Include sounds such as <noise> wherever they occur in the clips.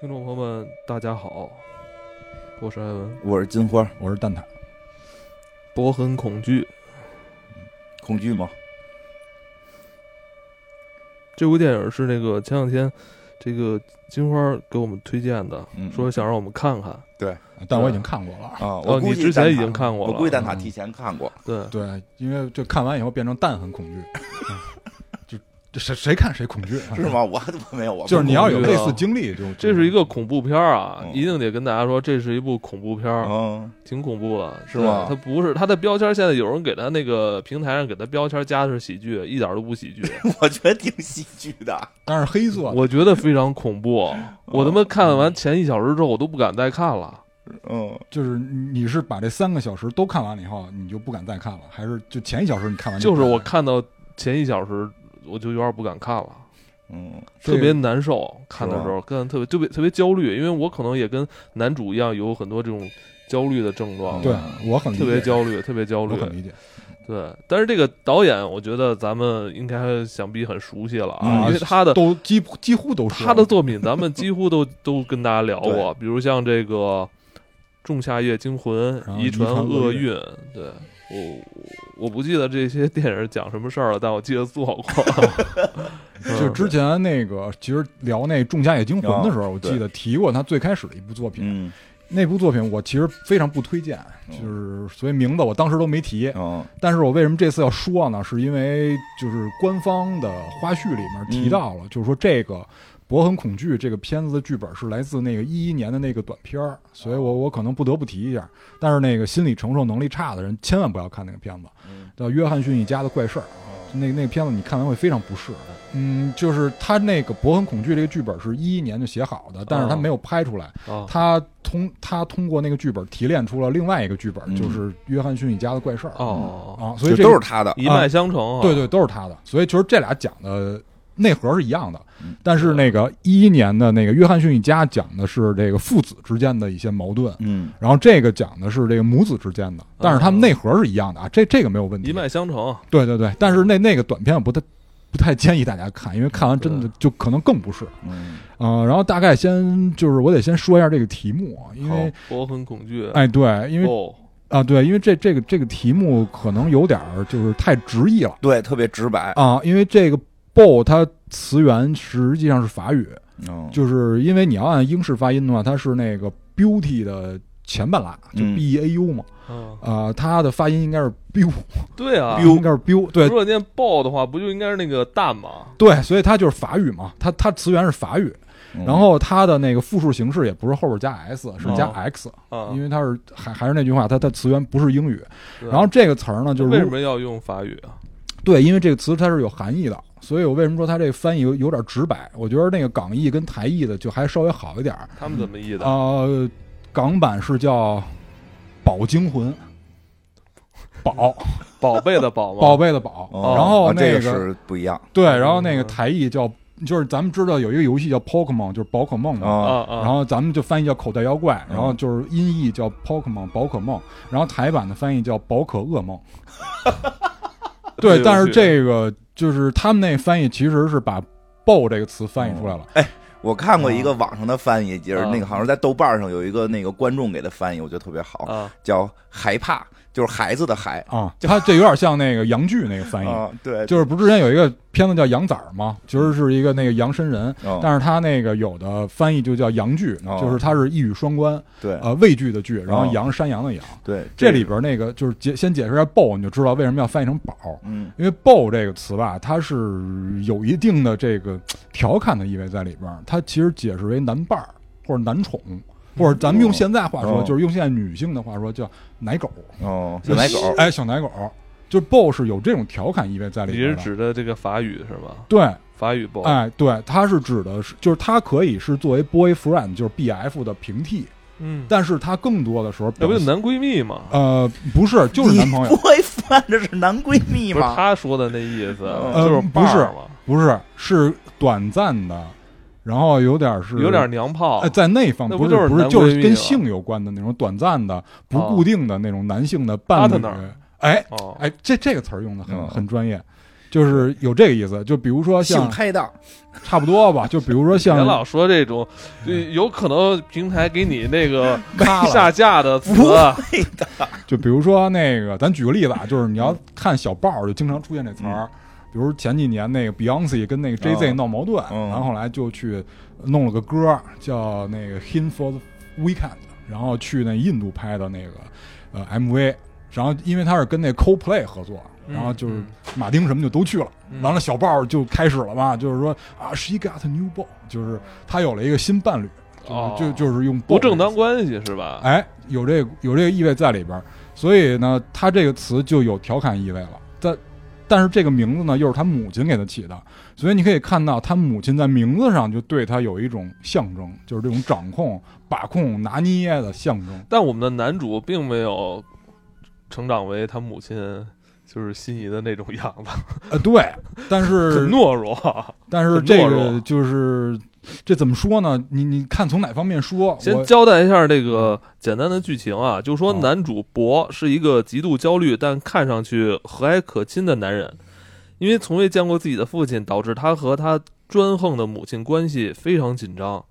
听众朋友们，大家好，我是艾文。我是金花，我是蛋挞，我很恐惧。恐惧吗？这部电影是那个前两天这个金花给我们推荐的，嗯说想让我们看看。但我已经看过了。啊，哦，我你估计之前蛋已挞经看过我了，估计蛋嗯挞嗯提前看过，对，对，因为就看完以后变成蛋很恐惧， <laughs> 嗯就这谁谁看谁恐惧，啊是？吗？我我没有，我嗯就是你要有这类似经历，就这是一个恐怖片儿啊，嗯一定得跟大家说，这是一部恐怖片儿，嗯， <laughs> 挺恐怖的，是吗对它不是它的标签，现在有人给它那个平台上给它标签加的是喜剧，一点都不喜 <laughs> 剧，我觉得挺喜剧的，但是黑色的，我觉得非常恐 <laughs> 怖。我他妈看完前一小时之后，我都不敢再看了。嗯，就是你是把这三个小时都看完了以后，你就不敢再看了，还是就前一小时啊你看完就是我看看到前一小时，我就有点不敢看了。嗯，特别难受，看的是吧时候看得特别特别特别焦虑，因为我可能也跟男主一样有很多这种焦虑的症状，对我很理解特别焦虑，特别焦虑我，很理解。对。但是这个导演，我觉得咱们应该想必很熟悉了啊，嗯因为他的都几乎几乎都是他的作品，咱们几 <laughs> 乎都都跟大家聊过，比如像这个《仲夏夜惊魂》《然后遗传遗传厄厄运》，对我我不记得这些电影讲什么事儿了，但我记得做 <laughs> 过，就之前那个，其实聊那《仲夏夜惊魂》的时候，啊我对记得提过他最开始的一部作品。嗯那部作品我其实非常不推荐，嗯就是所以名字我当时都没提。嗯但是我为什么这次要说呢？是因为就是官方的花絮里面嗯提到了，就是说这个《博很恐惧》这个片子的剧本是来自那个一一年的那个短片儿，所哦以我我可能不得不提一下。但是那个心理承受能力差的人千万不要看那个片子，嗯哦叫《约翰逊一家的怪事儿》。那那个片子你看完会非常不适，嗯，就是他那个《博很恐惧》这个剧本是一一年就写好的，但是他哦没有拍出来，啊，他通他通过那个剧本提炼出了另外一个剧本，嗯就是《约翰逊一家的怪事儿》哦，啊，所以就这都个是他的，一脉相承啊，对对，都是他的。所以其实这俩讲的内核是一样的嗯，但是那个一一年的那个约翰逊一家讲的是这个父子之间的一些矛盾，嗯然后这个讲的是这个母子之间的，但是他哦们内核是一样的啊，这这个没有问一题。脉相承。对对对，但是那那个短片我不太不太建议大家看，因为看完真的对就可能更不适。嗯嗯、然后大概先就是我得先说一下这个题目，啊因为我很恐惧。哎对，因为哦，啊对，因为这这个这个题目可能有点儿就是太直译了。对，特别直白，啊，因为这个 “bo” 它词源实际上是法语，嗯，就是因为你要按英式发音的话，它是那个 “beauty” 的前半拉，就嗯 “b e a u” 嘛，嗯，啊，它的发音应该是 “biu”，对啊， biu 应该是 “biu”，对如果念爆的话，不就应该是那个蛋吗？对，所以它就是法语嘛，它它词源是法语，嗯然后它的那个复数形式也不是后边加 s，是加哦 x，啊，因为它是还还是那句话，它它词源不是英语，对然后这个词儿呢，就是为如什么要用法语啊？对，因为这个词它是有含义的，所以我为什么说它这个翻译有有点直白？我觉得那个港译跟台译的就还稍微好一点儿。他们怎么译的？呃，港版是叫《宝惊魂》，宝宝贝的宝吗？宝贝的宝，哦然后啊那这个个是哦不一样，对，然后那个台译叫，就是咱们知道有一个游戏叫 Pokemon，就是宝可梦嘛。啊啊，啊，然后咱们就翻译叫口袋妖怪，嗯然后就是音译叫 Pokemon 宝可梦，然后台版的翻译叫宝可噩梦。对，但是这个就是他们那翻译其实是把“ BO 这个词翻译出来了。我看过一个网上的翻译，就是啊那嗯个好像在豆瓣上有一个那个观众给的翻译，我觉得特别好，嗯啊，叫害怕，就是孩子的孩啊，他这有点像那个杨剧那个翻译，啊，对，哎就是不是之前有一个片子叫《杨仔儿》吗？其实是一个那个杨身人，嗯但是他那个有的翻译就叫杨剧，哦就是他是一语双关，对呃，畏惧的惧，然后哦羊山羊的羊。对，这里边那个就是解先解释一下 “BO”，你就知道为什么要翻译成“宝”。嗯因为“爆”这个词吧，它是有一定的这个调侃的意味在里边儿。它其实解释为男伴儿或者男宠，或者咱们用现在话说，哦就是用现在女性的话说叫奶狗，哦，小奶狗，哎，小奶狗，就是 “bo” 是有这种调侃意味在你里边是儿的。指的这个法语是吗？对，法语不？哎，对，它是指的是，就是它可以是作为 boyfriend，就是 BF 的平替，嗯，但是它更多的时候那表不就现，男闺蜜吗？呃，不是，就是男朋你，友不会翻这是男闺蜜不是吗？他说的那意思，嗯呃就是伴儿嘛，不是，是短暂的，然后有点是有点娘炮哎，。在那方那不不就是是不是男就闺是蜜跟了性有关的那种短暂的、不哦固定的那种男性的伴侣 Partner。哎哦，哎，这这个词儿用的很嗯很专业，就是有这个意思。就比如说性像开档，差不多吧，就比如说别像老说这种，就有可能平台给你那个咔了下架的词，就比如说那个，咱举个例子啊，就是你要看小报儿，就经常出现这词嗯儿。比如前几年那个 Beyonce 跟那个 Jay Z 哦闹矛盾，嗯然后后来就去弄了个歌儿叫那个《Him for the Weekend》，然后去那印度拍的那个呃 MV，然后因为他是跟那 Coldplay 合作，嗯然后就是马丁什么就都去了，嗯完了小报儿就开始了嘛，就是说啊，She got a new ball，就是他有了一个新伴侣，就是、哦就就是用不 ball 这个正当关系是吧？哎，有这个有这个意味在里边儿，所以呢，他这个词就有调侃意味了。但但是这个名字呢，又是他母亲给他起的，所以你可以看到他母亲在名字上就对他有一种象征，就是这种掌控、把控、拿捏的象征。但我们的男主并没有成长为他母亲就是心仪的那种样子，呃， <laughs> 对，但很是懦弱。但是很懦这个弱就是这怎么说呢？你你看从哪方面说？先我嗯交代一下这个简单的剧情啊，就说好男主博是一个极度焦虑但看上去和蔼可亲的男人，因为从未见过自己的父亲，导致他和他专横的母亲关系非常紧张。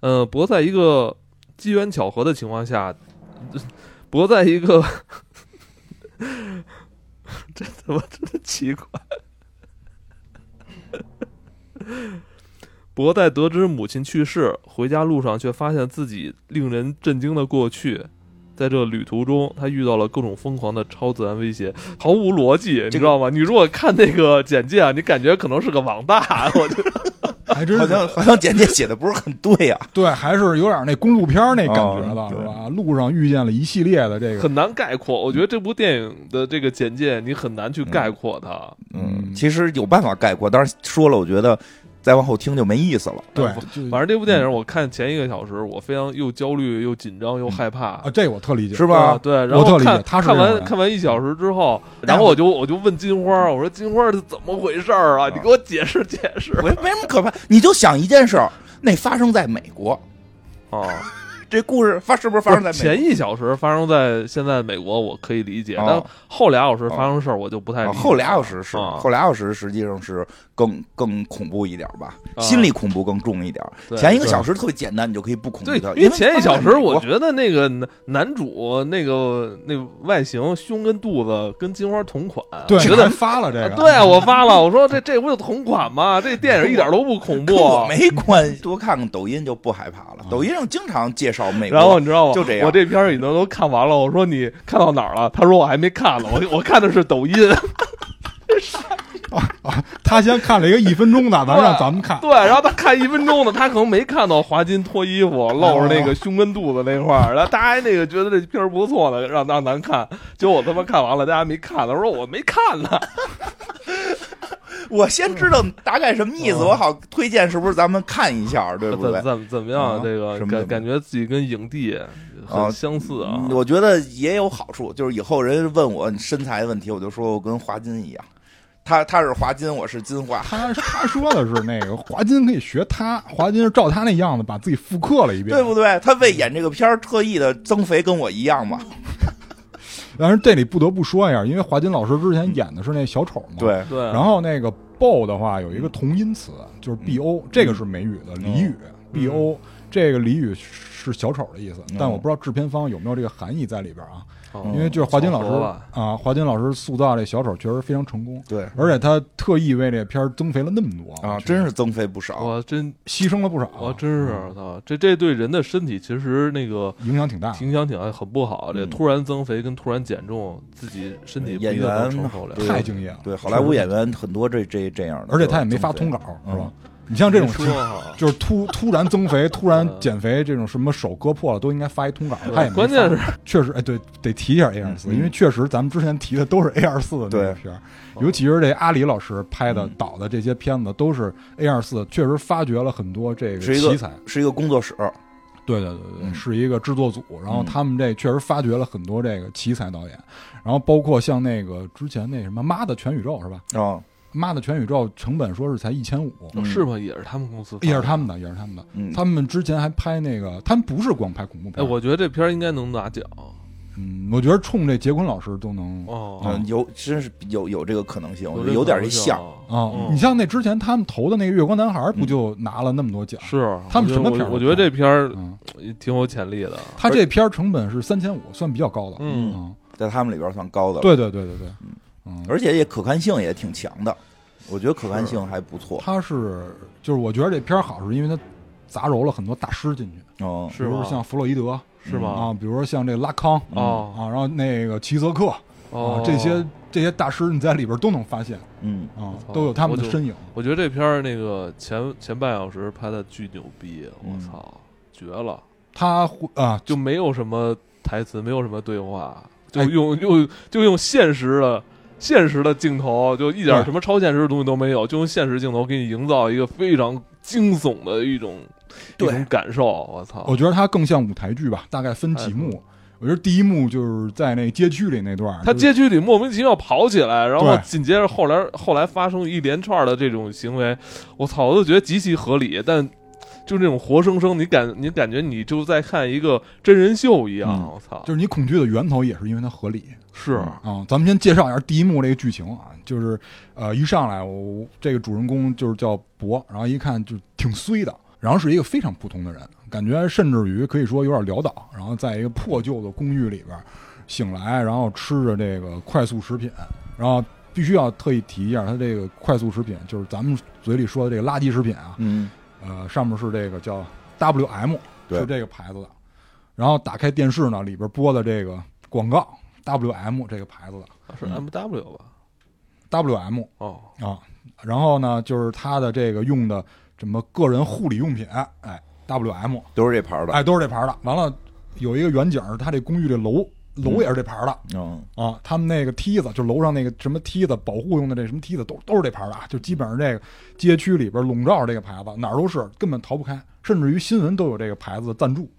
呃，博在一个机缘巧合的情况下， <laughs> 博在一个 <laughs> 这怎么这么奇怪？博在得知母亲去世，回家路上却发现自己令人震惊的过去。在这旅途中，他遇到了各种疯狂的超自然威胁，毫无逻辑，你知道吗？你如果看那个简介啊，你感觉可能是个网大，我觉得还真好是像好像简介写的不是很对呀、对，还是有点那公路片儿那感觉的，哦是对吧？路上遇见了一系列的这个很难概括。我觉得这部电影的这个简介，你很难去概括它。嗯嗯，其实有办法概括，当然说了，我觉得再往后听就没意思了。对哎不，就反正这部电影，我看前一个小时，我非常又焦虑又紧张又害怕，啊，这我特理解，是吧啊对，然我特后理解看他是看这种完人看完一小时之后，然然后后我就我就问金花儿，我说金花儿这怎么回事儿啊？嗯你给我解释解释我也没什么可怕，你就想一件事儿，那发生在美国，哦啊！这故事发是不是发生在不是美前一小时发生在现在美国，我可以理解，哦但后俩小时发生事儿我就不太国？理啊解后俩小时是啊后俩小时，实际上是更更恐怖一点吧，啊心理恐怖更重一点。对前一个小时特别简单，你就可以不恐对惧它，，因为前一发生在小时美国我觉得那个男男主那个那个外形胸跟肚子跟金花儿同款，哎对，我觉还得。发了这 <laughs> 个，对，啊我发了，我说这这不就同款吗？这电影一点都不恐怖跟，我没关系，多看看抖音就不害怕了。抖音上经常介绍美国，然后你知道吗？就这样我这片儿已经都看完了。我说你看到哪儿了？他说我还没看呢。我我看的是 <laughs> 抖音。他先看了一个一分钟的，完让咱们看，对，然后他看一分钟呢，他可能没看到华金脱衣服露着那哦个胸跟肚子那块儿。然后大家那个觉得这片儿不错呢，让让咱看。结果我他妈看完了，大家没看呢。我说我没看呢。我先知道大概什么意思，嗯我好推荐是不是咱们看一下，对不对怎？怎怎么样啊啊？这个什感么怎么样感觉自己跟影帝很啊相似啊嗯。我觉得也有好处，就是以后人问我身材问题，我就说我跟华金一样，他他是华金，我是金花。他他说的是那个华金可以学他，华金是照他那样子把自己复刻了一 <laughs> 遍对，不对？他为演这个片儿特意的增肥，跟我一样嘛？但是这里不得不说一下，因为华金老师之前演的是那小丑嘛，，对，对，然后那个 bo 的话有一个同音词，就是 bo，这个是美语的俚语，bo 这个俚语是小丑的意思，但我不知道制片方有没有这个含义在里边啊，哦因为就是华金老巧合师吧啊，华金老师塑造这小丑确实非常成功。对而且他特意为这片儿增肥了那么多啊，我觉得真是增肥不少。我真牺牲了不少，哦我真嗯是我操，这这对人的身体其实那个影响挺大。影响挺大很不好。这嗯突然增肥跟突然减重，自己身体不演一定能员承嘛受 <laughs> 了。对太敬业了，对，好莱坞演员很多这这这样的，而且他也没发就是通增肥稿，是嗯？吧啊你像这种别突说哈，就是突突然增肥、突嗯然减肥这种什么手割破了，都应该发一通稿。他也没发关键是确实，哎，对，得提一下 A 二四，嗯因为确实咱们之前提的都是 A 二四的那对个片儿，尤其是这阿里老师拍的嗯导的这些片子，都是 A 二四，确实发掘了很多这是一奇个才。是一个工作室，对对对对，嗯是一个制作组，然后嗯他们这确实发掘了很多这个奇才导演，然后包括像那个之前那什么《妈的全宇宙》是吧？啊， 《妈的全宇宙》成本说是才一千五，嗯是吗？也是他们公司，也是。他们的，也是他们的。嗯，他们之前还拍那个，他们不是光拍恐怖哎，片，我觉得这片儿应该能拿奖，嗯，我觉得冲这结婚老师都能哦，嗯，有真是有有这个可能性，我觉得这有点可能性像。啊啊、嗯你像那之前他们投的那个《月光男孩》，不就拿了那么多奖？是他们我什觉么片得儿我我觉都得看这片儿嗯，挺有潜力的。他这片儿成本是三千五，算比较高的。嗯嗯，在他们里边算高的了，对对对对对，嗯，而且也可看性也挺强的，我觉得可看性还不错。他是就是我觉得这片儿好，是因为他杂糅了很多大师进去，嗯，是比如吗说像弗洛伊德是啊，吗？比如说像这拉康哦啊，然后那个齐泽克哦啊，，这些这些大师你在里边都能发现嗯，啊我操，都有他们我的就身影。我觉得这片儿那个前前半小时拍的巨牛逼，我嗯操，绝了！他会啊，就没有什么台词，没有什么对话，就哎用用就用现实的现实的镜头，就一点对什么超现实的东西都没有，就用现实镜头给你营造一个非常惊悚的一种一对种感受。我操！我觉得他更像舞台剧吧，大概分几太幕。我觉得第一幕就是在那街区里那段儿，他就是街区里莫名其妙跑起来，然后对紧接着后来后来发生一连串的这种行为，我操，我都觉得极其合理，但就这种活生生，你感你感觉你就在看一个真人秀一样，嗯我操，嗯就是你恐惧的源头也是因为它合理是啊、咱们先介绍一下第一幕这个剧情啊，就是呃一上来我这个主人公就是叫博，然后一看就挺衰的，然后是一个非常普通的人，感觉甚至于可以说有点潦倒，然后在一个破旧的公寓里边醒来，然后吃着这个快速食品，然后必须要特意提一下，它这个快速食品就是咱们嘴里说的这个垃圾食品啊，嗯，呃，上面是这个叫 WM，对是这个牌子的。然后打开电视呢，里边播的这个广告 WM 这个牌子的是 M W 吧？ WM 哦，啊。然后呢，就是它的这个用的什么个人护理用品，哎，WM，都是这牌儿的。哎，都是这牌儿的。完了，有一个远景儿，它这公寓这楼楼也是这牌儿的。嗯，啊，他们那个梯子，就楼上那个什么梯子，保护用的这什么梯子，都都是这牌儿的啊，就基本上这个街区里边笼罩着这个牌子，哪儿都是，根本逃不开，甚至于新闻都有这个牌子的赞助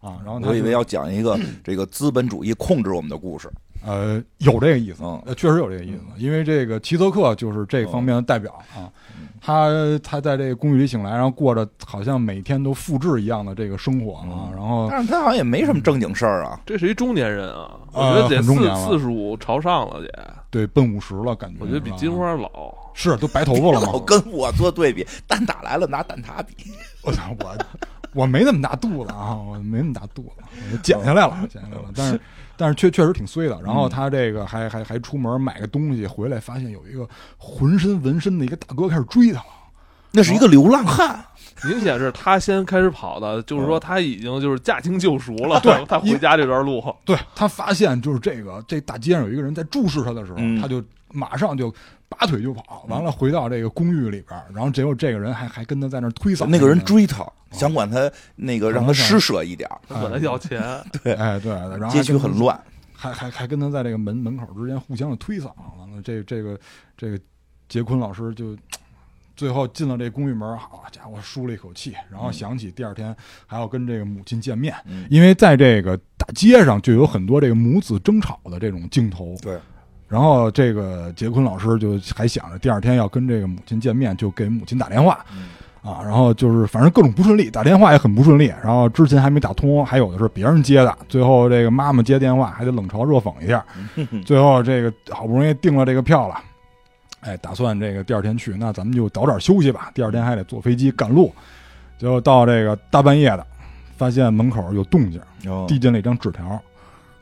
啊。然后他我以为就要讲一个这个资本主义控制我们的故事。呃有这个意思嗯，呃确实有这个意思，因为这个齐泽克就是这方面的代表啊，嗯他他在这个公寓里醒来，然后过着好像每天都复制一样的这个生活嗯啊，然后但是他好像也没什么正经事儿啊。这是一中年人啊，我呃觉得得很四中年了嗯四十五朝上了得，对奔五十了，感觉我觉得比金是吧花老。是都白头嗯发了老 <laughs> 嘛，跟我做对比，蛋挞来了拿蛋挞比。我操，我 <laughs> 我没那么大肚子啊，我没那么大肚子，啊我就减下来嗯了，减下来了。但是但是确确实挺衰的。然后他这个还还还出门买个东西，回来发现有一个浑身纹身的一个大哥开始追他了。那是一个流浪汉， <laughs> 明显是他先开始跑的，就是嗯说他已经就是驾轻就熟啊了。对， <laughs> 他回家这段路，对他发现就是这个这大街上有一个人在注视他的时候，嗯他就马上就拔腿就跑，完了回到这个公寓里边儿，然后结果这个人还还跟他在那儿推搡那个人追他，想管他那个嗯让他施舍一点儿。他管他要 <laughs> 钱，对，哎对，然后还街区跟他很乱，还还还跟他在这个门门口之间互相的推搡，完了这这个这个杰坤老师就最后进了这公寓门，好家伙舒了一口气，然后想起第二天还要跟这个母亲见面，嗯因为在这个大街上就有很多这个母子争吵的这种镜头，对，然后这个杰坤老师就还想着第二天要跟这个母亲见面，就给母亲打电话，啊，然后就是反正各种不顺利，打电话也很不顺利，然后之前还没打通，还有的是别人接的，最后这个妈妈接电话还得冷嘲热讽一下，最后这个好不容易订了这个票了。哎，打算这个第二天去，那咱们就早点休息吧。第二天还得坐飞机赶路，结果到这个大半夜的，发现门口有动静，哦递进了一张纸条，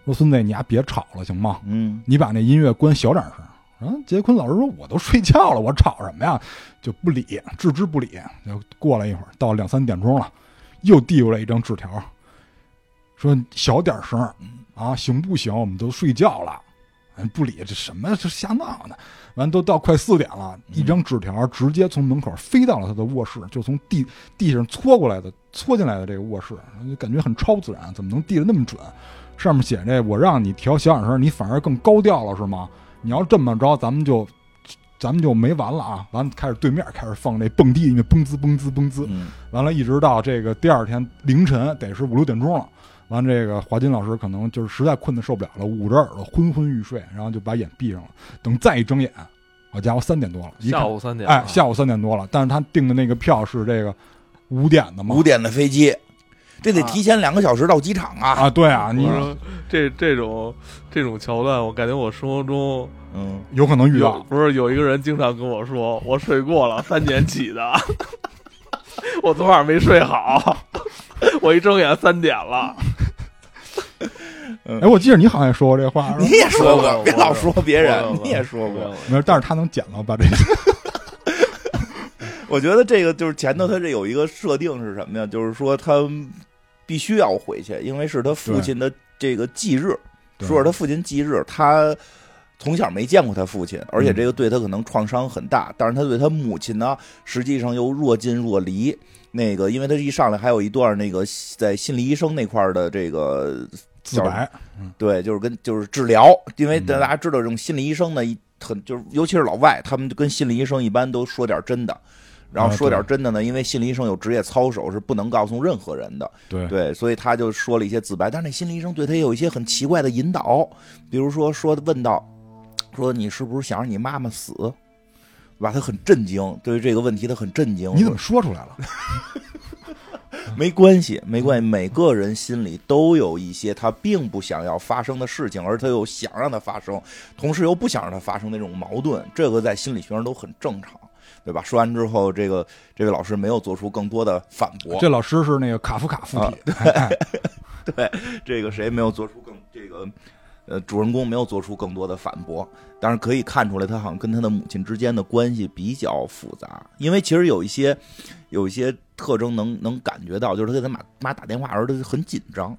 说：“孙子，你丫别吵了，行吗？”嗯，你把那音乐关小点声。然后杰坤老师说：“我都睡觉了，我吵什么呀？”就不理，置之不理。就过了一会儿，到两三点钟了，又递过来一张纸条，说：“小点声啊，行不行？我们都睡觉了。”哎不理，这什么这瞎闹呢？完都到快四点了，一张纸条直接从门口飞到了他的卧室，就从地地上搓过来的，搓进来的这个卧室，就感觉很超自然，怎么能递的那么准？上面写着我让你调小点声，你反而更高调了是吗？你要这么着，咱们就咱们就没完了啊！完了，开始对面开始放那蹦迪音乐，嘣滋嘣滋嘣滋，嗯完了，一直到这个第二天凌晨，得是五六点钟了。完，了，这个华金老师可能就是实在困得受不了了，捂着耳朵昏昏欲睡，然后就把眼闭上了。等再一睁眼，好家伙，三点多了，一看下午三点，啊哎，下午三点多了。但是他订的那个票是这个五点的嘛，五点的飞机，这得提前两个小时到机场啊。啊，对啊，你我说这这种这种桥段，我感觉我生活中嗯，有可能遇有 <laughs> 到。不是有一个人经常跟我说， <laughs> 我睡过了，三点起的， <laughs> 我昨晚没睡好， <laughs> 我一睁眼三点了。哎，我记得你好像也说过这话，你是吧也说我有过，别我老有说别人我有，你也说过。没有，但是他能捡到吧？这我觉得这个就是前头他这有一个设定是什么呀？就是说他必须要回去，因为是他父亲的这个忌日，对说是他父亲忌日，他从小没见过他父亲，而嗯且这个对他可能创伤很大，但是他对他母亲呢，实际上又若近若离。那个，因为他一上来还有一段那个在心理医生那块儿的这个自白，对，就是跟就是治疗，因为嗯大家知道这种心理医生呢，一很就是尤其是老外，他们就跟心理医生一般都说点真的，然后啊说点对真的呢，因为心理医生有职业操守，是不能告诉任何人的。对对，所以他就说了一些自白，但是那心理医生对他也有一些很奇怪的引导，比如说说问到，说你是不是想让你妈妈死，对吧？他很震惊，对于这个问题他很震惊。你怎么说出来了？没关系，没关系，每个人心里都有一些他并不想要发生的事情，而他又想让它发生，同时又不想让它发生的那种矛盾，这个在心理学上都很正常，对吧？说完之后，这个这位老师没有做出更多的反驳，这老师是那个卡夫卡附体，哎这个谁没有做出更这个。呃，主人公没有做出更多的反驳，但是可以看出来，他好像跟他的母亲之间的关系比较复杂，因为其实有一些，有一些特征能能感觉到，就是他给他妈妈打电话，而他很紧张，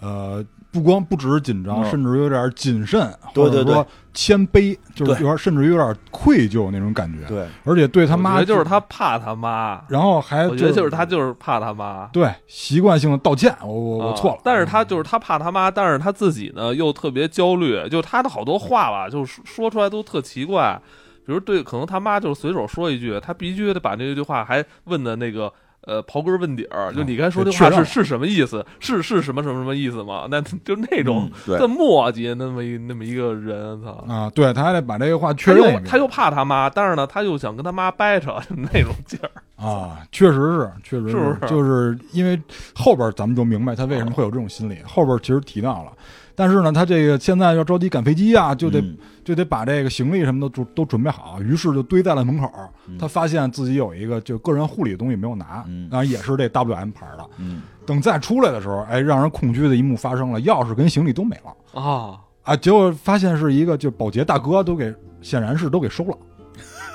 呃，不光不只是紧张，嗯甚至有点谨慎，对或者对对说谦卑，就是对有点，甚至有点愧疚那种感觉。，对，而且对他我觉妈得就是，他怕他妈，然后还我觉得就是他就是怕他妈。对习惯性的道歉，我我我啊错了。但是他就是他怕他妈，但是他自己呢又特别焦虑，就他的好多话吧，就是说说出来都特奇怪，比如对，可能他妈就是随手说一句，他必须得把这句话还问的那个呃刨根问底儿，就你刚才说得这话啊确认是是什么意思？是是什么什么什么意思吗？那就那种嗯对这磨叽那么一那么一个人，操！啊，对，他还得把这个话确他认一又遍。他又怕他妈，但是呢，他又想跟他妈掰扯，就那种劲儿。啊，确实是，确实是不是就是因为后边咱们就明白他为什么会有这种心理。后边其实提到了，但是呢，他这个现在要着急赶飞机啊，就得、嗯就得把这个行李什么的都都准备好，于是就堆在了门口。嗯他发现自己有一个就个人护理的东西没有拿，嗯然后也是这 WM 牌的。嗯，等再出来的时候，哎，让人恐惧的一幕发生了，钥匙跟行李都没了啊，啊！结果发现是一个就保洁大哥都给，显然是都给收了。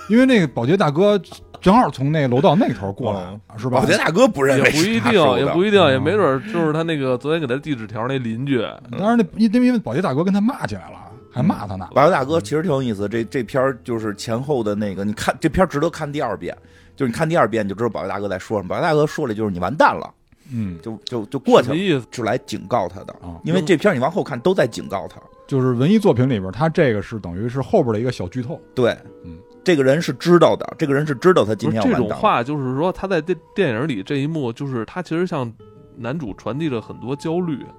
因为那个保洁大哥正好从那楼道那头过来，哦是吧？保洁大哥不认也为不一是他定，收的也不一定，嗯也没准儿就是他那个昨天给他递纸条那邻居，当然那因因为保洁大哥跟他骂起来了，还骂他呢。保洁大哥其实挺有意思，这这片儿就是前后的那个，你看这片儿值得看第二遍，就是你看第二遍你就知道保洁大哥在说什么。保洁大哥说了就是你完蛋了，嗯，就就就过去什么了，意思？是来警告他的啊。因为这片儿你往后看都在警告他，就是文艺作品里边，他这个是等于是后边的一个小剧透。对嗯，这个人是知道的，这个人是知道他今不是天要这完种蛋了。话，就是说他在电电影里这一幕，就是他其实向男主传递了很多焦虑。啊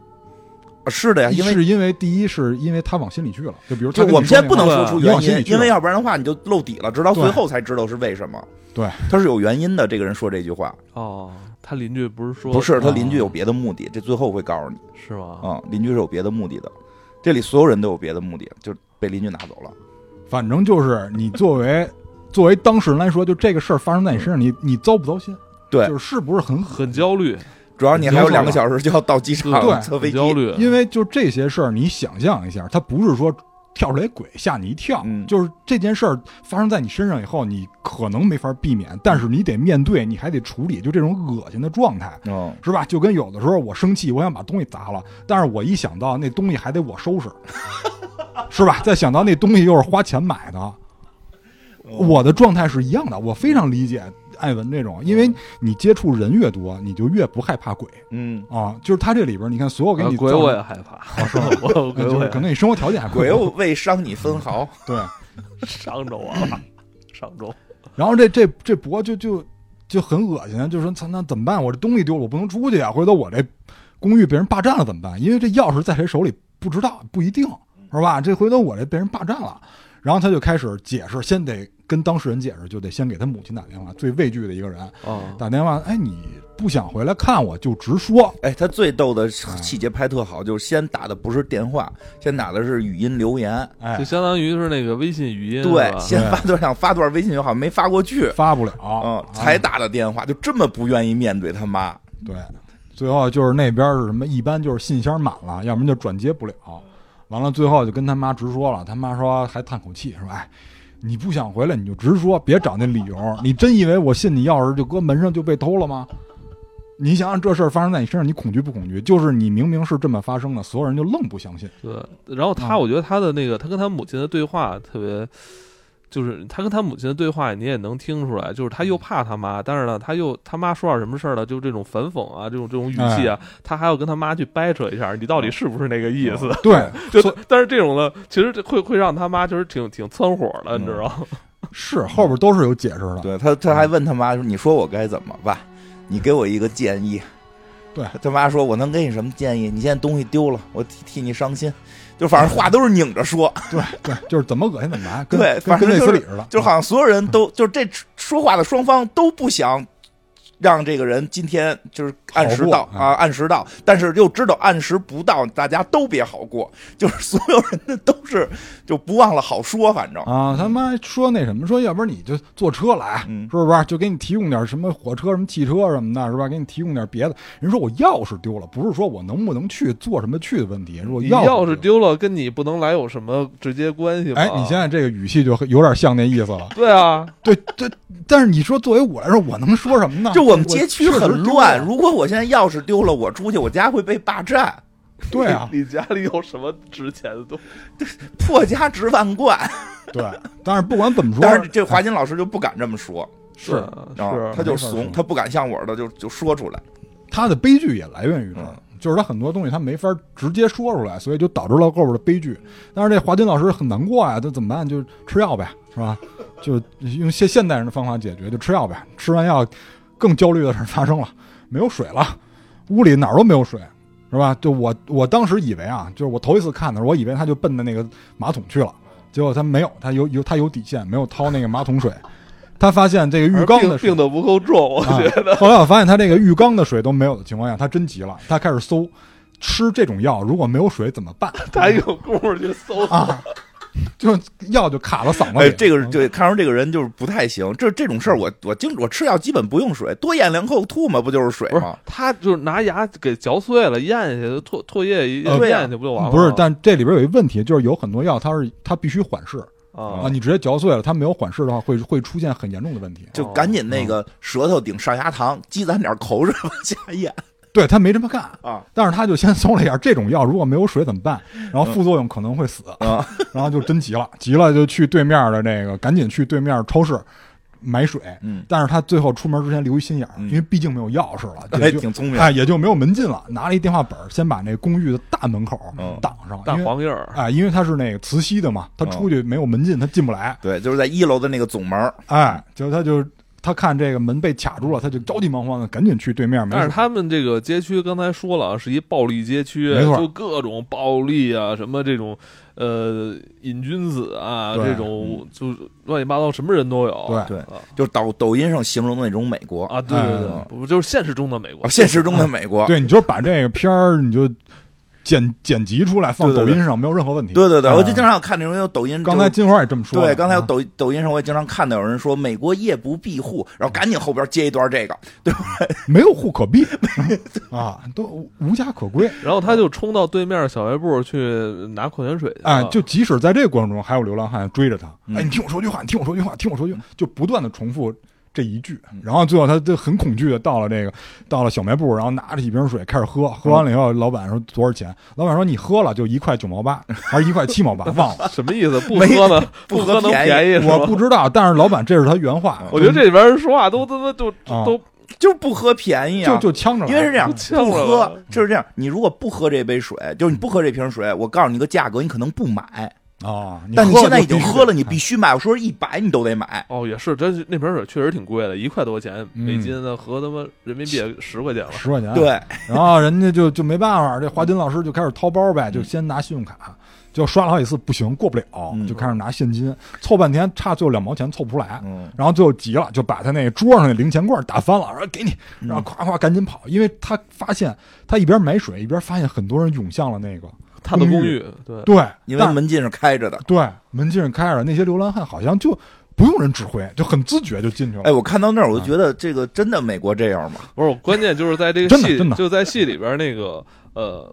是的呀，因为是因为第一是因为他往心里去了，就比如就他跟你我们说现那在不能话说话出你原往心里因，去因为了要不然的话你就露底了，直到最对后才知道是为什么。对，他是有原因的。这个人说这句话哦，他邻居不是说不是他啊邻居有别的目的，这最后会告诉你。是吗？啊、邻居是有别的目的的，这里所有人都有别的目的，就被邻居拿走了。反正就是你作为作为当事人来说，就这个事儿发生在你身上，你你糟不糟心？对就是是不是很狠？很焦 <laughs> 虑，主要你还有你就两走个小时就要到机场对坐很飞机，焦虑，因为就这些事儿，你想象一下，他不是说跳出来鬼吓你一跳，嗯就是这件事儿发生在你身上以后，你可能没法避免，但是你得面对，你还得处理，就这种恶心的状态。嗯，是吧？就跟有的时候我生气，我想把东西砸了，但是我一想到那东西还得我收 <laughs> 拾，是吧？再想到那东西又是花钱买的，我的状态是一样的。我非常理解艾文这种，因为你接触人越多，你就越不害怕鬼嗯，啊。就是他这里边，你看所有给啊你鬼造成我也害怕，我 <laughs> 呃鬼 <laughs> 就我是也可能你生活条件还不鬼错又未伤你分毫，对。上周啊，上周然后这这这博就就就很恶心，就说操，那怎么办？我这东西丢了，我不能出去啊！回头我这公寓被人霸占了怎么办？因为这钥匙在谁手里不知道，不一定是吧？这回头我这被人霸占了。然后他就开始解释，先得跟当事人解释，就得先给他母亲打电话，最畏惧的一个人啊，打电话，哎，你不想回来看我就直说，哎，他最逗的细节拍特好，就是先打的不是电话，先打的是语音留言。哎就，相当于是那个微信语音，对是，吧先发段想发段微信就好，没发过去，发不了，嗯啊，才打的电话，就这么不愿意面对他妈。对，最后就是那边是什么，一般就是信箱满了，要不然就转接不了。完了，最后就跟他妈直说了，他妈说还叹口气说：“哎，你不想回来你就直说，别找那理 <laughs> 由。你真以为我信你钥匙就搁门上就被偷了吗？你想想这事儿发生在你身上，你恐惧不恐惧？就是你明明是这么发生的，所有人就愣不相信。对，然后他，嗯我觉得他的那个，他跟他母亲的对话特别，就是他跟他母亲的对话，你也能听出来，就是他嗯又怕他妈，但是呢，他又他妈说点什么事儿了，就这种反讽啊，这种这种语哎气啊，他还要跟他妈去掰扯一下，你到底是不是那个意思？对，就嗯所但是这种呢，其实这会会让他妈就是挺挺蹿火的，嗯你知道吗？ <laughs> 是后边都是有解释的。对他，嗯他还问他妈说：“你说我该怎么办？你给我一个建议。”对，他妈说：“我能给你什么建议？你现在东西丢了，我替替你伤心。”就反正话都是拧着说，对对，就是怎么恶心怎么来，跟对跟反正跟内就斯是里似的，就好像所有人都就这说话的双方都不想让这个人今天就是按时到好过嗯啊，按时到，但是又知道按时不到，大家都别好过，就是所有人的都是就不忘了好说，反正啊，他妈说那什么，说要不然你就坐车来，嗯是不是？就给你提供点什么火车、什么汽车什么的，是吧？给你提供点别的。人说我钥匙丢了，不是说我能不能去坐什么去的问题，是我你钥匙匙。丢了，跟你不能来有什么直接关系吧？。哎，你现在这个语气就有点像那意思了对啊，对对，但是你说作为我来说，我能说什么呢？就我们街区确实很丢乱，了如果我现在钥匙丢了，我出去我家会被霸占， <laughs> 对啊， <laughs> 你家里有什么值钱的东西？破家值万贯。对。但是不管怎么说， <laughs> 但是这华哎金老师就不敢这么说，是啊啊是他就没法怂，说他不敢像我似的就就说出来。他的悲剧也来源于这儿，就是他很多东西他没法直接说出来，所以就导致了后边的悲剧。但是这华金老师很难过呀，这怎么办？就吃药呗，是吧？ <laughs> 就用现现代人的方法解决，就吃药呗。吃完药，更焦虑的事儿发生了，没有水了，屋里哪儿都没有水，是吧？就我我当时以为啊，就是我头一次看的时候，我以为他就奔着那个马桶去了，结果他没有，他有有他有底线，没有掏那个马桶水。他发现这个浴缸的病水病得不够重，我啊觉得。 <laughs> 后来我发现他这个浴缸的水都没有的情况下，他真急了，他开始搜，吃这种药如果没有水怎么办？ <laughs> 他有功夫去搜啊，就药就卡了嗓子哎，里。这个对，看出这个人就是不太行。这这种事儿，我我经我吃药基本不用水，多咽两口吐嘛，不就是水不是吗？，啊他就是拿牙给嚼碎了，咽下去，唾唾液一呃对呀咽下去不就完了吗？不是，但这里边有一问题，就是有很多药它是它必须缓释啊，啊，你直接嚼碎了，它没有缓释的话，会会出现很严重的问题。就赶紧嗯那个舌头顶上牙膛，积攒点口水往下咽对他没这么干，啊。嗯但是他就先搜了一下这种药如果没有水怎么办，然后副作用可能会死，啊 <laughs> 然后就真急了，急了就去对面的那个，赶紧去对面超市买水。嗯，但是他最后出门之前留一心眼儿，嗯因为毕竟没有钥匙了，哎，也就挺聪明。哎也就没有门禁了，拿了一电话本儿，先把那公寓的大门口嗯挡上，大因为黄印儿，哎，因为他是那个磁吸的嘛，他出去没有门禁，他进不来，对，就是在一楼的那个总门儿，哎，就他就他看这个门被卡住了，他就着急忙慌的赶紧去对面，没但是事。他们这个街区刚才说了啊，是一暴力街区，没错就各种暴力啊，什么这种呃瘾君子啊，对嗯这种就是乱七八糟，什么人都有。对对啊就是抖抖音上形容的那种美国，啊，对对对嗯，不就是现实中的美国啊，现实中的美国。对，你就把这个片儿你就剪剪辑出来放对对抖对音上，没有任何问题。对对对，哎我就经常看那种有抖音，刚才就金花也这么说了。对，刚才啊有抖抖音上我也经常看到有人说美国夜不闭户，然后赶紧后边接一段这个，没有户可 <laughs> 避啊，都无家可归。然后他就冲到对面小卖部去拿矿泉水去了哎，就即使在这个过程中，还有流浪汉追着他，啊嗯哎，你听我说句话，你听我说句话，听我说句话，就不断的重复这一句，然后最后他就很恐惧的到了这个，到了小卖部，然后拿着一瓶水开始嗯喝，喝完了以后，老板说多少钱？老板说你喝了就一块九毛八，还是一块七毛八，忘 <laughs> 了，什么意思？不没喝呢？不喝喝能便宜便宜是我吧？不知道，但是老板这是他原话，我觉得这里边人说话都他妈都啊都就是不喝便宜啊，就就呛着了，因为是这样，呛了不喝就是这样。你如果不喝这杯水，就是你不喝这瓶水，我告诉你个价格，你可能不买。啊，但你喝现在就已经必须啊喝了，得你必须买。我说一百你都得买。哦，也是，真是那瓶水确实挺贵的，一块多钱美金的，合他妈人民币十块钱了。嗯十块钱，对，然后人家就就没办法，这华金老师就开始掏包呗，就先拿信用卡，就刷了好几次不行，过不了，嗯就开始拿现金凑半天，差最后两毛钱凑不出来，嗯然后最后急了，就把他那桌上那零钱罐打翻了，说给你，嗯然后夸夸赶紧跑，因为他发现他一边买水一边发现很多人涌向了那个他的公公寓寓，对，对，因为但门禁是开着的。对门禁是开着，那些流浪汉好像就不用人指挥，就很自觉就进去了。哎，我看到那儿，嗯我就觉得这个真的美国这样吗？不是，关键就是在这个真的戏真，的就在戏里边那个呃，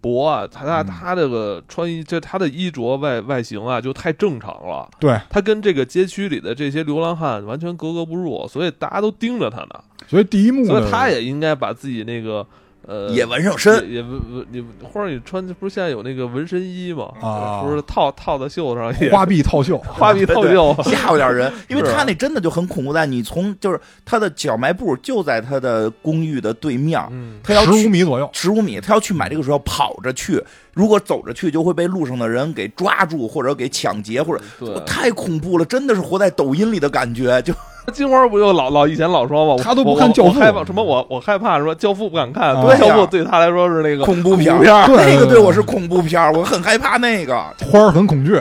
博啊，他他嗯他这个穿衣，就他的衣着外外形啊，就太正常了。对，他跟这个街区里的这些流浪汉完全格格不入，所以大家都盯着他呢。所以第一幕所呢，以他也应该把自己那个呃也纹上身，也也纹纹你或者你穿不是现在有那个纹身衣吗？啊不是套套在袖子上也花臂套袖，花臂套 <laughs> 哎对袖，吓唬点人， <laughs> 啊因为是他那真的就很恐怖。但你从就是他的小卖部就在他的公寓的对面，嗯，他要十五去米左右，十五米，他要去买这个时候跑着去，如果走着去就会被路上的人给抓住或者给抢劫，或者对。太恐怖了，真的是活在抖音里的感觉，就金花不就老老以前老说吗？我他都不我看我教父我害怕什么我？我害怕什么？教父不敢看，啊对对呀教父对他来说是那个恐怖片儿。儿对那个对我是恐怖片儿，我很害怕那 <laughs> 个。花儿很恐惧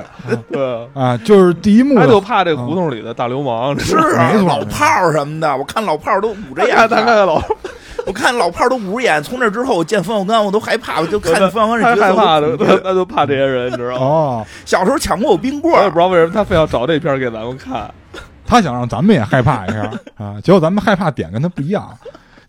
对，啊，就是第一幕他的就怕这胡同里的大流氓。嗯是 <laughs> 啊，没错老炮儿什么的，我看老炮儿都捂着他眼看他看看，看老 <laughs> 我看老炮儿都捂着眼。从那之后，我见冯小刚我都害怕，我就看冯小刚这太角害色怕我都了，恐他惧。他就怕这些人，你知道吗？哦，小时候抢过我冰棍我也不知，儿道为什么他非要找这片儿给咱们看。他想让咱们也害怕一下啊，结果咱们害怕点跟他不一样。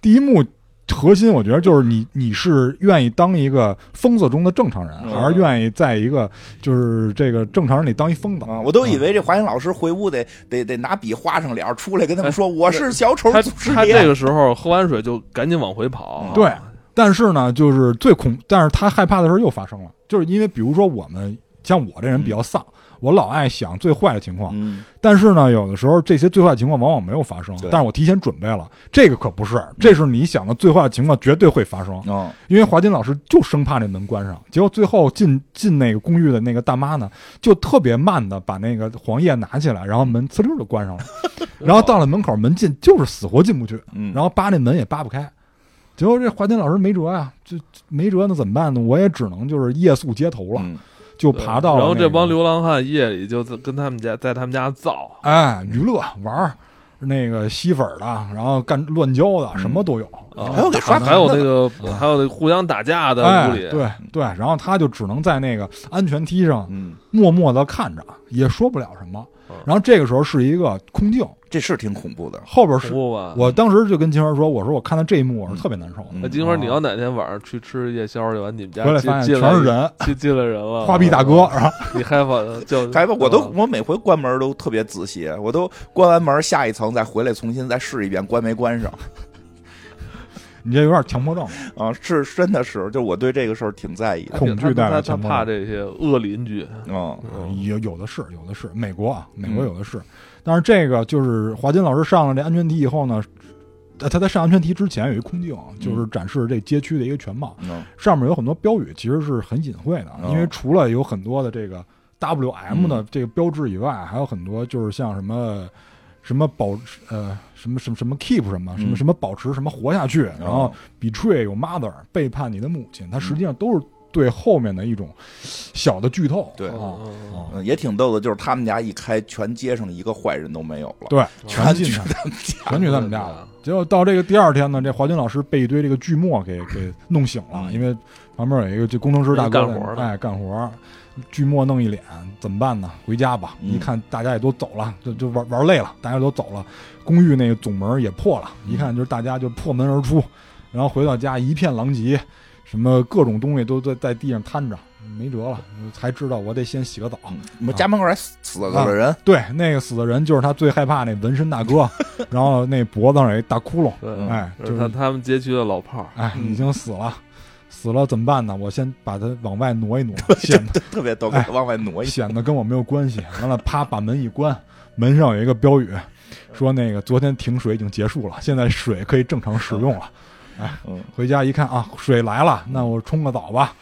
第一幕核心，我觉得就是你你是愿意当一个疯子中的正常人，嗯还是愿意在一个就是这个正常人里当一疯子？啊，我都以为这华英老师回屋得得得拿笔画上脸儿出来跟他们说我是小丑他祖师他这爷。嗯个时候喝完水就赶紧往回跑。啊对，但是呢，就是最恐，但是他害怕的事儿又发生了，就是因为比如说我们像我这人比较丧，我老爱想最坏的情况，嗯，但是呢，有的时候这些最坏情况往往没有发生对，嗯但是我提前准备了，这个可不是，这是你想的最坏的情况绝对会发生，哦，因为华金老师就生怕这门关上，结果最后进进那个公寓的那个大妈呢，就特别慢的把那个黄页拿起来，然后门呲溜就 <laughs> 关上了，然后到了门口门禁就是死活进不去，嗯然后扒那门也扒不开。结果这华金老师没辙啊，就就没辙，那怎么办呢？我也只能就是夜宿街头了，嗯就爬到、然后这帮，流浪汉夜里就在跟他们家在他们家造，哎，娱乐玩儿，那个吸粉儿的，然后干乱交的，什么都有。啊还有给刷还有盘那子个还有那个互相打架的啊哎屋，里，对对，然后他就只能在那个安全梯上嗯，默默的看着，也说不了什么嗯。然后这个时候是一个空镜，这是挺恐怖的。后边恐是怖吧？我当时就跟金花说：“我说我看到这一幕，我是特别难受的。嗯那金花，你要哪天晚上去吃夜宵去完，你们家哦回来进发现进全是来人，进进来人了，啊花臂大哥，然后你害怕叫还吧，我都嗯我每回关门都特别仔细，我都关完门下一层再回来重新再试一遍关没关上你这有点强迫症。啊，是真的是，就我对这个事儿挺在意的。恐惧带来他他的强迫怕症这些恶邻居，嗯嗯呃有有的是，有的是，美国啊，美嗯国有的是。但是这个就是华金老师上了这安全梯以后呢，呃他在上安全梯之前有一空镜，啊就是展示这街区的一个全貌，嗯上面有很多标语，其实是很隐晦的，哦嗯因为除了有很多的这个 WM 的这个标志以外，还有很多就是像什么。什么保呃什么什么什么 keep 什么什么嗯哦什么保持什么活下去，然后 betray your mother 背叛你的母亲，它实嗯际上都是对后面的一种小的剧透。对啊嗯嗯啊嗯也挺逗的，就是他们家一开，全街上一个坏人都没有了。对，全全去进他去，们家，全去他们家了。结果到这个第二天呢，这华军老师被一堆这个锯末给给弄醒了，嗯因为旁边有一个这工程师大哥在干活的哎，干活儿，锯末弄一脸，怎么办呢？回家吧。嗯一看大家也都走了，就就玩玩累了，大家都走了，公寓那个总门也破了，一看就是大家就破门而出，然后回到家一片狼藉，什么各种东西都在在地上摊着，没辙了，才知道我得先洗个澡。嗯我们家门口还死死了人，对，那个死的人就是他最害怕那纹身大哥，然后那脖子上有一大窟窿，对，哎，嗯就就是他是他们街区的老炮儿，哎，嗯已经死了，死了怎么办呢？我先把他往外挪一挪，显得特别逗，哎往外挪一下。显得跟我没有关系。完了，啪，把门一关，门上有一个标语，说那个昨天停水已经结束了，现在水可以正常使用了。嗯回家一看啊，水来了，那我冲个澡吧。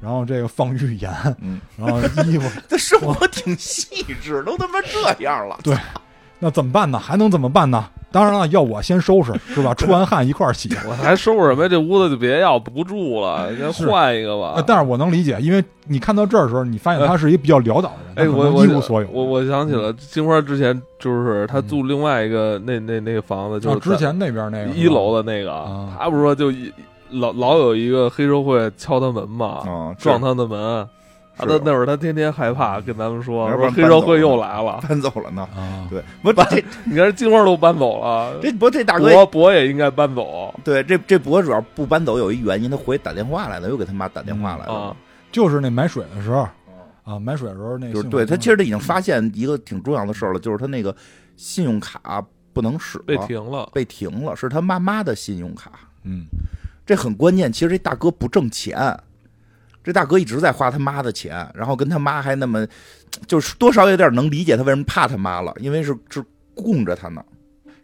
然后这个放浴盐，嗯，然后衣服，这生活挺细致，都他妈这样了。那怎么办呢？还能怎么办呢？当然了，要我先收拾是吧？出完汗一块儿洗。我还收拾什么呀？这屋子就别要，不住了，先是换一啊个吧。呃，但是我能理解，因为你看到这儿的时候，你呃发现他是一个比较潦倒的人，他哎，可我能我一无所有。啊嗯我我想起了金花之前就是她住另外一个那那那个房子，就啊是之前那边那个一楼的那个啊，她不是说就一老老有一个黑社会敲她门哦嘛，啊，是撞她的门，她是那那会儿她天天害怕，跟咱们说要不说然黑搬社走会了又来了，搬走了 <laughs> 呢。啊，对，不这你看金花都搬走了，这不这大哥博博也应该搬走对这这博主要不搬走有一原因，他回去打电话来了，又给他妈打电话来了啊。，就是那买水的时候啊，买水的时候那嗯就是信对号他灯其实他已经发现一个挺重要的事儿了，就是他那个信用卡不能使了，啊被停 <laughs> 了。被停了，是他妈妈的信用卡，嗯这很关键。其实这大哥不挣钱，这大哥一直在花他妈的钱，然后跟他妈还那么，就是多少有点能理解他为什么怕他妈了，因为是是供着他呢。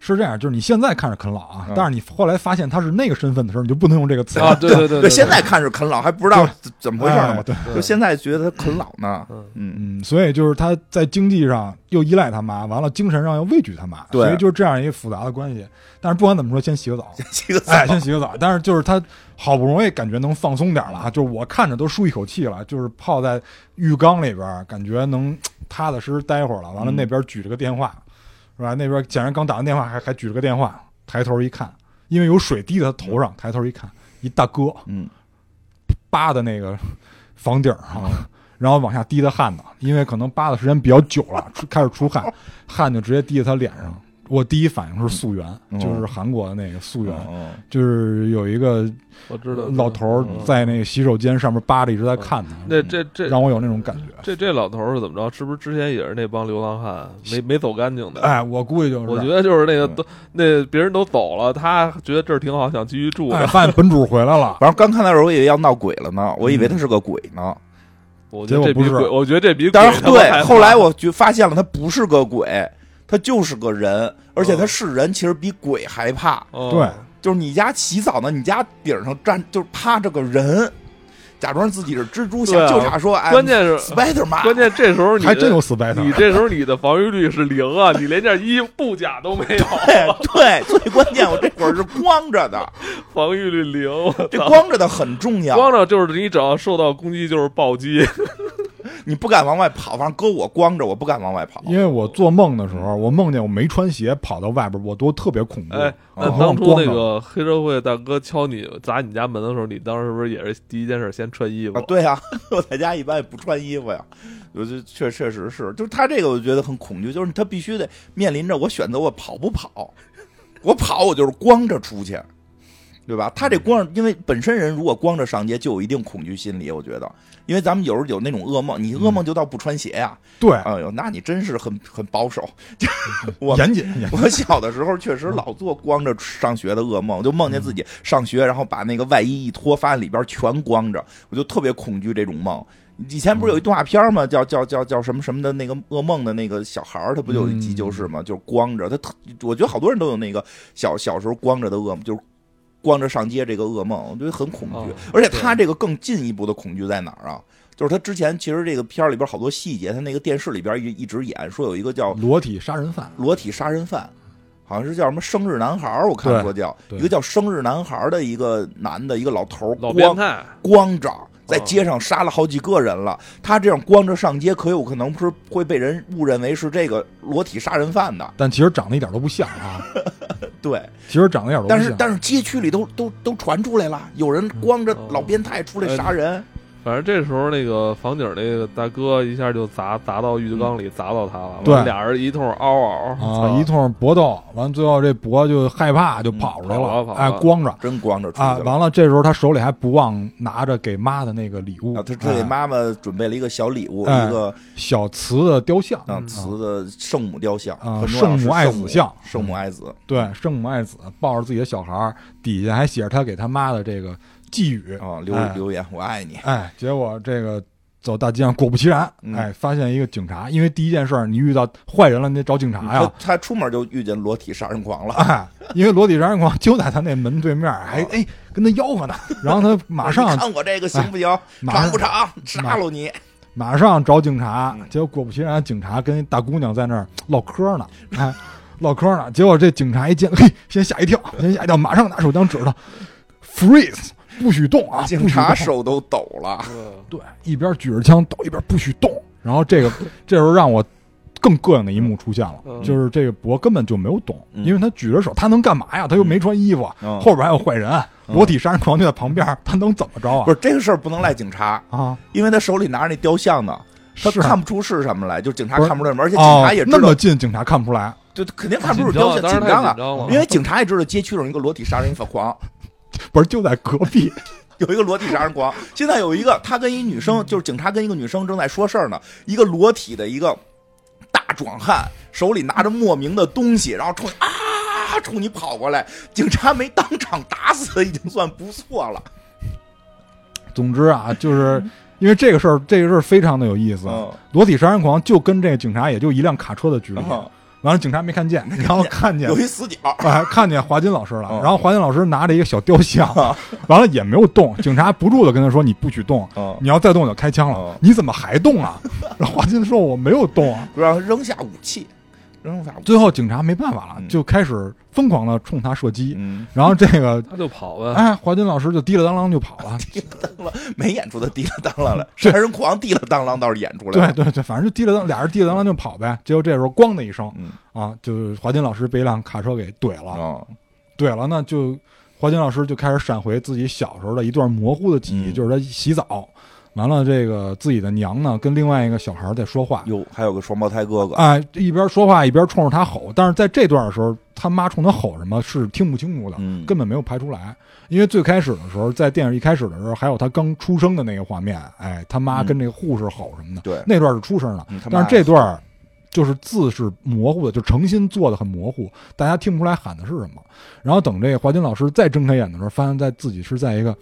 是这样，就是你现在看着啃老啊嗯，但是你后来发现他是那个身份的时候，你就不能用这个词啊，对对对对，现在看是啃老，还不知道怎么回事呢哎嘛。对，对就现在觉得他啃老呢，嗯 <laughs> 嗯，嗯，所以就是他在经济上又依赖他妈，完了精神上又畏惧他妈，对所以就是这样一个复杂的关系。但是不管怎么说，先洗个澡，这个哎，先洗个澡。但是就是他好不容易感觉能放松点了啊，就是我看着都舒一口气了，就是泡在浴缸里边，感觉能踏踏实实待会儿了。完了嗯那边举着个电话，是吧？那边显然刚打完电话，还还举着个电话，抬头一看，因为有水滴在他头上，抬头一看，一大哥嗯，扒的那个房顶儿啊，然后往下滴的汗呢，因为可能扒的时间比较久 <laughs> 了，出开始出汗，汗就直接滴在他脸上。我第一反应是素媛，嗯就是韩国的那个素媛，嗯就是有一个我知道老头儿嗯在那个洗手间上面扒着一直在看他，那这这嗯让我有那种感觉。这这老头儿是怎么着？是不是之前也是那帮流浪汉没没走干净的？哎，我估计就是，我觉得就是那个嗯都那别人都走了，他觉得这儿挺好，想继续住。哎，发现本主回来了，反正刚看到的时候，我以为要闹鬼了呢，我以为他是个鬼呢。我觉得这比结果不鬼，是我觉得这比鬼当然，他妈害对，怕后来我就发现了，他不是个鬼，他就是个人，而且他嗯是人，其实比鬼还怕。嗯对就是你家洗澡呢，你家顶上站就是趴着个人，假装自己是蜘蛛侠，对啊就差说哎，关键是 Spider Man，关键这时候你的还真有死白头你。这时候你的防御率是零啊，你连件衣布甲都没有，对哎对，最关键我这会儿是光着的，防御率零。我这操光着的很重光要，着就是你只要受到攻击就是暴击，嗯你不敢往外跑，反正搁我光着，我不敢往外跑。因为我做梦的时候，我梦见我没穿鞋跑到外边，我都特别恐怖。哎，那哦当初那光个黑社会大哥敲你砸你家门的时候，你当时是不是也是第一件事先穿衣服啊，？ <laughs> 对呀、我在家一般也不穿衣服呀，我就确确实是，就是他这个我觉得很恐惧，就是他必须得面临着我选择我跑不跑，我跑我就是光着出去，对吧？他这光，因为本身人如果光着上街就有一定恐惧心理，我觉得，因为咱们有时候有那种噩梦，你噩梦就到不穿鞋呀、对，哎呦，那你真是很很保守。我严谨严谨。我小的时候确实老做光着上学的噩梦，就梦见自己上学，然后把那个外衣一脱，发现里边全光着，我就特别恐惧这种梦。以前不是有一动画片吗？叫叫叫叫什么什么的那个噩梦的那个小孩儿，他不就有一集就是吗？就是光着，他特，我觉得好多人都有那个小小时候光着的噩梦，就是光着上街这个噩梦，我觉得很恐哦惧。而且他这个更进一步的恐惧在哪儿啊？就是他之前其实这个片儿里边好多细节，他那个电视里边一一直演说有一个叫裸体杀人犯，裸体杀人犯，好像是叫什么生日男孩儿，我看对说叫对一个叫生日男孩儿的一个男的，一个老头儿老变光态，光着在街上杀了好几个人了。嗯他这样光着上街，可有可能是会被人误认为是这个裸体杀人犯的。但其实长得一点都不像啊。 <laughs> 对，其实长得一点都不但像是。但是街区里都都都传出来了，有人光着嗯老变态出来杀人。嗯反正这时候那个房顶那个大哥一下就砸砸到浴缸里，砸到他了。对完了俩人一通嗷嗷啊，一通搏斗，完最后这博就害怕就跑出来跑啊了跑了哎，光着真光着出去啊，了。完了这时候他手里还不忘拿着给妈的那个礼物，啊，他他给哎妈妈准备了一个小礼物，哎一个小瓷的雕像，啊瓷的圣母雕像，嗯啊很重要圣是母爱子像圣母爱子，对，圣母爱子抱着自己的小孩儿，底下还写着他给他妈的这个寄语，啊，留哎留言，我爱你。哎，结果这个走大街上，果不其然，嗯哎，发现一个警察，因为第一件事儿你遇到坏人了，你得找警察呀他，他出门就遇见裸体杀人狂了，哎，因为裸体杀人狂就在他那门对面，还哦哎跟他吆喝呢，然后他马上哎你看我这个行不行？马长上不长？杀了你！马上找警察嗯，结果果不其然，警察跟一大姑娘在那儿唠嗑呢，哎，唠嗑呢。结果这警察一见，嘿，先吓一跳，先吓一跳，马上拿手枪指他，freeze，不许动啊！警察不许动手都抖了。嗯对，一边举着枪抖，一边不许动。然后 <laughs> 这个这时候让我更膈应的一幕出现了，嗯就是这个博根本就没有懂，嗯因为他举着手，他能干嘛呀？他又没穿衣服，嗯后边还有坏人，裸体杀人狂就在旁边，他能怎么着啊？不是这个事儿不能赖警察，啊，因为他手里拿着那雕像呢，他是啊看不出是什么来，就警察不是看不出来什么，而且警察也哦知那道么，近，警察看不出来。就肯定看不出是紧张雕像，当时紧太张紧张啊了，因为警察也知道街区有一个裸体杀人狂，不是就在隔 <laughs> 壁，有一个裸体杀人狂。现在有一个他跟一女生，就是警察跟一个女生正在说事儿呢，一个裸体的一个大壮汉，手里拿着莫名的东西，然后冲你啊冲你跑过来，警察没当场打死已经算不错了。总之啊，就是因为这个事儿，这个事儿非常的有意思。嗯裸体杀人狂就跟这个警察也就一辆卡车的距离，嗯完了警察没看见，然后看见有一死角，哎，看见华金老师了，嗯然后华金老师拿着一个小雕像，完了也没有动，警察不住的跟他说：“你不许动，嗯你要再动我就开枪了嗯。你怎么还动啊？” <laughs> 然后华金说：“我没有动啊。让他扔下武器，扔下武”器。最后警察没办法了，嗯就开始疯狂的冲他射击，嗯，然后这个他就跑呗。哎，华金老师就滴了当啷就跑 <laughs> 了。没演出的滴了当啷了，杀对人狂滴了当啷倒是演出来对了。对对，反正就滴了当，俩人滴了当啷就跑呗。结果这时候咣的一声嗯，啊，就是华金老师被一辆卡车给怼了，哦，怼了呢，就华金老师就开始闪回自己小时候的一段模糊的记忆，嗯就是他洗澡，完了这个自己的娘呢跟另外一个小孩在说话，哟，还有个双胞胎哥哥，啊，一边说话一边冲着他吼，但是在这段的时候，他妈冲他吼什么是听不清楚的，嗯根本没有排出来，因为最开始的时候，在电影一开始的时候，还有他刚出生的那个画面，哎，他嗯妈跟那个护士吼什么的，对那段是出声的，嗯他妈但是这段儿就是字是模糊的，就诚心做的很模糊，大家听不出来喊的是什么。然后等这个华金老师再睁开眼的时候，发现在自己是在一个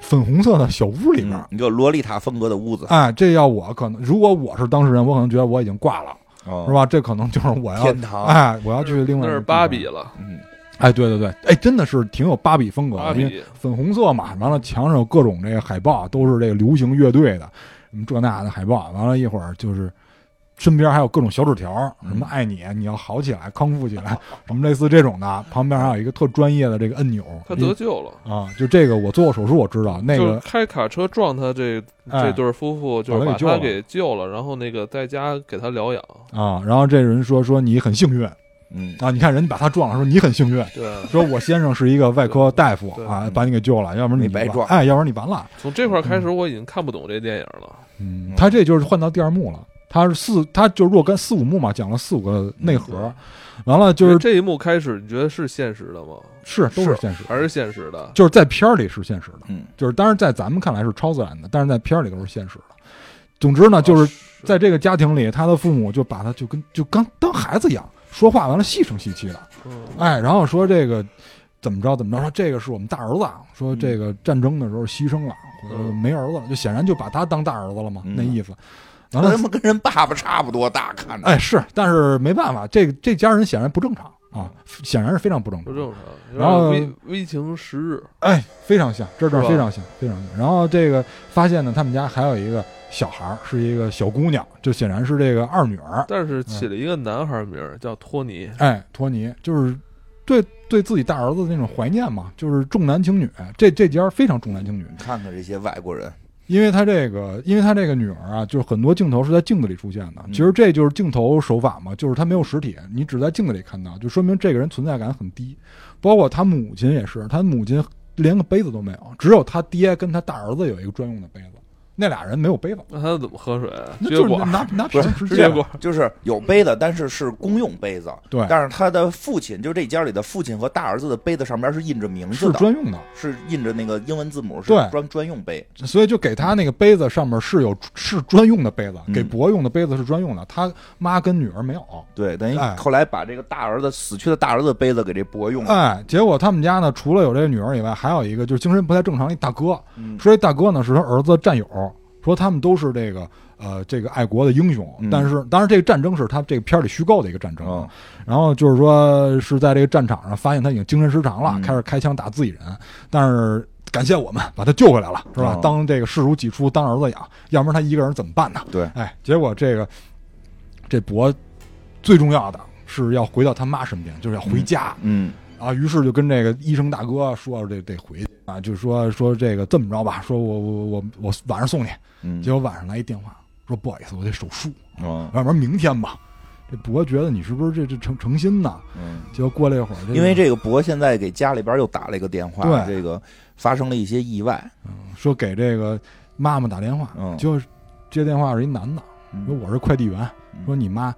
粉红色的小屋里面。嗯一个洛丽塔风格的屋子，哎，这要我可能，如果我是当事人，我可能觉得我已经挂了，是是？吧？这可能就是我要哦天堂哎，我要去另外那一是个地芭方比啊了，嗯，哎，对对对，哎，真的是挺有芭比风格芭的，比因为粉红色嘛，完了墙上有各种这个海报，都是这个流行乐队的，什么这那的海报，完了一会儿就是身边还有各种小纸条，什么爱你，你要好起来，康复起来，什么类似这种的，旁边还有一个特专业的这个按 <laughs> 钮，他因得为救了。啊，就这个我做过手术，我知道那就是个开卡车撞他这哎这对夫妇，就是把把他给救他了给救了，然后那个在家给他疗养。啊，然后这人说说你很幸运嗯，啊，你看人家把他撞了，说你很幸运， <laughs> 对，说我先生是一个外科大夫对啊，把你给救了，要不然你没白完撞哎，要不然你完了。从这块开始，我已经看不懂这电影了。嗯，他这就是换到第二幕了，他是四，他就若干四五幕嘛，讲了四五个内核，完了就是这一幕开始，你觉得是现实的吗？是都是是现实，还是现实的？就是在片儿里是现实的，嗯，就是当然在咱们看来是超自然的，但是在片儿里都是现实的。总啊之呢，就是在这个家庭里，他的父母就把他就跟就刚当孩子养，说话完了细声细气的，嗯哎，然后说这个怎么着怎么着，说这个是我们大儿子，啊，说这个战争的时候牺牲了，或者嗯没儿子了，就显然就把他当大儿子了嘛，嗯那意思。完那了他，妈跟人爸爸差不多大，看着，哎，是，但是没办法，这这家人显然不正常啊，显然是非常不正嗯不常，正常。有然后点微微情时日，哎，非常像，这段是吧非常像，非常像。然后这个发现呢，他们家还有一个小孩儿，是一个小姑娘，就显然是这个二女儿，但是起嗯了一个男孩名儿叫托尼。哎，托尼就是对对自己大儿子的那种怀念嘛，就是重男轻女，这这家非常重男轻女，你看看这些外国人，因为他这个，因为他这个女儿啊，就是很多镜头是在镜子里出现的。嗯其实这就是镜头手法嘛，就是他没有实体，你只在镜子里看到，就说明这个人存在感很低。包括他母亲也是，他母亲连个杯子都没有，只有他爹跟他大儿子有一个专用的杯子，那俩人没有杯子，那他怎么喝水？那撅就是管儿，拿 <laughs> 拿瓶儿 <laughs> 直撅接管。就是有杯子，但是是公用杯子，对但是他的父亲，就是这家里的父亲和大儿子的杯子上边是印着名字是的，专用的，是印着那个英文字母，是对专专用杯，所以就给他那个杯子上面是有是专用的杯子，嗯给博用的杯子是专用的，他妈跟女儿没有。对，等于哎后来把这个大儿子死去的大儿子的杯子给这伯用了，哎，结果他们家呢，除了有这个女儿以外，还有一个就是精神不太正常的一大哥。嗯说这大哥呢是他儿子的战友，说他们都是这个呃这个爱国的英雄嗯。但是当然这个战争是他这个片儿里虚构的一个战争。嗯然后就是说是在这个战场上发现他已经精神失常了，嗯开始开枪打自己人，但是。感谢我们把他救回来了，是吧嗯？当这个视如己出，当儿子养，要不然他一个人怎么办呢？对哎，结果这个这博最重要的是要回到他妈身边，就是要回家、嗯啊。于是就跟这个医生大哥说得得回去啊，就说说这个这么着吧，说我我我我晚上送你。嗯，结果晚上来一电话说不好意思，我得手术，哦要不然明天吧。这博觉得你是不是这这成成心呢？嗯。结果过了一会儿，因为这个博现在给家里边又打了一个电话，哎对这个发生了一些意外，说给这个妈妈打电话，嗯结果接电话是一男的，嗯说我是快递员，嗯说你妈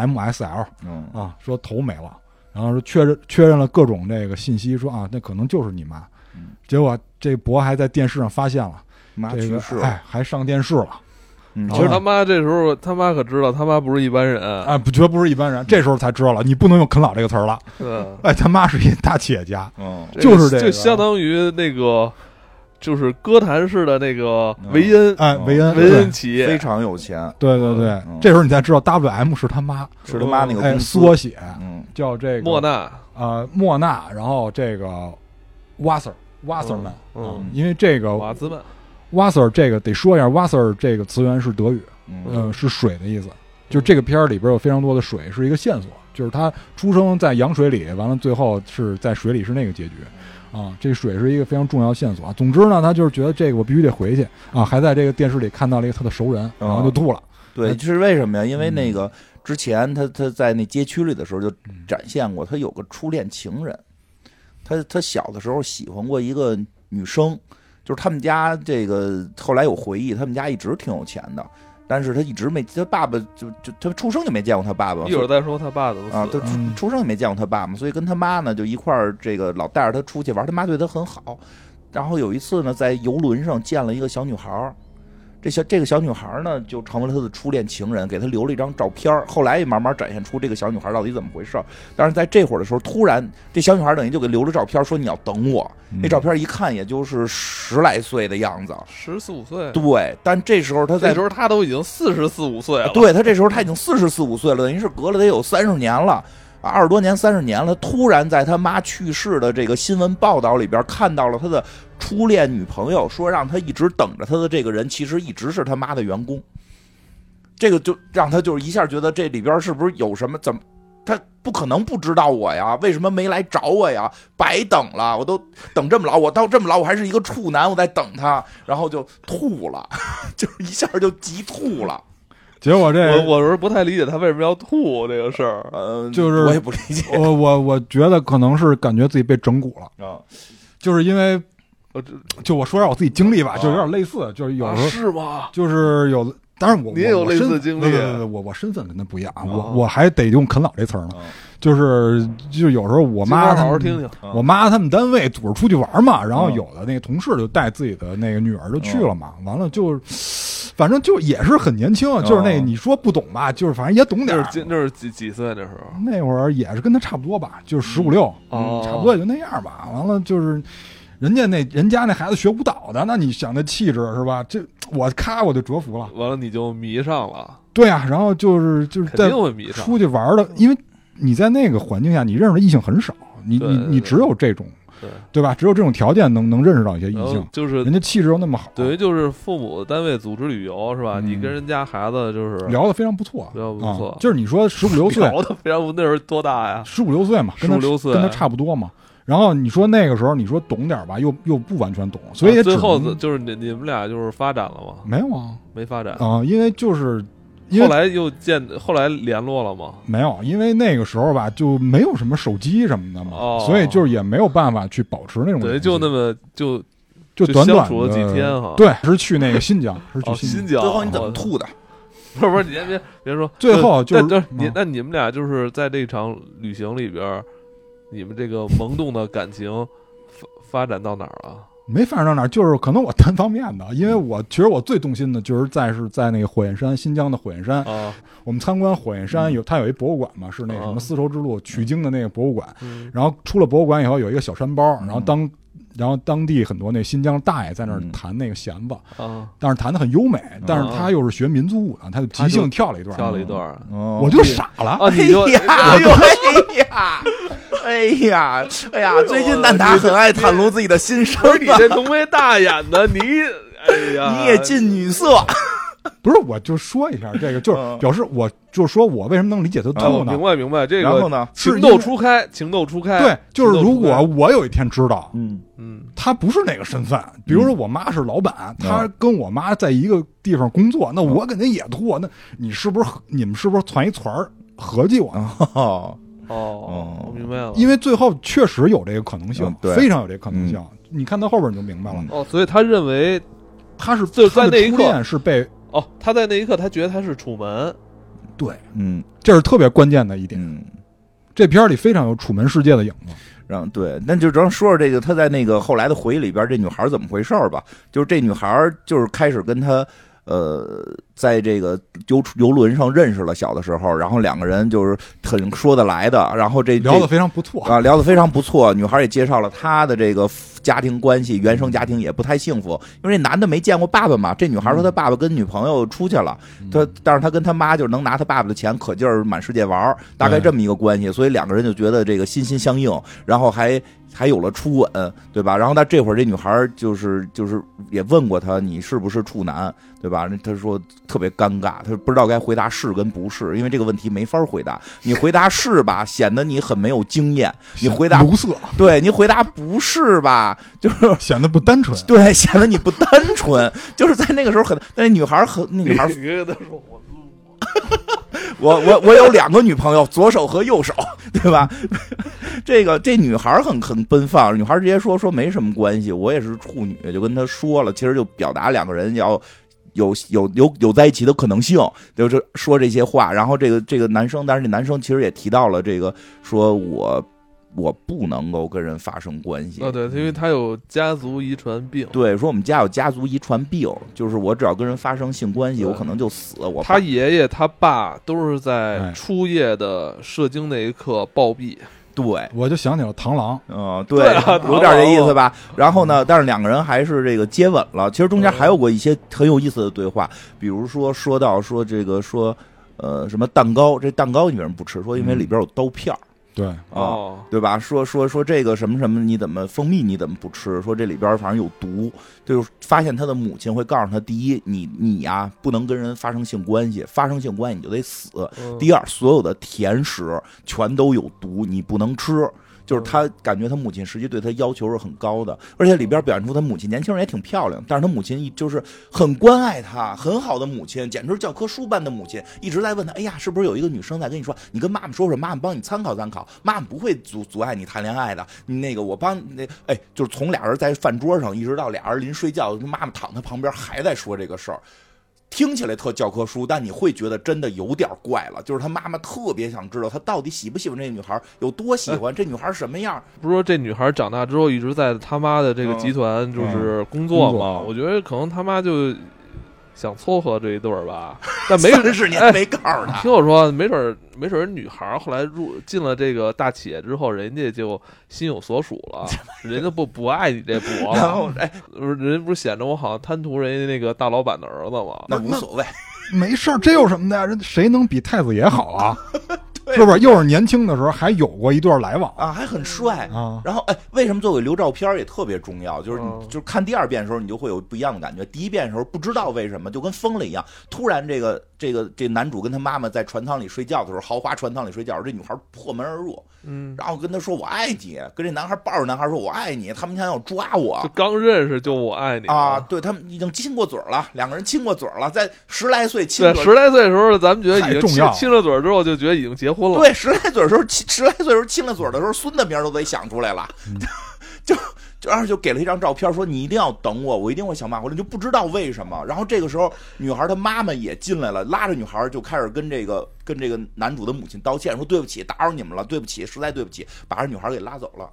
NMSL 嗯啊，说头没了，然后说确认确认了各种这个信息，说啊那可能就是你妈嗯，结果这博还在电视上发现了妈这啊去个世，，哎还上电视了，嗯其然后实呢他妈这时候他妈可知道他妈不是一般人，啊哎不绝不是一般人，这时候才知道了，你不能用啃老这个词儿了， <laughs> 嗯，哎他妈是一大企业家，嗯就是这个就相当于那个就是歌坛式的那个维恩哎嗯维恩维对恩企非业，常有钱，对对对嗯，这时候你才知道 WM 是他妈，是他妈那个哎公司缩写嗯叫这个莫纳，呃莫纳，然后这个瓦 Sir 瓦 Sir 哦们，嗯，因为这个瓦兹曼，瓦 Sir 这个得说一下，瓦 Sir 这个词源是德语，嗯嗯、是水的意思。就这个片儿里边有非常多的水，是一个线索，就是他出生在羊水里，完了最后是在水里是那个结局，啊，这水是一个非常重要的线索啊。总之呢，他就是觉得这个我必须得回去啊，还在这个电视里看到了一个他的熟人，然后就吐了，对，哎是为什么呀？因为那个之前他他在那街区里的时候就展现过，他有个初恋情人，他他小的时候喜欢过一个女生，就是他们家这个后来有回忆，他们家一直挺有钱的，但是他一直没他爸爸就就他出生就没见过他爸爸，一会儿再说他爸怎么啊，死他的，出嗯出生也没见过他爸嘛，所以跟他妈呢就一块儿这个老带着他出去玩，他妈对他很好。然后有一次呢，在游轮上见了一个小女孩儿，这小这个小女孩儿呢就成为了他的初恋情人，给他留了一张照片儿。后来也慢慢展现出这个小女孩儿到底怎么回事儿。但是在这会儿的时候，突然这小女孩儿等于就给留了照片儿，说你要等我。嗯那照片儿一看也就是十来岁的样子，十四五岁，对。但这时候他在那时候他都已经四十四五岁了，对他这时候他已经四十四五岁了，等于是隔了得有三十年了。啊二十多年、三十年了，突然在他妈去世的这个新闻报道里边看到了他的初恋女朋友，说让他一直等着他的这个人，其实一直是他妈的员工。这个就让他就是一下觉得这里边是不是有什么怎么？他不可能不知道我呀，为什么没来找我呀？白等了，我都等这么老，我到这么老，我还是一个处男，我在等他，然后就吐了， <laughs> 就是一下就急吐了。结果这我我是不太理解他为什么要吐这个事儿，啊呃，就是我也不理解我 <laughs> 我我觉得可能是感觉自己被整蛊了，啊，就是因为我这就我说点我自己经历吧，啊就有点类似，就是有时候啊是吗？就是有，当然我你也有我我类似身的经历啊对对对对我我身份跟他不一样，我哦我还得用啃老这词儿呢，就是就有时候我我妈他好好们听嗯听，啊我妈他们单位组织出去玩嘛，然后嗯有的那个同事就带自己的那个女儿就去了哦嘛，完了就，反正就也是很年轻，啊就是那嗯你说不懂吧， <laughs> 就是反正也懂点那儿哦是，几那是几几岁那时候？那会儿也是跟他差不多吧，就是十五六，嗯哦差不多也就那样吧。完了就是，人家那人家那孩子学舞蹈的，那你想那气质是吧？这我咔我就折服了。 <laughs> 完了你就迷上了，对啊，然后就是就是肯在定会迷上。出去玩的，因为你在那个环境下，你认识的异性很少，你对你对你对只有这种对，呃对吧？只有这种条件能能认识到一些异然后性，就是人家气质又那么好，等于就是父母单位组织旅游是吧？嗯你跟人家孩子就是聊的非常不错，聊得不啊错就是你说十五六岁，聊的非常那时候多大呀？ <laughs> 十五六岁嘛，跟他15-16岁跟他差不多嘛。然后你说那个时候，你说懂点儿吧，又又不完全懂，所以啊也只最能、后就是你你们俩就是发展了吗？没有啊没发展，啊、因为就是因后为来又见，后来联络了吗？没有，因为那个时候吧，就没有什么手机什么的嘛，哦所以就是也没有办法去保持那种等联于系就那么就就短就相短处的了几天哈对，是去那个新疆，是去哦新新疆，疆。最后你怎么哦吐的？ <laughs> 不是不是，你先别别说，最后就是那就是你嗯那你们俩就是在这场旅行里边儿，你们这个萌动的感情发发展到哪儿了？没发展到哪儿，就是可能我单方面的，因为我其实我最动心的就是在是在那个火焰山，新疆的火焰山，啊，我们参观火焰山有它有一博物馆嘛，是那个什嗯哦么丝绸之路取经的那个博物馆，嗯然后出了博物馆以后，有一个小山包，嗯然后当然后当地很多那新疆大爷在那儿嗯弹那个弦子，啊，但是弹的很优美，但是他又是学民族舞的，他就即兴跳了一段，哦跳了一段儿哦我就傻了。啊，你就哎呀，哎呦，哎呀，哎呀，哎呀！最近蛋挞很爱袒露自己的心声不是你 <laughs> 啊，这浓眉大眼的，你哎呀，你也近女色，不是，我就说一下这个，就是嗯表示我就是说我为什么能理解他啊吐哦明呢？白明白，这然后个呢？是情因窦为初开，情窦初哎开，对，就是情窦如初开果我有一天知道嗯嗯他不是那个身份，比如说我妈是老板，啊他跟我妈在一个地方工作，那我肯定也吐啊。那你是不是你们是不是攒一团儿合计我呢？哦，哦哦，我明白了，因为最后确实有这个可能性嗯，对非常有这个可能性。你看到后边你就明白了嗯，哦，所以他认为他是就在他的那一初刻恋是被哦，他在那一刻他觉得他是楚门，对， <laughs> 嗯这是特别关键的一点。嗯。这片儿里非常有楚门世界的影子。然后对，那就只能说说这个他在那个后来的回忆里边，这女孩怎么回事儿吧？就是这女孩儿就是开始跟他呃，在这个游游轮上认识了，小的时候，然后两个人就是很说得来的，然后这聊这得非常不错。啊，聊得非常不错。女孩也介绍了她的这个家庭关系，原生家庭也不太幸福，因为这男的没见过爸爸嘛。这女孩说她爸爸跟女朋友出去了，她但是她跟她妈就是能拿她爸爸的钱，可劲儿满世界玩儿，大概这么一个关系。所以两个人就觉得这个心心相印，然后还。还有了初吻，对吧？然后她这会儿这女孩就是就是也问过他，你是不是处男，对吧？那她说特别尴尬，她不知道该回答是跟不是，因为这个问题没法回答。你回答是吧，显得你很没有经验，你回 <laughs> 答卢瑟对你回答不是吧？ <laughs> 就是显得不单纯。对，显得你不单纯，就是在那个时候很，那女孩儿很，那女孩儿，你跟他说我我我我有两个女朋友，左手和右手，对吧？ <laughs> 这个这女孩儿很很奔放，女孩儿直接说说没什么关系，我也是处女，就跟她说了，其实就表达两个人要。有有有有在一起的可能性，就是说这些话。然后这个这个男生，但是这男生其实也提到了这个，说我我不能够跟人发生关系。啊，对，因为他有家族遗传病，对，说我们家有家族遗传病，就是我只要跟人发生性关系，对我可能就死。我他怕爷爷他爸都是在哎初夜的射精那一刻暴毙，对，我就想起了螳螂，嗯，对对啊，有点这意思吧。然后呢，但是两个人还是这个接吻了。其实中间还有过一些很有意思的对话，比如说说到说这个说呃什么蛋糕，这蛋糕你为什么不吃？说因为里边有刀片儿对，啊。嗯哦，对吧？说说说这个什么什么，你怎么蜂蜜你怎么不吃？说这里边反正有毒，就是发现他的母亲会告诉他：第一，你你呀、不能跟人发生性关系，发生性关系你就得死；嗯第二，所有的甜食全都有毒，你不能吃。就是他感觉他母亲实际对他要求是很高的，而且里边表现出他母亲年轻人也挺漂亮，但是他母亲一就是很关爱他，很好的母亲，简直是教科书般的母亲，一直在问他，哎呀，是不是有一个女生在跟你说，你跟妈妈说说，妈妈帮你参考参考，妈妈不会阻阻碍你谈恋爱的，那个我帮那哎，就是从俩人在饭桌上一直到俩人临睡觉，妈妈躺他旁边还在说这个事儿，听起来特教科书，但你会觉得真的有点怪了。就是他妈妈特别想知道他到底喜不喜欢这女孩，有多喜欢，这女孩什么样？不是说这女孩长大之后一直在他妈的这个嗯集团就是工作工嘛？作我觉得可能他妈就想撮合这一对儿 <laughs> 吧，但没三十年哎没告诉啊 <laughs> 他。听我说，没准儿没准儿女孩儿后来入进了这个大企业之后，人家就心有所属 <laughs> 了，人家不不爱你这博然后了，哎，不是人家不是显着我好像贪图人家那个大老板的儿子吗？那无所谓，没事儿，这有什么的呀？人谁能比太子爷好 <laughs> 啊？是不是？又是年轻的时候还有过一段来往啊，还很帅啊然后哎，为什么作为留照片儿也特别重要？就是你嗯就是看第二遍的时候，你就会有不一样的感觉。第一遍的时候不知道为什么，就跟疯了一样。突然这个这个这男主跟他妈妈在船舱里睡觉的时候，豪华船舱里睡觉，这女孩破门而入，嗯，然后跟他说我爱你，跟这男孩抱着男孩说我爱你，他们想要抓我就。刚认识就我爱你啊，！对他们已经亲过嘴儿了，两个人亲过嘴儿了，在十来岁亲对，嘴十儿，来岁的时候，咱们觉得已太经重亲要了亲了嘴儿之后，就觉得已经结婚了。对，十来岁的时候亲，十来岁的时候亲了嘴儿的时候，孙子名儿都得想出来了，嗯 <laughs> 就就然后就给了一张照片，说你一定要等我，我一定会想办法回来，就不知道为什么。然后这个时候，女孩她妈妈也进来了，拉着女孩就开始跟这个跟这个男主的母亲道歉，说对不起，打扰你们了，对不起，实在对不起，把这女孩给拉走了。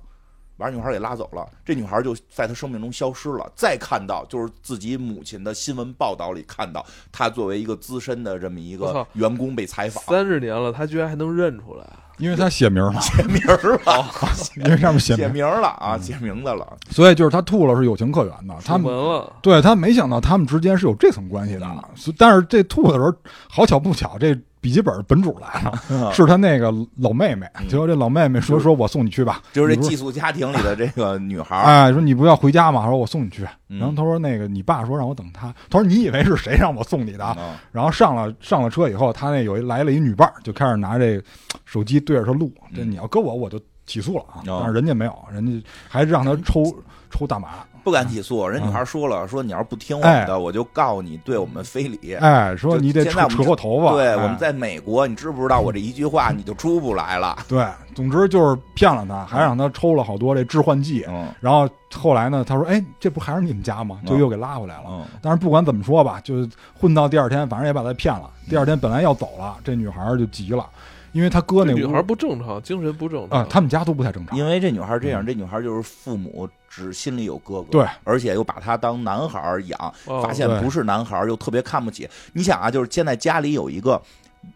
把这女孩给拉走了，这女孩就在她生命中消失了。再看到就是自己母亲的新闻报道里看到，她作为一个资深的这么一我个操员工被采访，三十年了，他居然还能认出来，因为他写名了，写名儿哦了， <laughs> 因为上面写写名，嗯名儿了啊，写名字了。所以就是他吐了是有情可原的。他出门们了。对他没想到他们之间是有这层关系嗯的。所以但是这吐的时候，好巧不巧，这笔记本本主来 <laughs> 嗯了，是他那个老妹妹。结果这老妹妹说：“说我送你去吧。”哎就是这你不寄宿家庭里的这个女孩儿，哎，说你不要回家嘛，说我送你去。啊嗯然后他说那个你爸说让我等他，他说你以为是谁让我送你的啊？啊，然后上了上了车以后，他那有一来了一女伴儿，就开始拿这手机对着他录，这你要搁我我就起诉了啊！嗯哦嗯但是人家没有，人家还让他抽抽大麻，不敢起诉，人女孩说了，说你要是不听我嗯哎们的，我就告你对我们非礼。哎，说就你得现在我们扯扯就过头发，对，哎我们在美国，你知不知道我这一句话你就出不来了？对，总之就是骗了他，还让他抽了好多这致幻剂。嗯然后后来呢，他说：“哎，这不还是你们家吗？”就又给拉回来了。嗯但是不管怎么说吧，就混到第二天，反正也把他骗了。嗯第二天本来要走了，这女孩儿就急了，因为她哥那这女屋孩不正常，精神不正常啊，他们家都不太正常。因为这女孩这样，这女孩就是父母只心里有哥哥，嗯对，而且又把她当男孩儿养，哦发现对不是男孩儿又特别看不起。你想啊，就是现在家里有一个，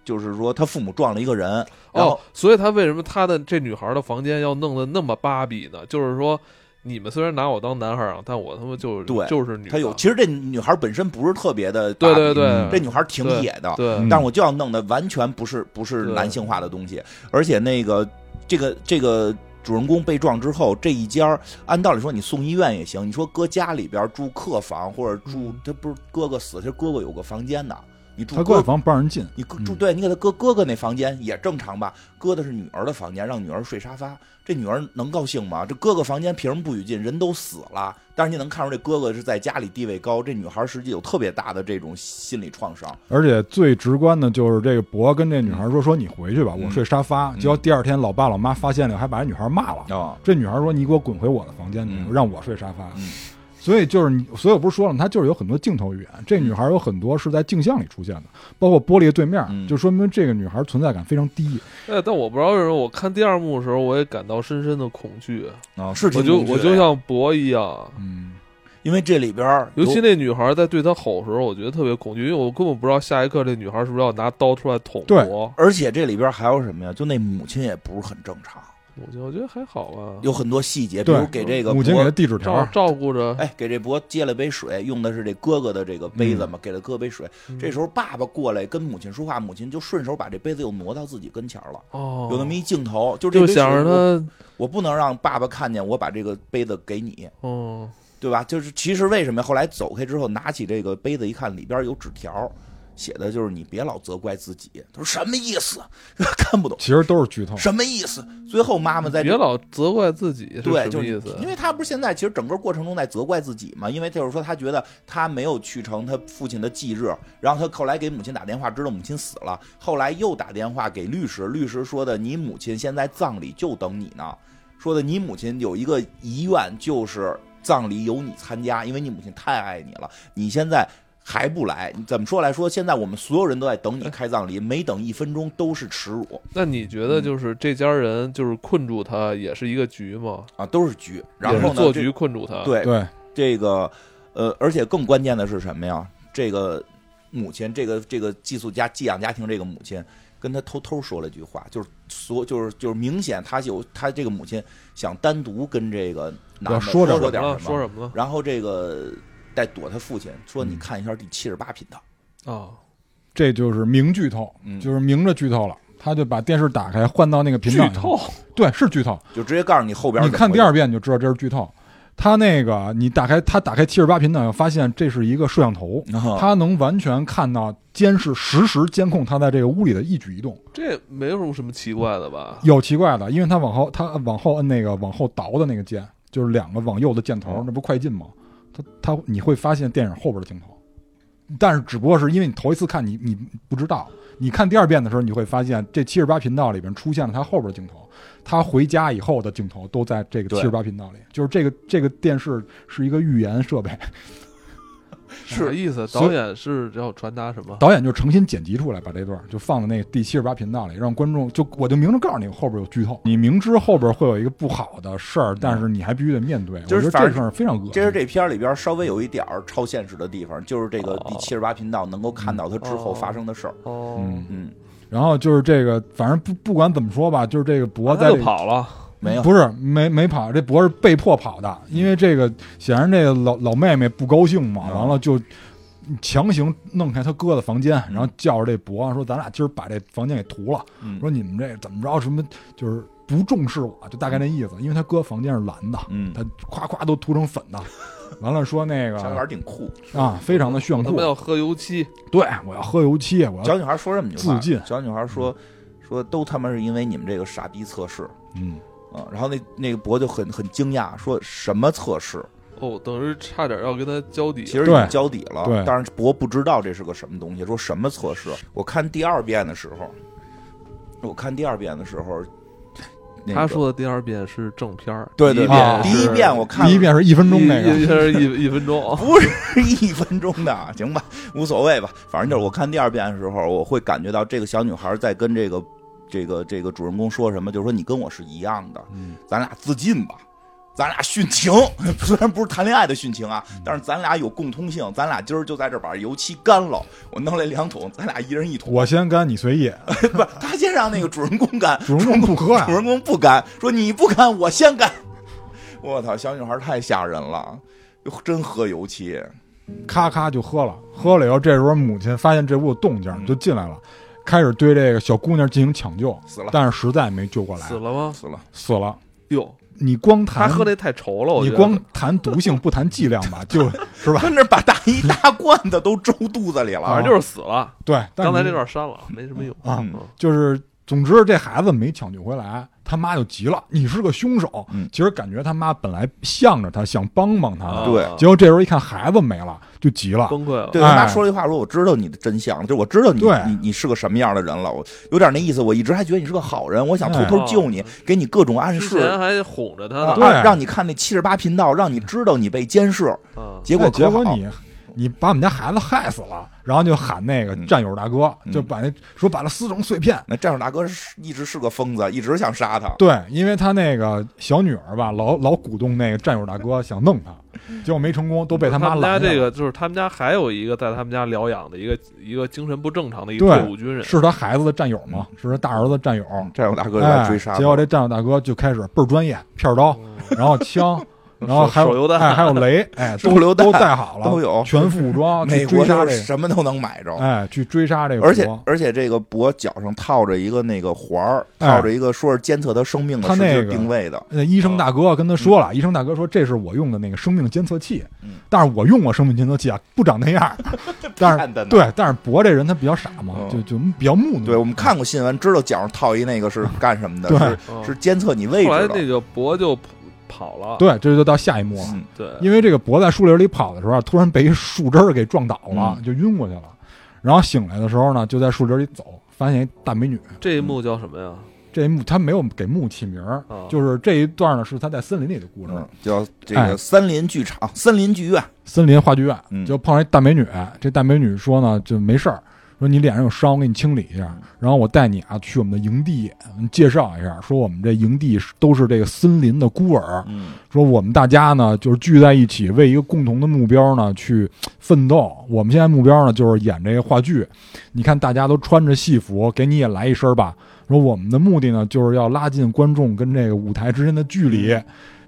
就是说他父母撞了一个人，然后哦，所以他为什么他的这女孩的房间要弄得那么芭比呢？就是说，你们虽然拿我当男孩儿啊，但我他妈就是对就是女的，他有，其实这女孩本身不是特别的大对笔，对对嗯，这女孩挺野的，对嗯但我就要弄的完全不是不是对男性化的东西，而且那个这个这个主人公被撞之后，这一家儿按道理说你送医院也行，你说搁家里边儿住客房或者住嗯，他不是哥哥死，他哥哥有个房间的，你住他哥闺房不让人进，你搁嗯住对，你给他搁哥哥那房间也正常吧？搁的是女儿的房间，让女儿睡沙发，这女儿能高兴吗？这哥哥房间凭什么不许进？人都死了，但是你能看出这哥哥是在家里地位高，这女孩实际有特别大的这种心理创伤。而且最直观的就是这个博跟这女孩说：“说你回去吧，嗯我睡沙发。”结果第二天，老爸老妈发现了，还把这女孩骂了。啊，这女孩说：“你给我滚回我的房间去，嗯让我睡沙发。嗯所以就是你，所以我不是说了吗，她就是有很多镜头语言。这女孩有很多是在镜像里出现的，包括玻璃的对面，嗯就说明这个女孩存在感非常低。哎，但我不知道为什么，我看第二幕的时候，我也感到深深的恐惧，啊，是挺我就恐惧我的就像博一样。嗯，因为这里边儿尤其有那女孩在对他吼的时候，我觉得特别恐惧，因为我根本不知道下一刻这女孩是不是要拿刀出来捅对我。而且这里边儿还有什么呀？就那母亲也不是很正常，我觉得我觉得还好吧，有很多细节，比对如给这个母亲给博她递纸照条，照顾着。哎，给这博接了杯水，用的是这哥哥的这个杯子嘛，给了哥杯水。嗯这时候爸爸过来跟母亲说话，母亲就顺手把这杯子又挪到自己跟前儿了。哦，有那么一镜头，就这就杯水想着我，他，我不能让爸爸看见我把这个杯子给你，嗯，对吧？就是其实为什么后来走开之后，拿起这个杯子一看，里边有纸条，写的就是你别老责怪自己。他说什么意思？ <laughs> 看不懂其实都是哦剧透。什么意思。最后妈妈在这别老责怪自己，是对，什就么是意你思？啊因为他不是现在其实整个过程中在责怪自己嘛，因为就是说他觉得他没有去成他父亲的忌日，然后他后来给母亲打电话，知道母亲死了，后来又打电话给律师，律师说的你母亲现在葬礼就等你呢，说的你母亲有一个遗愿就是葬礼由你参加，因为你母亲太爱你了，你现在。还不来？怎么说来说？现在我们所有人都在等你开葬礼，每等一分钟都是耻辱那你觉嗯得就是这家人就是困住他，也是一个局吗？啊，都是局。然也是后呢？做这局困住他。，对，对，这个，呃，而且更关键的是什么呀？这个母亲，这个这个寄宿家寄养家庭这个母亲，跟他偷偷说了一句话，就是所就是就是明显他有他这个母亲想单独跟这个男要的说点说点什么了？什啊说什么然后这个在躲他父亲，说嗯你看一下第七十八频道，了？啊，这就是明剧透，嗯就是明着剧透了。他就把电视打开，换到那个频剧道。透，对，是剧透。就直接告诉你后边你看第二二遍你就知道这是剧透。他那个，你打开他打开七十八频道，发现这是一个摄像头，嗯他能完全看到监视实时监控他在这个屋里的一举一动。这没有什么奇怪的吧？有奇怪的，因为他往后他往后摁那个往后倒的那个键，就是两个往右的箭头嗯，那不快进吗？他他你会发现电影后边的镜头，但是只不过是因为你头一次看你你不知道，你看第二遍的时候你会发现这七十八频道里边出现了他后边的镜头，他回家以后的镜头都在这个对七十八频道里，就是这个这个电视是一个预言设备，啥意思？所以导演是要传达什么？导演就诚心剪辑出来，把这段就放到那个第七十八频道里，让观众就我就明着告诉你后边有剧透，你明知后边会有一个不好的事儿，但是你还必须得面对。就是我觉反得正这事儿非常恶心。这是这片儿里边儿稍微有一点儿超现实的地方，就是这个第哦七十八频道能够看到他之后发生的事儿。哦，嗯，嗯，然后就是这个，反正不不管怎么说吧，就是这个博完在他这就个跑了。没有，不是没没跑，这博是被迫跑的，因为这个显然这个老老妹妹不高兴嘛，嗯完了就强行弄开他哥的房间，嗯然后叫着这博说：“咱俩今儿把这房间给屠了。”嗯说你们这怎么着？什么就是不重视我，就大概那意思。因为他哥房间是蓝的，嗯，他夸夸都涂成粉的。完了说那小女孩个挺酷，啊，非常的炫他酷们。要喝油漆，对，我要喝油漆，我要小女孩说这么一句话啊自尽，小女孩说说都他妈是因为你们这个傻逼测试嗯，啊，然后那那个博就很很惊讶，说什么测试？哦，等于差点要跟他交底。其实已对经交底了对，但是博不知道这是个什么东西，说什么测试？我看第二遍的时候，我看第二遍的时候，那个他说的第二遍是正片儿，对第对一遍对，啊是第一遍我看第一遍是一分钟那一个，一是一一分 <laughs> 钟啊，不是一分钟的，啊 <laughs> 行吧，无所谓吧，反正就是我看第二遍的时候，我会感觉到这个小女孩在跟这个这个这个主人公说什么，就是说你跟我是一样的，嗯咱俩自尽吧。咱俩殉情， <laughs> 虽然不是谈恋爱的殉情嗯啊，但是咱俩有共通性，咱俩今儿就在这儿把油漆干了。我弄来两桶，咱俩一人一桶。我先干，你随意。不是，他先让那个主人公干，啊主人公不喝呀主，人公不干，说你不干，我先干。 <laughs> 我操，小女孩太吓人了，真喝油漆。咔咔就喝了，喝了以后，这时候母亲发现这屋有动嗯静，就进来了，开始对这个小姑娘进行抢救，死了但是实在没救过来死，了吗？死了，死了。哟，你光他谈喝那太稠了，我啊你觉得光谈毒性不谈剂量 <laughs> 吧，就是吧？啊跟着把大衣大罐子都周肚子里反了正。就是死了。对，但是刚才你这段删了，没什么用啊嗯就是，总之这孩子没抢救回来，他妈就急了：“你是个凶手！”嗯其实感觉他妈本来向着他，想帮帮他啊的，对结果这时候一看孩子没了，就急了。崩溃了。对哎他妈说了一句话，说我知道你的真相，就是我知道你对你你是个什么样的人了。我有点那意思，我一直还觉得你是个好人，我想偷偷哎救你，给你各种暗之前示，还哄着他呢，啊对让你看那七十八频道，让你知道你被监视。啊，结果哎结可果好，你你把我们家孩子害死了，然后就喊那个嗯战友大哥，嗯就把那说把他撕成碎片。那战友大哥是一直是个疯子，一直想杀他。对，因为他那个小女儿吧，老老鼓动那个战友大哥想弄他，结果没成功，都被他妈们家拦下这了。个就是他们家还有一个在他们家疗养的一个一个精神不正常的一个对退伍军人，是他孩子的战友嘛，嗯是他大儿子的战友。战友大哥哎来，追杀结果他，这战友大哥就开始倍儿专业，片刀， <laughs> 然后 <laughs> 枪，然后还嗯手手有榴弹哎还有雷， <laughs> 哎手都榴弹都带好了，都有全副 <laughs> 武装美去国追杀他这是个，什么都能买着。哎，去追杀这个国，而且而且这个脖脚上套着一个那个环儿，哎套着一个说是监测他生命的，他实际那是个定位的。那医生大哥跟他说了，医生大哥说这是我用的那个生命监测器，嗯但是我用过生命监测器啊，不长那 <laughs> 样儿，但骗的呢是对，但是博这人他比较傻嘛，嗯就就比较木讷，对，我们看过新闻，知道脚上套一那个 <laughs> 是干什么的，对嗯是是监测你位置后来的。那个博就跑跑了，对，这就到下一幕了，嗯对，因为这个博在树林里跑的时候啊，突然被一树枝儿给撞倒了，嗯就晕过去了，然后醒来的时候呢，就在树林里走，发现一大美女，这一幕叫什么呀？这一幕他没有给木起名儿啊，就是这一段呢是他在森林里的故事，嗯，叫这哎个森林剧场、森林剧院。森林话剧院，嗯就碰上一大美女。这大美女说呢，就没事儿，说你脸上有伤，我给你清理一下，嗯然后我带你啊去我们的营地，嗯介绍一下，说我们这营地是都是这个森林的孤儿，嗯，说我们大家呢就是聚在一起，为一个共同的目标呢去奋斗。我们现在目标呢就是演这个话剧，你看大家都穿着戏服，给你也来一身吧。说我们的目的呢就是要拉近观众跟这个舞台之间的距离。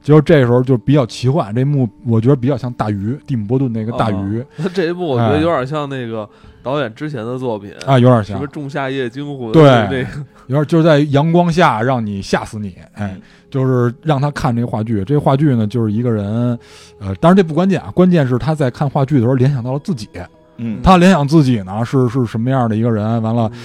结果这时候就比较奇幻，这幕我觉得比较像大鱼，蒂姆·波顿那个大鱼那啊 <laughs> 这一幕我觉得哎有点像那个导演之前的作品啊，有点什像，么《仲夏夜惊魂》对那个有点就是在阳光下让你吓死你，哎，嗯就是让他看这个话剧。这话剧呢，就是一个人，呃，当然这不关键啊，关键是他在看话剧的时候联想到了自己，嗯，他联想自己呢是是什么样的一个人。完了，嗯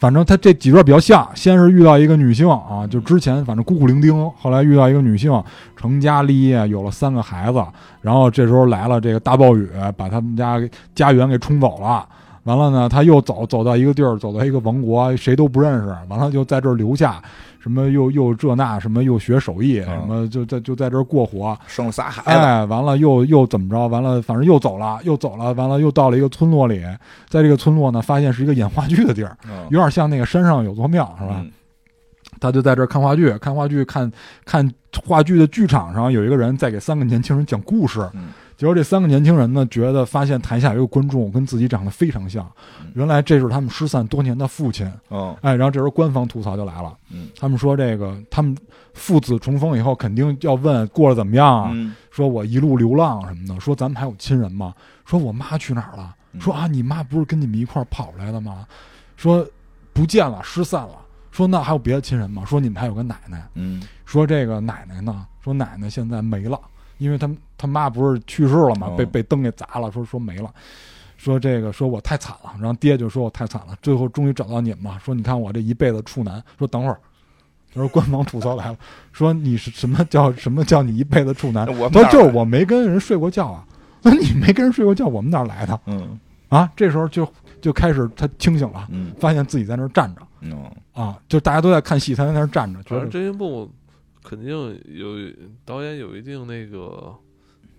反正他这几段比较像，先是遇到一个女性啊，就之前反正孤苦伶仃，后来遇到一个女性，啊成家立业，有了三个孩子，然后这时候来了这个大暴雨，把他们家给家园给冲走了。完了呢，他又走走到一个地儿，走到一个王国，谁都不认识。完了就在这儿留下，什么又又这那，什么又学手艺，嗯什么就在就在这儿过活。生了仨孩子，哎，完了又又怎么着？完了，反正又走了，又走了，完了又到了一个村落里，在这个村落呢，发现是一个演话剧的地儿，嗯有点像那个山上有座庙，是吧？嗯他就在这儿看话剧，看话剧，看看话剧的剧场上有一个人在给三个年轻人讲故事，嗯结果这三个年轻人呢，觉得发现台下有一个观众跟自己长得非常像嗯，原来这是他们失散多年的父亲。嗯哎，然后这时候官方吐槽就来了，嗯他们说这个他们父子重逢以后，肯定要问过得怎么样啊，嗯，说我一路流浪什么的，说咱们还有亲人吗？说我妈去哪儿了？嗯说啊，你妈不是跟你们一块儿跑来的吗？说不见了，失散了。说那还有别的亲人吗？说你们还有个奶奶。嗯说这个奶奶呢，说奶奶现在没了，因为他他妈不是去世了嘛，哦被被灯给砸了，说说没了。说这个，说我太惨了，然后爹就说我太惨了，最后终于找到你们了。说你看我这一辈子处男，说等会儿，他说官方吐槽来了，说你是什么叫什么叫你一辈子处男？那我们他哪说儿就是我没跟人睡过觉啊，那你没跟人睡过觉，我们哪儿来的嗯啊？这时候就就开始他清醒了，嗯发现自己在那儿站着嗯，啊，就大家都在看戏，他在那儿站着，觉反正得这一部肯定有导演有一定那个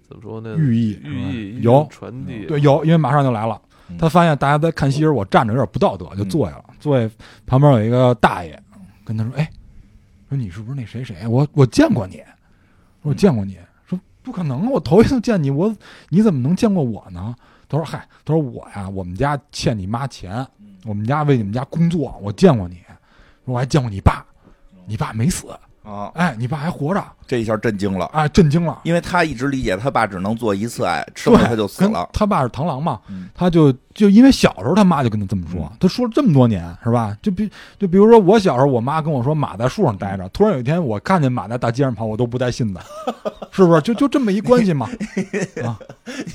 怎么说呢？寓意寓意是吧有传递，啊对，有，因为马上就来了嗯。他发现大家在看戏时，我站着有点不道德，就坐下了。坐下旁边有一个大爷，跟他说：“哎，说你是不是那谁谁？我我见过你，我见过你。说不可能，啊我头一次见你，我你怎么能见过我呢？”他说：“嗨，他说我呀，我们家欠你妈钱，我们家为你们家工作，我见过你，说我还见过你爸，你爸没死，啊，哎，你爸还活着，这一下震惊了，哎，震惊了。”因为他一直理解他爸只能做一次爱，剩下他就死跟 <laughs> 了。他爸是螳螂嘛，嗯他就就因为小时候他妈就跟他这么说，他说了这么多年是吧？就比就比如说我小时候，我妈跟我说马在树上待着，突然有一天我看见马在大街上跑，我都不带信的，是不是？就就这么一关系 <laughs> 嘛？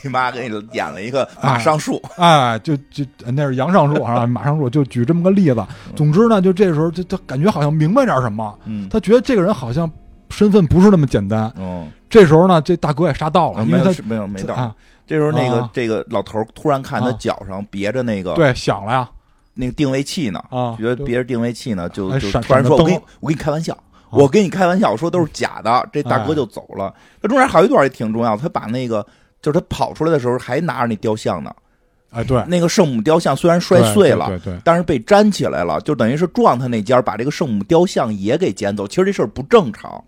你妈给你演了一个啊马上树，哎，就就那是杨上树啊，马上树，就举这么个例子。总之呢，就这时候就他感觉好像明白点什么，嗯他觉得这个人好像身份不是那么简单。嗯，这时候呢，这大哥也杀到哦了，因没为有他是没有没到。啊，这时候那个啊这个老头儿突然看他啊脚上别着那个对，想了呀，那个定位器呢，啊啊觉得就别着定位器呢，就哎就闪突然说：“闪着我跟你灯啊我跟你开玩笑，我跟你开玩笑，我说都是假的。”这大哎哥就走了。他中间还有一段也挺重要，他把那个就是他跑出来的时候还拿着那雕像呢，哎，对，那个圣母雕像虽然摔对碎对了对。对。但是被粘起来了，就等于是撞他那家，把这个圣母雕像也给捡走。其实这事儿不正常，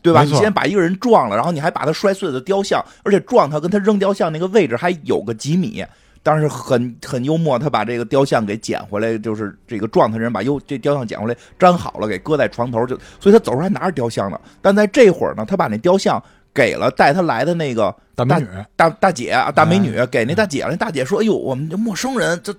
对吧？没你错先把一个人撞了，然后你还把他摔碎的雕像，而且撞他跟他扔雕像那个位置还有个几米。当时很很幽默，他把这个雕像给捡回来，就是这个撞他人把幽这雕像捡回来粘好了，给搁在床头就，所以他走时候还拿着雕像呢。但在这会儿呢，他把那雕像给了带他来的那个大美女，大大姐啊，大美女给那大姐，那大姐说：“哎呦，我们这陌生人，这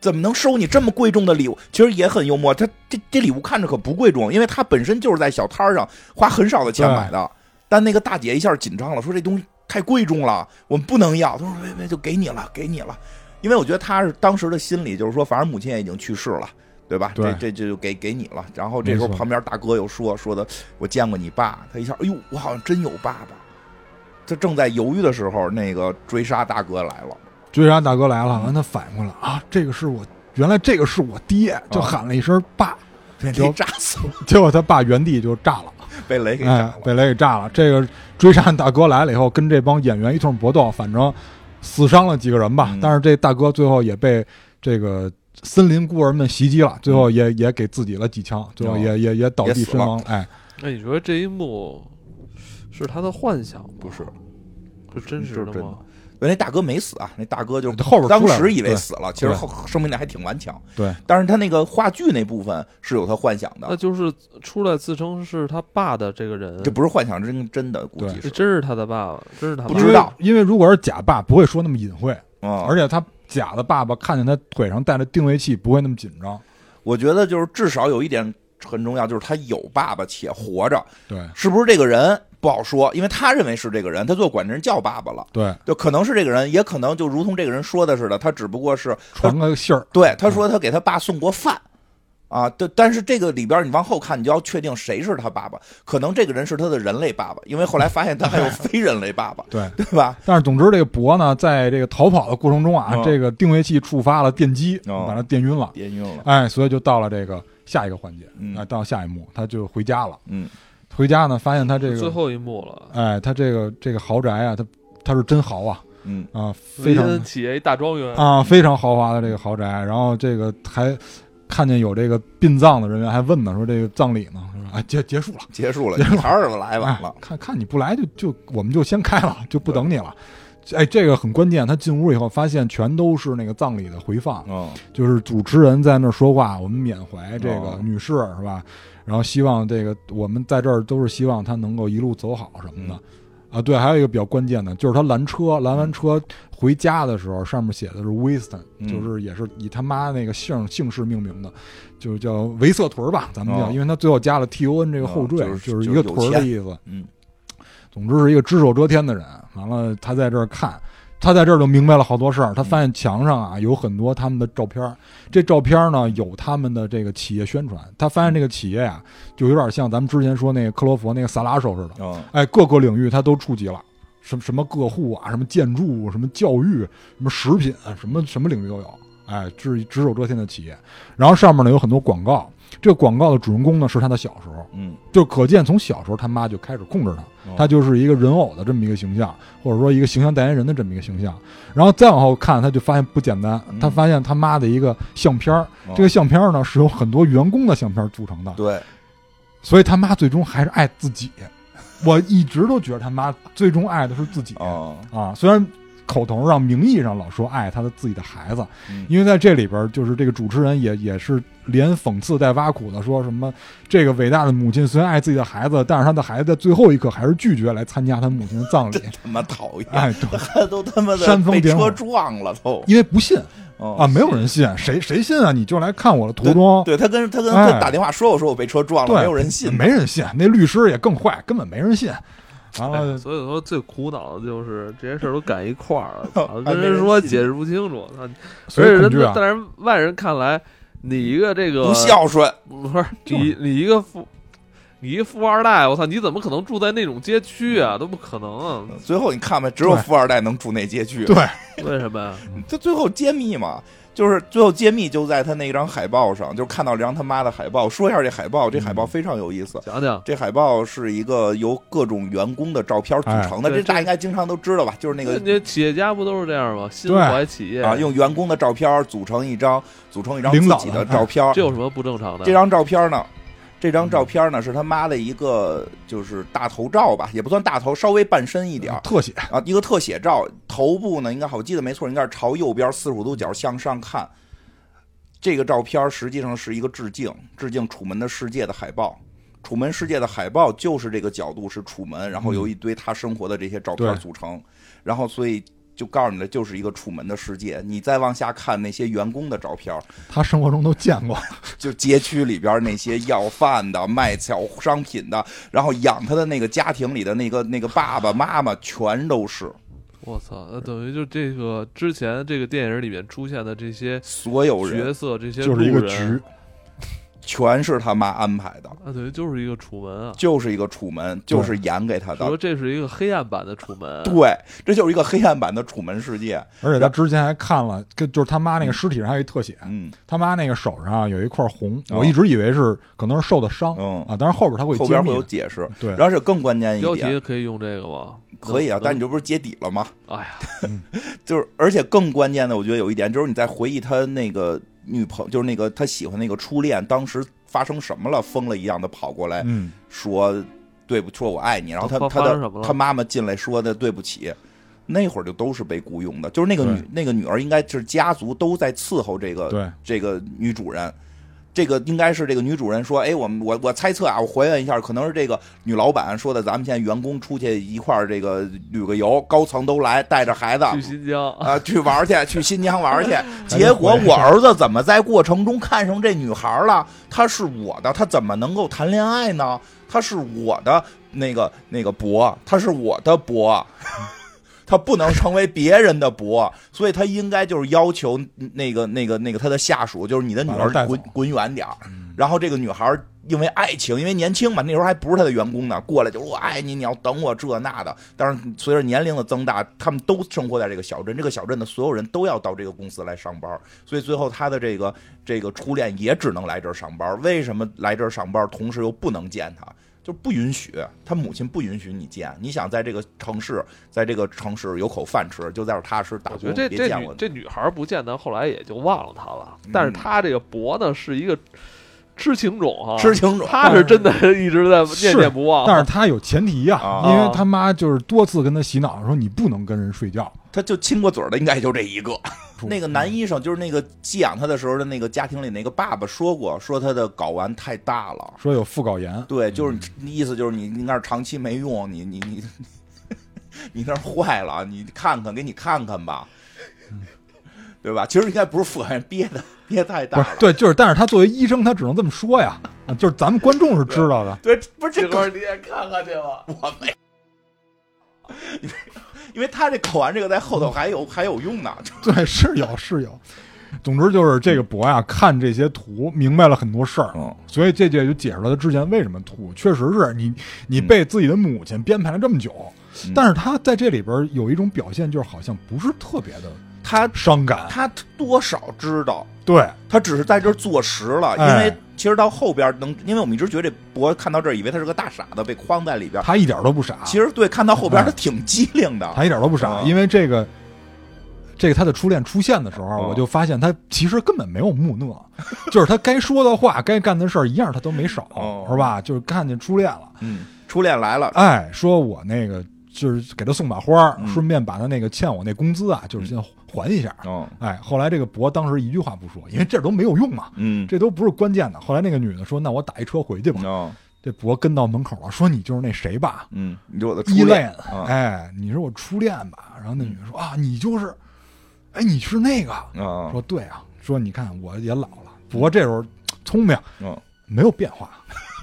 怎么能收你这么贵重的礼物？”其实也很幽默，他这这礼物看着可不贵重，因为他本身就是在小摊儿上花很少的钱对买的。但那个大姐一下紧张了，说：“这东西太贵重了，我们不能要。”他说：“别别，就给你了，给你了。”因为我觉得他是当时的心理就是说，反正母亲也已经去世了。对吧？对这这这就给给你了。然后这时候没错旁边大哥又说说的，我见过你爸。他一下，哎呦，我好像真有爸爸。他正在犹豫的时候，那个追杀大哥来了。追杀大哥来了，让他反应过来啊，这个是我原来这个是我爹，就喊了一声爸，被就雷炸死了，啊 <laughs> 结果他爸原地就炸了，被雷给炸哎了，。被雷给炸了。这个追杀大哥来了以后，跟这帮演员一通搏斗，反正死伤了几个人吧，嗯但是这大哥最后也被这个。森林孤儿们袭击了，最后也、也给自己了几枪，最后也、也嗯哦也倒也地死身了亡。哎，那你说这一幕是他的幻想吗？不是，是真实是的真啊吗？对那大哥没死啊，那大哥就是后边出当来了时以为对死了，其实对后生命力还挺顽强。对，但是他那个话剧那部分是有他幻想那的，就是出来自称是他爸的这个人，这不是幻想，真真的估计这是真是他的爸爸，真是他不爸知爸道因为，因为如果是假爸，不会说那么隐晦，啊。而且他假的爸爸看见他腿上戴着定位器，不会那么紧张。我觉得就是至少有一点很重要，就是他有爸爸且活着，对是不是这个人不好说，因为他认为是这个人，他最后管这人叫爸爸了。对，就可能是这个人，也可能就如同这个人说的似的，他只不过是传嗯个 <laughs> 信儿，对他说他给他爸送过饭，啊，但但是这个里边你往后看，你就要确定谁是他爸爸，可能这个人是他的人类爸爸，因为后来发现他还有非人类爸爸， <laughs> 对，对吧？但是总之，这个博呢，在这个逃跑的过程中啊，嗯这个定位器触发了电击，哦把他电晕了。别晕了，哎，所以就到了这个下一个环节，嗯啊，到下一幕，他就回家了。嗯回家呢，发现他这最个，后一幕了。哎，他这个这个豪宅啊，他他是真豪啊，嗯，啊，维非常恩企业一大庄园，啊非常豪华的这个豪宅。然后这个还看见有这个殡葬的人员还问呢，说这个葬礼呢，说啊结结束了。结束了，你儿子来晚 <laughs> 了哎，看看你不来就就我们就先开了，就不等你了。哎，这个很关键。他进屋以后，发现全都是那个葬礼的回放，嗯就是主持人在那儿说话，我们缅怀这个哦女士、是吧？然后希望这个我们在这儿都是希望她能够一路走好什么的。嗯啊，对，还有一个比较关键的，就是他拦车，拦完车回家的时候，上面写的是 Winston，、嗯就是也是以他妈那个姓姓氏命名的，就叫维瑟屯儿吧，咱们叫，哦因为他最后加了 T O N 这个后缀，哦就是是一就是个有屯儿的意思。嗯，总之是一个只手遮天的人。完了，他在这儿看，他在这儿就明白了好多事儿。他发现墙上啊有很多他们的照片儿，这照片儿呢有他们的这个企业宣传。他发现这个企业呀、就有点像咱们之前说那个克罗佛那个萨拉手似的，哦，哎，各个领域他都触及了。什么什么个户啊，什么建筑，什么教育，什么食品，什么什么领域都有。哎，这是只手遮天的企业。然后上面呢有很多广告，这个广告的主人公呢是他的小时候，嗯，就可见从小时候他妈就开始控制他。哦他就是一个人偶的这么一个形象，或者说一个形象代言人的这么一个形象。然后再往后看，他就发现不简单，嗯他发现他妈的一个相片儿，哦这个相片儿呢是由很多员工的相片儿组成的，对，所以他妈最终还是爱自己。我一直都觉得他妈最终爱的是自己哦，啊，虽然。口头上、名义上老说爱他的自己的孩子，嗯因为在这里边儿，就是这个主持人也也是连讽刺带挖苦的，说什么这个伟大的母亲虽然爱自己的孩子，但是他的孩子在最后一刻还是拒绝来参加他母亲的葬礼。他妈讨厌，哎，对，他都他妈的煽风被点火车撞了都因为不信哦啊，没有人信，谁谁信啊？你就来看我的途中，对他跟他跟哎他打电话说，我说我被车撞了，对，没有人信，没人信，那律师也更坏，根本没人信。然哎后所以说最苦恼的就是这些事儿都赶一块 <laughs> 儿了，操啊还跟没人人说信解释不清楚，操所而以且恐人惧啊，但是外人看来，你一个这个不孝顺，不是 <laughs> 就你是你一个富，你一富二代，我操，你怎么可能住在那种街区啊？都不可能啊、最后你看吧，只有对富二代能住那街区，对 <laughs> 为什么呀？他最后揭秘嘛，就是最后揭秘就在他那张海报上，就是看到梁他妈的海报。说一下这海报，这海报非常有意思。讲讲，这海报是一个由各种员工的照片组成的，哎这对大家应该经常都知道吧？就是那个那企业家不都是这样吗？心怀企业啊，用员工的照片组成一张，组成一张自领导的哎己的照片。这有什么不正常的？这张照片呢？这嗯张照片呢是他妈的一个就是大头照吧，也不算大头，稍微半身一点儿特写，啊，一个特写照，头部呢应该好我记得没错，应该是朝右边四十五度角向上看。这个照片实际上是一个致敬，致敬《楚门的世界》的海报。《楚门世界》的海报就是这个角度是楚门，然后由一堆他生活的这些照片对组成，然后所以就告诉你的就是一个《楚门的世界》。你再往下看那些员工的照片，他生活中都见过。就街区里边那些要饭的、卖小商品的，然后养他的那个家庭里的那个那个爸爸妈妈，全都是。我操，那等于就这个之前这个电影里面出现的这些所有人角色，这些就是一路个人局，全是他妈安排的，啊，等于就是一个楚门啊。就是一个楚门，就是演给他就说的。这是一个黑暗版的楚门，对，这就是一个黑暗版的《楚门世界》。而且他之前还看了，跟就是他妈那个尸体上还有一特写，嗯，他妈那个手上啊有一块红，哦我一直以为是可能是受的伤嗯啊，但是后边他会后揭边会秘有的。解释。对，然后这更关键一标点题，可以用这个吗？可以啊，能但你这不是揭底了吗？能哎呀，就是，而且更关键的，我觉得有一点就是你在回忆他那个女朋就是那个他喜欢那个初恋，当时发生什么了，疯了一样的跑过来嗯，说对不，说我爱你。然后他发他发生什么的了他妈妈进来说的对不起，那会儿就都是被雇佣的，就是那个对女那个女儿应该就是家族都在伺候这个对，这个女主人。这个应该是这个女主人说，哎，我们我我猜测啊，我还原一下，可能是这个女老板说的，咱们现在员工出去一块儿这个旅个游，高层都来，带着孩子去新疆，啊去玩儿去，去新疆玩儿去。结果我儿子怎么在过程中看上这女孩儿了？她是我的，她怎么能够谈恋爱呢？她是我的那个那个伯，她是我的伯。她不能成为别人的伯，所以她应该就是要求那个、那个、那个她的下属，就是你的女把儿她带走滚滚远点儿。然后这个女孩儿因为爱情，因为年轻嘛，那时候还不是她的员工呢，过来就说我爱你，你要等我这那的。但是随着年龄的增大，他们都生活在这个小镇，这个小镇的所有人都要到这个公司来上班儿，所以最后她的这个这个初恋也只能来这儿上班儿。为什么来这儿上班儿，同时又不能见她？就不允许，她母亲不允许你见。你想在这个城市，在这个城市有口饭吃，就在这儿踏实打我觉得工，这别这见女我。这女孩不见得后来也就忘了他了，嗯但是他这个博呢是一个痴情种哈，吃清楚，他是真的一直在念念不忘，但是他有前提呀、啊因为他妈就是多次跟他洗脑说你不能跟人睡觉。他就亲过嘴儿的应该就这一 <laughs> 个。说嗯那个男医生就是那个寄养他的时候的那个家庭里那个爸爸说过，说他的睾丸太大了。说有副睾炎，对，就是意思就是你应该是长期没用，你你你 <laughs> 你那儿坏了，你看看，给你看看吧，嗯对吧？其实应该不是傅海燕憋的，憋太大不是了。对，就是但是他作为医生，他只能这么说呀，啊就是咱们观众是知道的。对，不是这这个块你也看看去吧。我没，因为他这口完这个在后头还有还有用呢，对，是有是有。总之就是这个博呀、看这些图明白了很多事儿，嗯所以这届就解释了他之前为什么吐。确实是你，你被自己的母亲编排了这么久，嗯但是他在这里边有一种表现，就是好像不是特别的他伤感。他多少知道，对，他只是在这儿坐实了，因哎为其实到后边能，因为我们一直觉得这博看到这儿，以为他是个大傻子被框在里边，他一点都不傻，其实对看到后边哎他挺机灵的，他一点都不傻，啊因为这个，这个他的初恋出现的时候，哦我就发现他其实根本没有木讷， <laughs> 就是他该说的话、该干的事儿一样他都没少，哦是吧？就是看见初恋了，嗯，初恋来了，哎，说我那个就是给他送把花儿，嗯顺便把他那个欠我那工资啊，就是先还一下。嗯哎，后来这个博当时一句话不说，因为这都没有用嘛，嗯，这都不是关键的。后来那个女的说：“那我打一车回去吧。哦这博跟到门口了，说：“你就是那谁吧，嗯，你说我的依初恋恋，啊嗯哎，你是我初恋吧？”然后那女的说：“啊，你就是，哎，你是那个。”啊说：“对啊，说你看我也老了。”博这时候聪明，嗯，没有变化， <laughs>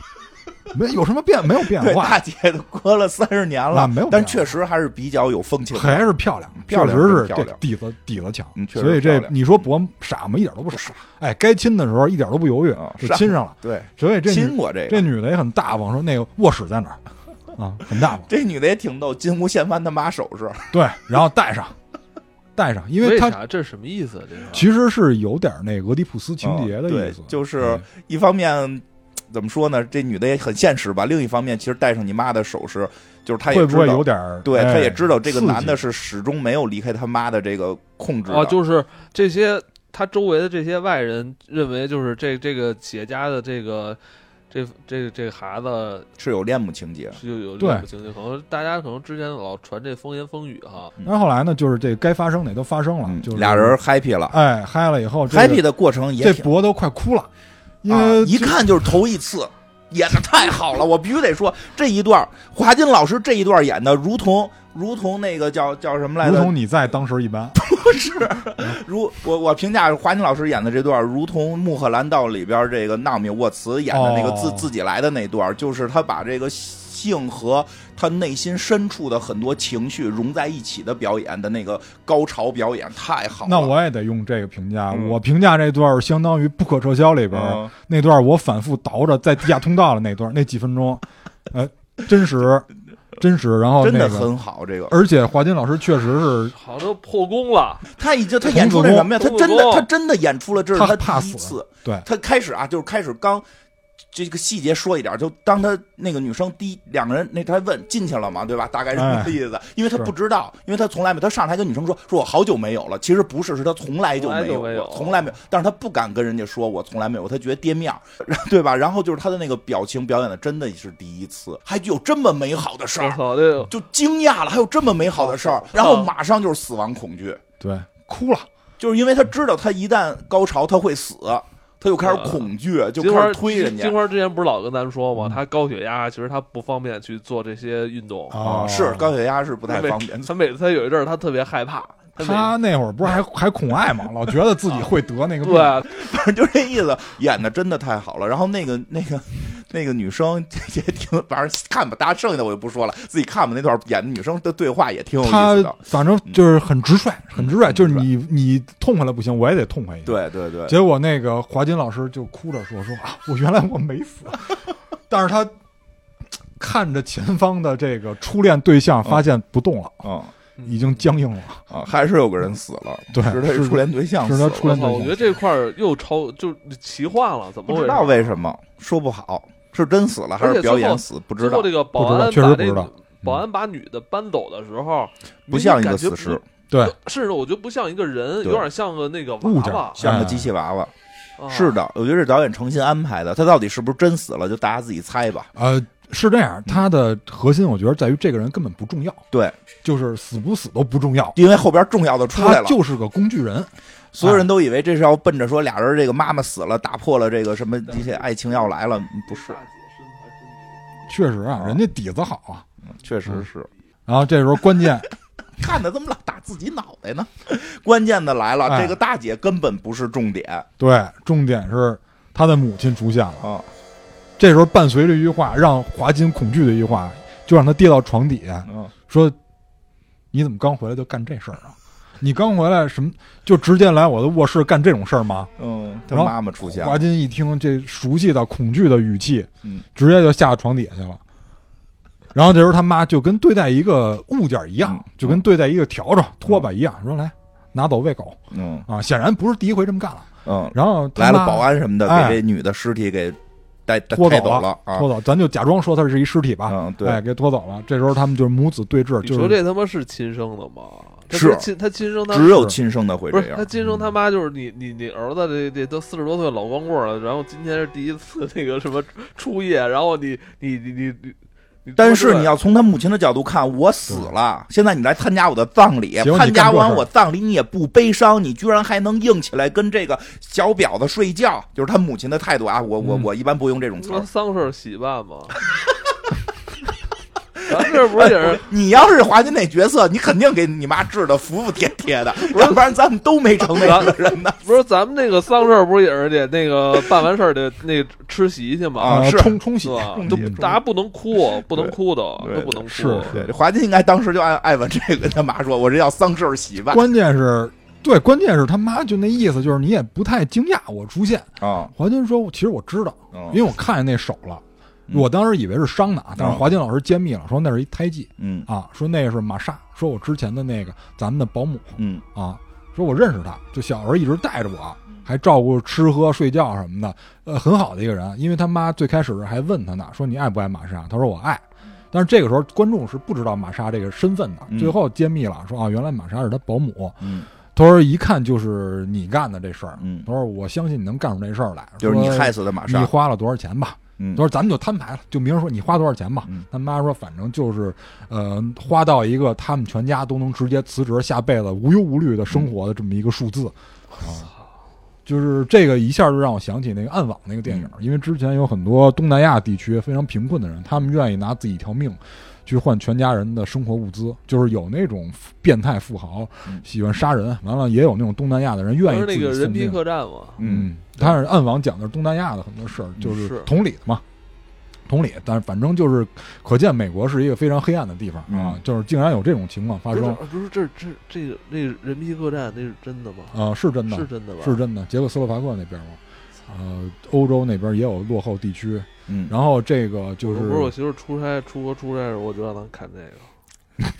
没有什么变，没有变对，化。 <laughs> 大姐都隔了三十年那了没有，但变化确实还是比较有风情的，还是漂亮，嗯漂亮确实是真漂这亮底子底子强嗯，确实所以漂这亮你说博傻吗？一点都不傻，哎，该亲的时候一点都不犹豫啊就是啊亲上了，对，所以这亲女过这这个。女的也很大方，说那个卧室在 <laughs> 哪儿啊，很大方，这女的也挺逗，金屋掀翻他妈首饰，对，然后带上带上，因为为她啥这是什么意思？这是其实是有点那俄狄浦斯情节嗯的意对思，，就是一方面怎么说呢，这女的也很现实吧；另一方面，其实戴上你妈的首饰，就是她嗯也会知不会有道，点儿对，哎她也知道这个刺激男的是始终没有离开他妈的这个控制的啊，就是这些他周围的这些外人认为，就是这这个企业家的这个这这这个孩子是有恋母情节，是有有对这种情绪，可能大家可能之前老传这风言风语哈，然后后来呢，就是这该发生的也都发生了，嗯就是俩人 happy 了哎嗨了以后这个，happy 的过程也这挺，博都快哭了，因啊为一看就是头一次。演的太好了，我必须得说这一段，华金老师这一段演的如同如同那个叫叫什么来如着？同你在当时一般，如我我评价华金老师演的这段，如同《穆赫兰道》里边这个纳米沃茨演的那个自、哦自己来的那段，就是他把这个性和他内心深处的很多情绪融在一起的表演的那个高潮表演，太好了。那我也得用这个评价。嗯我评价这段儿相当于《不可撤销》里边儿、嗯那段，我反复倒着在地下通道的那段儿那几分钟， <laughs> 呃，真实，真实。然后嗯真哦那的个，很好，这个而且华金老师确实是好像都破功了，他已经他童演出了子功什么呀？他童子真的功他真的演出了，这是他怕第一死次。对他开始啊，就是开始刚这个细节说一点，就当他那个女生第一两个人那他问进去了嘛，对吧？大概是哎这个意思，因为他是不知道，因为他从来没他上台跟女生说说我好久没有了，其实不是，是他从来就从来没有就没过，有从来没有，但是他不敢跟人家说我从来没有，他觉得跌面儿，然后对吧？然后就是他的那个表情表演的真的是第一次，还有这么美好的事 <laughs> 我儿，操，这个就惊讶了，还有这么美好的事儿，然后马上就是死亡恐惧。对哭了，就是因为他知道他一旦高潮他会死，他就开始恐惧，呃就金开花始推人家金。花之前不是老跟咱说嗯吗？她高血压，其实她不方便去做这些运动，啊是高血压是不太她每方便，她每次她有一阵儿，她特别害怕，她每他那会儿不 <laughs> 是还还恐艾嘛，老觉得自己会得那个病。对啊反正就这意思，演的真的太好了。然后那个那个那个女生 <laughs> 也挺，反正看吧，大家剩下的我就不说了，自己看吧。那段演的女生的对话也挺有他意思的。反正就是很直率，很直率，嗯就是你你痛快了不行，我也得痛快一下。对对对，结果那个华金老师就哭着说：“说啊，我原来我没 <laughs> 死，但是他看着前方的这个初恋对象，发现不动了，嗯已经僵硬了。啊，还是有个人死了，对是他是初恋对象是死他了，初我恋操，对我象觉得这块儿又超就奇幻了，怎么不回知事？道为什么说不好，是真死了还而是且表最后演死？不知最后道，这个保不知道安确实把不知这道保安把女的搬走的时候，不像一明个显感死觉尸，对不，甚至我觉得不像一个人，有对点像个那个物娃件娃。像个哎机器娃娃。哦啊是的，我觉得这导演诚心安排的，他到底是不是真死了，就大家自己猜吧。呃，是这样，他的核心我觉得在于这个人根本不重要，对，就是死不死都不重要，因为后边重要的出来他了，就是个工具人。所有人都以为这是要奔着说俩人这个妈妈死了，打破了这个什么一切爱情要来了，不是，确实啊，人家底子好啊。确实是。然后这时候关键看他怎么老打自己脑袋呢？ <laughs> 关键的来了，哎、这个大姐根本不是重点啊对，重点是他的母亲出现了。嗯这时候伴随着一句话，让华金恐惧的一句话，就让他跌到床底下，嗯说：“你怎么刚回来就干这事儿啊？你刚回来什么就直接来我的卧室干这种事儿吗嗯，他然后妈妈出？”现华了，金一听这熟悉的恐惧的语气，嗯，直接就下床底下去了。然后这时候他妈就跟对待一个物件一样嗯，就跟对待一个笤帚、拖把一样，说来拿走喂狗嗯啊！显然不是第一回这么干了。嗯，然后他来了妈保安什么的，哎给这女的尸体给带带拖抬走走了啊拖，走，咱就假装说他是一尸体吧，嗯，对哎，，给拖走了。这时候他们就是母子对峙，你就说是这他妈是亲生的吗？他是亲他亲生他只有亲生的会不这是他样，嗯亲生他妈就是你你你儿子这这都四十多岁老光棍了，然后今天是第一次那个什么初夜，然后你你你你你你，但是你要从他母亲的角度看，我死了，现在你来参加我的葬礼结嗯果，你参加干这完事儿我葬礼你也不悲伤，你居然还能硬起来跟这个小婊子睡觉，就是他母亲的态度啊！我我嗯我一般不用这种词说儿。丧事儿喜办 <laughs> 吗？ <laughs> 咱这不是也是你要是华金那角色，你肯定给你妈治的服服帖帖的，要不然咱们都没成那样的人 <laughs> 呢。不是咱们那个丧事儿不是也是得那个办完事儿得那个吃席去吗？啊呃是冲冲洗是，吧冲？都洗大家不能哭，哦不能对哭都对都不能哭。哦是对，华金应该当时就按艾文这个跟他妈说，我这叫丧事儿喜办关键是。对，关键是他妈就那意思，就是你也不太惊讶我出现。啊，华金说：“其实我知道，嗯因为我看见那手了，我当时以为是伤的啊，但嗯是华金老师揭秘了，说那是一胎记嗯啊，说那是玛莎，说我之前的那个咱们的保姆嗯啊，说我认识她，就小时候一直带着我，还照顾吃喝睡觉什么的，呃，很好的一个人。因为他妈最开始还问他呢，说你爱不爱玛莎？他说我爱。但是这个时候观众是不知道玛莎这个身份的，嗯最后揭秘了，说啊，原来玛莎是他保姆。嗯，他说一看就是你干的这事儿，嗯他说我相信你能干出这事儿来，就是你说害死的玛你莎，花了多少钱吧？嗯他说咱们就摊牌了，就明儿说你花多少钱吧。嗯他妈说反正就是，呃，花到一个他们全家都能直接辞职，下辈子无忧无虑的嗯生活的这么一个数字。啊就是这个一下就让我想起那个暗网那个电影，嗯因为之前有很多东南亚地区非常贫困的人，他们愿意拿自己一条命去换全家人的生活物资，就是有那种变态富豪嗯喜欢杀人，完了也有那种东南亚的人不愿意是自那己个人送皮命客栈吗？嗯，但是暗网讲的是东南亚的很多事儿，就是嗯是同理的嘛，同理。但是反正就是，可见美国是一个非常黑暗的地方啊嗯，就是竟然有这种情况发不是生，不是，这这这个那个人皮客栈那是真的吗？啊，是真的，是真的吧？是真的。捷克斯洛伐克那边嘛，呃，欧洲那边也有落后地区，嗯，然后这个就不是我是媳妇儿出差出国出差的时候，我就让她看这个。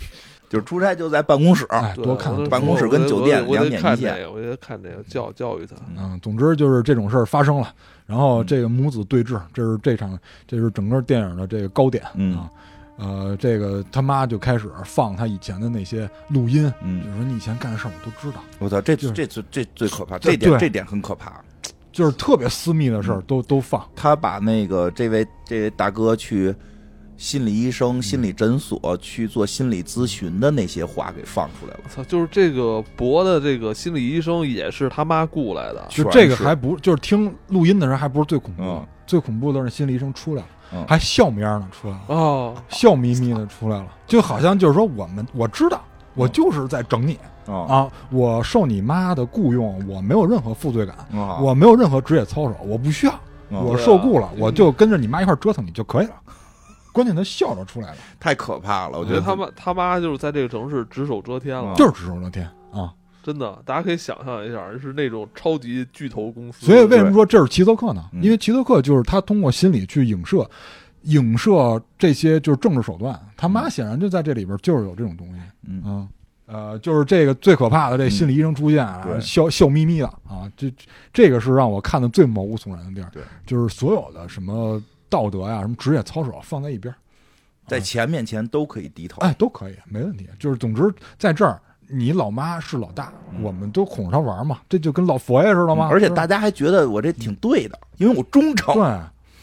就是出差就在办公室，哎，对多看我看得办公室跟酒店我得我得两点一看线这个，我得看这个，教教育他。嗯，总之就是这种事儿发生了，然后这个母子对峙，这是这场，这是整个电影的这个高点嗯啊。呃，这个他妈就开始放他以前的那些录音，嗯比如说你以前干的事儿我都知道，我操，这就是这最这最可怕，对这点对这点很可怕。就是特别私密的事嗯儿都都放。他把那个这位这位大哥去心理医生、心嗯理诊所去做心理咨询的那些话给放出来了我。操，就是这个博的这个心理医生也是他妈雇来的，就全这个是还不就是听录音的人还不是最恐怖的嗯，最恐怖的是心理医生出来了，嗯还笑眯儿呢出来了，哦，笑眯眯的出来了，就好像就是说我们我知道。我嗯就是在整你啊啊！我受你妈的雇佣，我没有任何负罪感，啊我没有任何职业操守，我不需要，嗯我受雇了，对啊我就跟着你妈一块儿折腾你就可以了。关键他笑着出来了，太可怕了，我我觉觉得得他妈他妈就是在这个城市只手遮天了嗯，就是只手遮天啊！真的，大家可以想象一下，是那种超级巨头公司。所以为什么说这是齐泽克呢？嗯因为齐泽克就是他通过心理去影射，影射这些就是政治手段。他妈显然就在这里边就是有这种东西嗯啊。呃，就是这个最可怕的，这心理医生出现啊，对笑笑眯眯的啊，这这个是让我看的最毛骨悚然的地儿。对，就是所有的什么道德呀、什么职业操守啊放在一边儿，在钱面前都可以低头。哎，都可以，没问题。就是总之在这儿，你老妈是老大，我们都哄着她玩嘛，这就跟老佛爷似的嘛。嗯而且是吧大家还觉得我这挺对的，因为我忠诚，对，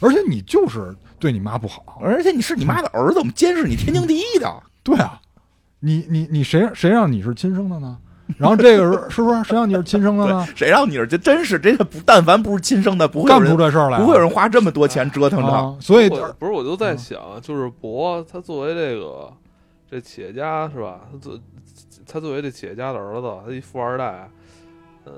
而且你就是对你妈不好，而且你是你妈的儿子，我们监视你天经地义的。对啊，你你你谁谁让你是亲生的呢？然后这个时候是不是谁让你是亲生的呢？谁让你是这真是这个不，但凡不是亲生的，不会有嗯干不出人这事儿来啊，不会有人花这么多钱折腾他。啊。所以我不是，我就在想，就是博他作为这个这企业家是吧？他作他作为这企业家的儿子，他一富二代，呃，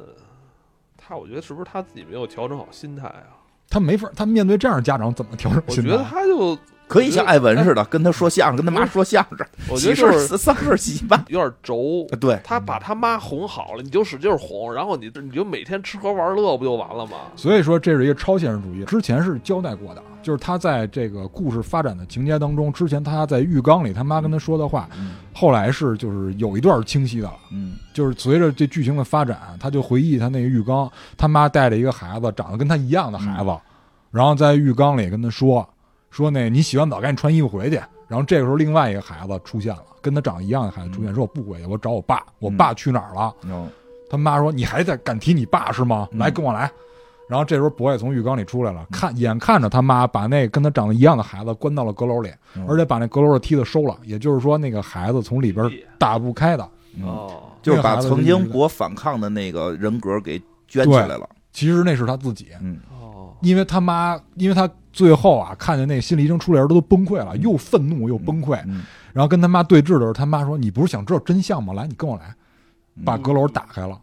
他我觉得是不是他自己没有调整好心态啊？他没法，他面对这样的家长怎么调整我心觉态？得他就可以像艾文似的跟他说相声，跟他妈说相声，我觉得喜事就儿呃是丧事儿喜办。有点轴。对，他把他妈哄好了，你就使劲哄，然后你你就每天吃喝玩乐不就完了吗？所以说这是一个超现实主义。之前是交代过的，就是他在这个故事发展的情节当中，之前他在浴缸里他妈跟他说的话，嗯后来是就是有一段是清晰的了。嗯就是随着这剧情的发展，他就回忆他那个浴缸，他妈带着一个孩子，长得跟他一样的孩嗯子，然后在浴缸里跟他说说那你洗完澡赶紧穿衣服回去。然后这个时候，另外一个孩子出现了，跟他长得一样的孩子出现，说我不回去，我找我爸，我爸去哪儿了？嗯他妈说你还在敢提你爸是吗？嗯来跟我来。然后这时候博也从浴缸里出来了，看眼看着他妈把那跟他长得一样的孩子关到了阁楼里，嗯而且把那阁楼的梯子收了，也就是说那个孩子从里边打不开的。嗯，哦，哎就是把曾经博反抗的那个人格给圈起来了。其实那是他自己，嗯哦，因为他妈，因为他最后啊，看见那个心理医生出来的时候都崩溃了，又愤怒又崩溃，嗯，然后跟他妈对峙的时候，他妈说：“你不是想知道真相吗？来，你跟我来。”嗯把阁楼打开了，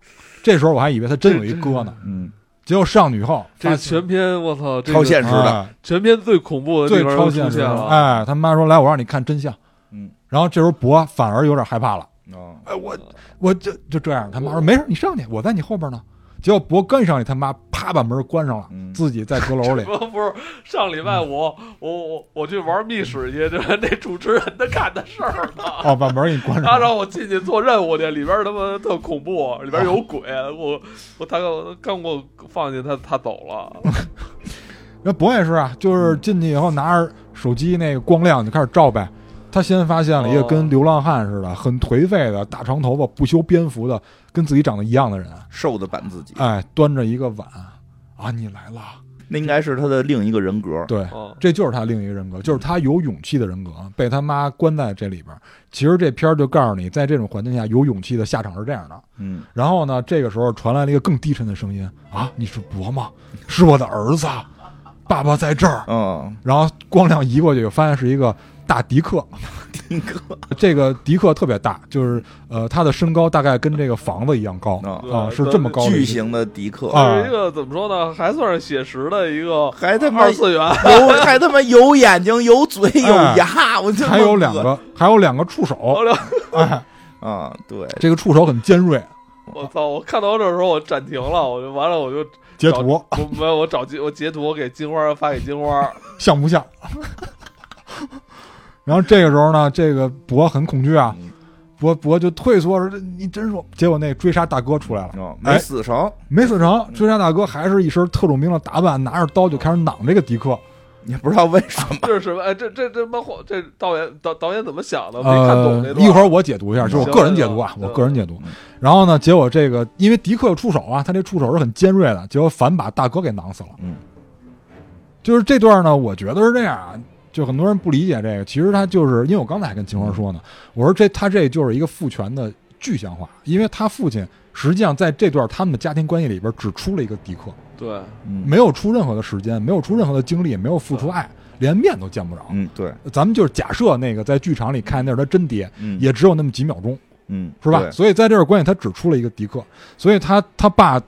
这时候我还以为他真有一哥呢，嗯，结果上去以后，这发全篇我操，这个超现实的，啊全篇最恐怖的地最方超出现实现的。了，哎，他妈说：“来，我让你看真相。”嗯，然后这时候博反而有点害怕了，哦，哎，我我就就这样。他妈说：“没事，你上去，我在你后边呢。”结果博跟上去，他妈啪把门关上了，嗯自己在阁楼里。不不是上礼嗯拜五，我我我去玩密室去，对吧？那 <laughs> 主持人他干的事儿呢， <laughs> 哦，把门给你关上了。他让我进去做任务去，里边他妈特恐怖，里边有鬼，我我他刚给我放进他他走了，啊那博也是啊，嗯就是进去以后拿着手机那个光亮就开始照呗。他先发现了一个哦跟流浪汉似的、很颓废的、大长头发、不修边幅的、跟自己长得一样的嗯人，瘦的版自己，哎，端着一个碗啊，你来了。那应该是他的另一个人格。对，哦这就是他另一个人格，就是他有勇气的人格，被他妈关在这里边儿。其实这片儿就告诉你，在这种环境下，有勇气的下场是这样的。嗯，然后呢，这个时候传来了一个更低沉的声音：“啊，你是博吗？是我的儿子，啊爸爸在这儿。”哦，然后光亮移过去，发现是一个大迪克。丁哥，这个迪克特别大，就是呃，他的身高大概跟这个房子一样高哦啊，是这么高的一个巨型的迪克，啊这是一个怎么说呢，还算是写实的一个还他妈二次元，有还他妈有眼睛、有嘴、有 <laughs> 牙，我就还有两 <laughs> 个，还有两个触手，哎，啊，对，这个触手很尖锐。 <laughs> 我操！我看到这时候我暂停了，我就完了，我就截图我没有，我找截我截图，我给金花发给金花，像不像？然后这个时候呢，这个博很恐惧啊嗯，博博就退缩说：“你真是我。”结果那追杀大哥出来了，哦，哎没死成，没死成。追杀大哥还是一身特种兵的打扮，拿着刀就开始攮这个迪克。也不知道为什 <laughs> 么。这是什么？哎，这这这他妈后这导演导导演怎么想的？没看懂呃这，段。一会儿我解读一下，就是我个人解读啊，行我个人解读嗯。然后呢，结果这个因为迪克有触手啊，他这触手是很尖锐的，结果反把大哥给攮死了。嗯，就是这段呢，我觉得是这样啊，就很多人不理解这个，其实他就是因为我刚才还跟秦花说呢，我说这他这就是一个父权的具象化，因为他父亲实际上在这段他们的家庭关系里边只出了一个迪克，对，啊嗯没有出任何的时间，没有出任何的精力，也没有付出爱，连面都见不着。嗯，对，咱们就是假设那个在剧场里看那是他真爹，嗯也只有那么几秒钟，嗯是吧？对所以在这段关系，他只出了一个迪克，所以他他爸，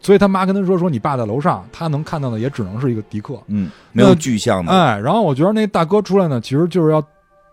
所以他妈跟他说说你爸在楼上，他能看到的也只能是一个迪克。嗯，没有具象的，哎，然后我觉得那大哥出来呢，其实就是要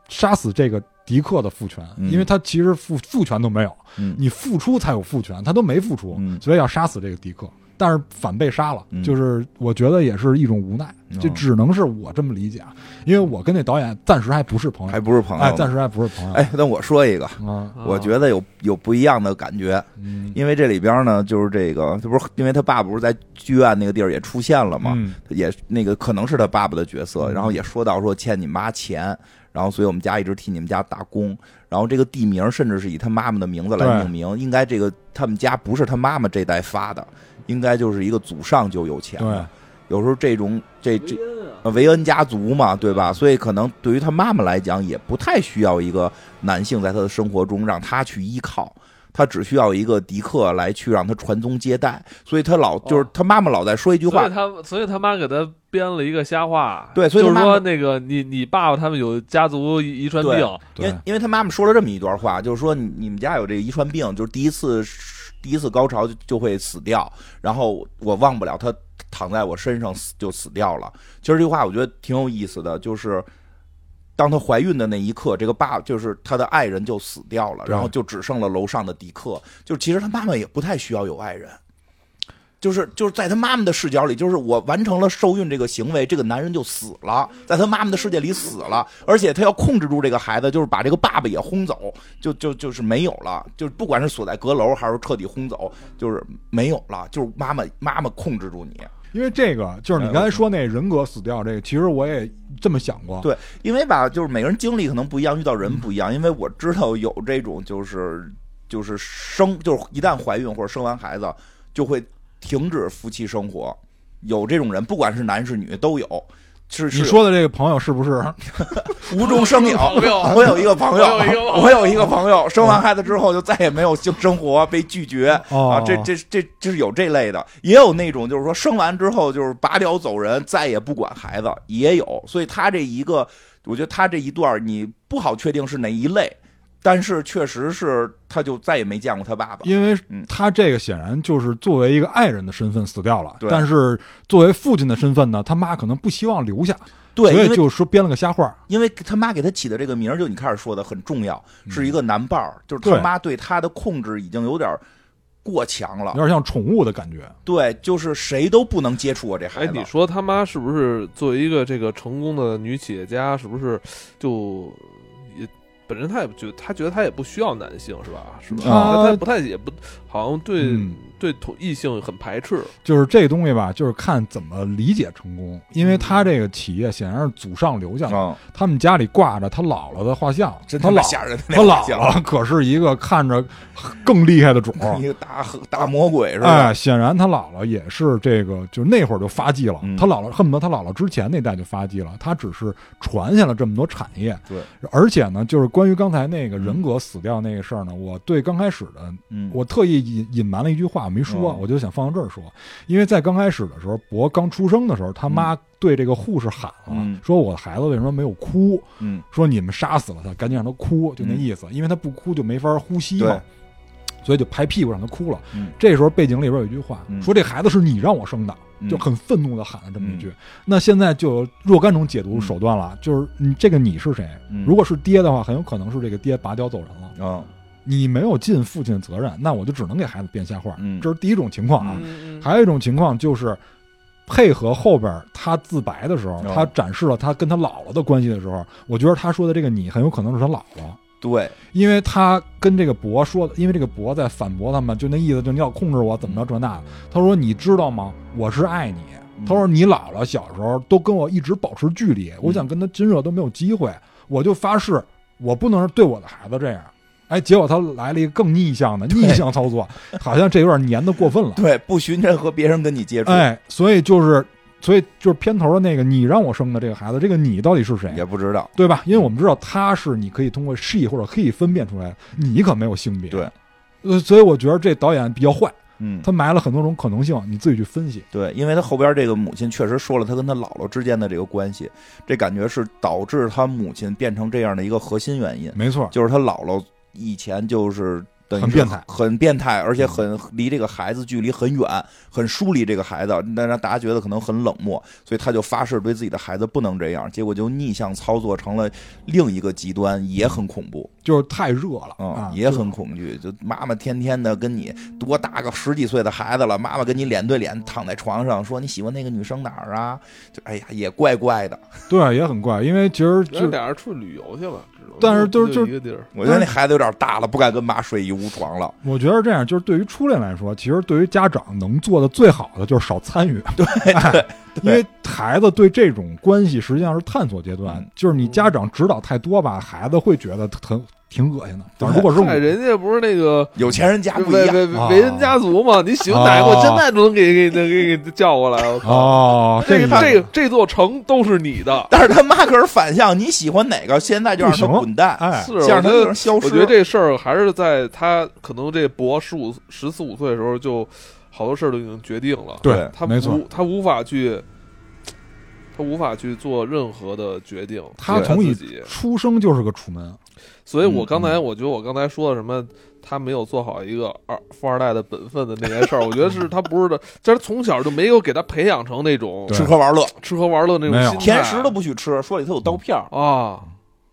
杀死这个迪克的父权，嗯因为他其实父父权都没有，嗯你付出才有父权，他都没付出，嗯所以要杀死这个迪克。但是反被杀了，嗯就是我觉得也是一种无奈，嗯这只能是我这么理解啊，因为我跟那导演暂时还不是朋友，还不是朋哎，友。暂时还不是朋友，哎，那我说一个，啊，我觉得有有不一样的感觉，嗯，因为这里边呢，就是这个，这不是因为他爸不是在剧院那个地儿也出现了吗？嗯也那个可能是他爸爸的角色，嗯然后也说到说欠你妈钱，然后所以我们家一直替你们家打工，然后这个地名甚至是以他妈妈的名字来对命名，应该这个他们家不是他妈妈这代发的，应该就是一个祖上就有钱对的，，有时候这种这这。这呃维恩家族嘛，对吧？所以可能对于他妈妈来讲，也不太需要一个男性在他的生活中让他去依靠。他只需要一个迪克来去让他传宗接代，所以他老就是他妈妈老在说一句哦所话以，他所以他妈给他编了一个瞎话，对所以就是他妈说妈那个你你爸爸他们有家族遗遗传病哎对，因对为因为他妈妈说了这么一段话，就是说你你们家有这个遗传病，就是第一次第一次高潮就就会死掉，然后我忘不了他躺在我身上死就死掉了。其实这句话我觉得挺有意思的，就是当她怀孕的那一刻，这个爸就是她的爱人就死掉了，对然后就只剩了楼上的迪克。就其实她妈妈也不太需要有爱人。就是就是在她妈妈的视角里，就是我完成了受孕这个行为，这个男人就死了，在她妈妈的世界里死了，而且她要控制住这个孩子，就是把这个爸爸也轰走，就就就是没有了，就是不管是锁在阁楼还是彻底轰走，就是没有了，就是妈妈妈妈控制住你，因为这个就是你刚才说那人格死掉这个，其实我也这么想过。对，因为吧，就是每个人经历可能不一样，遇到人不一样。因为我知道有这种就是就是生就是一旦怀孕或者生完孩子就会停止夫妻生活，有这种人，不管是男是女都有。是是啊你有说的这个朋友是不是？无中生有朋友，我有一个朋友我有一个，朋友 <laughs> 我有一个朋友，生完孩子之后就再也没有性生活，被拒绝哦啊，这这这这是有这类的，也有那种就是说生完之后就是拔掉走人，再也不管孩子，也有，所以他这一个，我觉得他这一段你不好确定是哪一类，但是确实是他就再也没见过他爸爸，因为嗯他这个显然就是作为一个爱人的身份死掉了，对但是作为父亲的身份呢，他妈可能不希望留下，对，所因以为就说编了个瞎话。因为他妈给他起的这个名儿，就你开始说的很重要，是一个男伴儿，就是他嗯对妈对他的控制已经有点儿过强了嗯有。点像宠物的感觉。对，就是谁都不能接触我这哎，孩子。嗯你说他妈是不是作为一个这个成功的女企业家，是不是就也本身她也不觉得，她觉得她也不需要男性是吧？是吧？啊她她不太也不好像对、嗯对同异性很排斥，啊就是这个东西吧，就是看怎么理解成功，因为他这个企业显然是祖上留下的，嗯，他们家里挂着他姥姥的画像，真他他妈姥吓人的那他画姥像姥可是一个看着更厉害的种儿， <laughs> 一个大大魔鬼是吧？哎，显然他姥姥也是这个，就那会儿就发迹了。嗯他姥姥恨不得他姥姥之前那代就发迹了，他只是传下了这么多产业。对，而且呢，就是关于刚才那个人格死掉那个事儿呢，我对刚开始的嗯，我特意隐隐瞒了一句话没说，嗯我就想放到这儿说，因为在刚开始的时候，博刚出生的时候，他妈对这个护士喊了，嗯说我的孩子为什么没有哭？嗯说你们杀死了他，赶紧让他哭，就那意思，因为他不哭就没法呼吸嘛对，所以就拍屁股让他哭了。嗯这时候背景里边有一句话，嗯说这孩子是你让我生的，嗯就很愤怒的喊了这么一句。那现在就有若干种解读手段了，就是你这个你是谁？嗯如果是爹的话，很有可能是这个爹拔脚走人了。嗯你没有尽父亲的责任，那我就只能给孩子编瞎话。嗯这是第一种情况啊。嗯还有一种情况就是，配合后边他自白的时候，哦他展示了他跟他姥姥的关系的时候，我觉得他说的这个你很有可能是他姥姥。对，因为他跟这个博说的，因为这个博在反驳他们，就那意思，就你要控制我怎么着这那的。他说：“你知道吗？我是爱你。”嗯他说：“你姥姥小时候都跟我一直保持距离，我想跟他亲热都没有机会，我就发誓我不能对我的孩子这样。”哎，结果他来了一个更逆向的逆向操作，好像这有点粘的过分了。 <laughs> <laughs> 对，不许任何别人跟你接触，哎，所以就是，所以就是片头的那个你让我生的这个孩子，这个你到底是谁？也不知道。对吧？因为我们知道他是你可以通过 she 或者 he 分辨出来，你可没有性别。对，呃，所以我觉得这导演比较坏，嗯，他埋了很多种可能性，你自己去分析。对，因为他后边这个母亲确实说了，他跟他姥姥之间的这个关系，这感觉是导致他母亲变成这样的一个核心原因，没错，就是他姥姥以前就是。等于很是变态嗯很变态，而且很离这个孩子距离很远，很疏离这个孩子，那让大家觉得可能很冷漠，所以他就发誓对自己的孩子不能这样，结果就逆向操作成了另一个极端，也很恐怖。就是太热了、嗯啊，，也就是很恐惧。就妈妈天天的跟你多大个十几岁的孩子了，妈妈跟你脸对脸躺在床上说你喜欢那个女生哪儿啊？就哎呀，也怪怪的。对，也很怪，因为其实就俩人出去旅游去了，知道吗但是就是一个地儿，我觉得那嗯孩子有点大了，不敢跟妈睡一屋床了。我觉得这样， <laughs> 就是对于初恋来说，其实对于家长能做的最好的就是少参与。对、哎、因为孩子对这种关系实际上是探索阶段嗯，就是你家长指导太多吧，孩子会觉得很挺恶心的。反正如果是我，哎，人家不是那个有钱人家不一维样，维维恩家族嘛？你喜欢哪个，哦我现在都能给给给给给叫过来。我靠，哦，这个个这个这座城都是你的。但是他妈可是反向，你喜欢哪个，现在就让他不行滚蛋，哎是，先让我觉他得消失。我觉得这事儿还是在他可能这博十五十四五岁的时候，就好多事儿都已经决定了。对他，没错无，他无法去，他无法去做任何的决定。他对从一自己，出生就是个楚门，所以我嗯刚才我觉得我刚才说的什么，他没有做好一个二富二代的本分的那件事儿，我觉得 <laughs> 是他不是的，就是从小就没有给他培养成那种对嗯吃喝玩乐，吃喝玩乐那没有种心态甜食都不许吃，说里头有刀片儿。啊，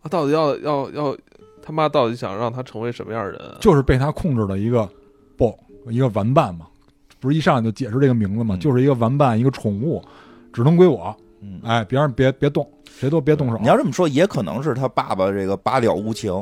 他到底要要要他妈到底想让他成为什么样的人？啊就是被他控制的一个 b 一个玩伴嘛，不是一上来就解释这个名字嘛，嗯就是一个玩伴，一个宠物，只能归我，嗯，哎，别让别别动，谁都别动手你，要这么说，也可能是他爸爸这个八了无情，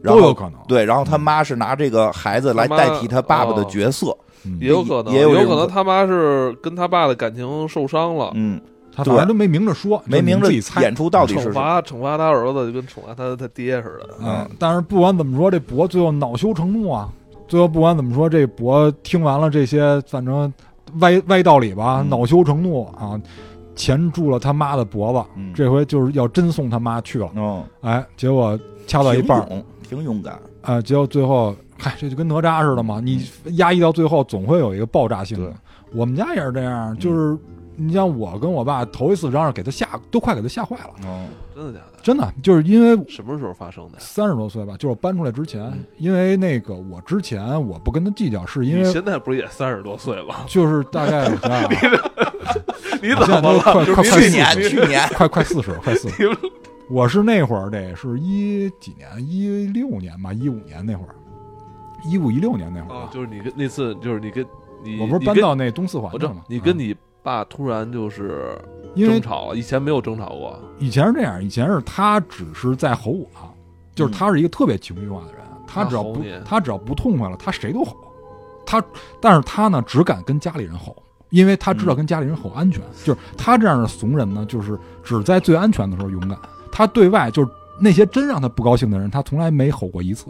然都有后可能，嗯对，然后他妈是拿这个孩子来他妈代替他爸爸的哦角色。嗯也有可能，也也有有这种可能他妈是跟他爸的感情受伤了，嗯，他反正都没明着说，没明着着自己猜演出到底是惩什么。罚惩罚他儿子就跟惩罚他他爹似的。嗯，但是不管怎么说，这博最后恼羞成怒啊，最后不管怎么说，这博听完了这些，反正歪歪道理吧，嗯恼羞成怒啊，钳住了他妈的脖子，嗯这回就是要真送他妈去了，嗯，哎，结果掐到一半儿，挺勇，挺勇敢。啊，结果最后，嗨，这就跟哪吒似的嘛，你嗯压抑到最后，总会有一个爆炸性的对。我们家也是这样，就是你像我跟我爸头一次嚷嚷，给他吓，都快给他吓坏了， <laughs> 嗯真的假的？真的，就是因为什么时候发生的？三十多岁吧，就是我搬出来之前，嗯因为那个我之前我不跟他计较，是因你为现在不是也三十多岁吗？就是大概我想想啊 <laughs> 你怎么我现在都快了？就是快你快去你年，去 <laughs> 年，快快四十了，快四十你了，我是那会儿得是一几年，一六年吧，一五年那会儿，一五一六年那会儿啊吧，，就是你跟那次，就是你跟你，我不是你搬跟到那东四环我去知了道吗？你啊跟你爸突然就是因为争吵了，以前没有争吵过。以前是这样，以前是他只是在吼我，就是他是一个特别情绪化的人，他只要他嗯不吼你他只要不痛快了，他谁都吼。他，但是他呢，只敢跟家里人吼，因为他知道嗯跟家里人吼安全。就是他这样的怂人呢，就是只在最安全的时候勇敢。他对外就是那些真让他不高兴的人，他从来没吼过一次，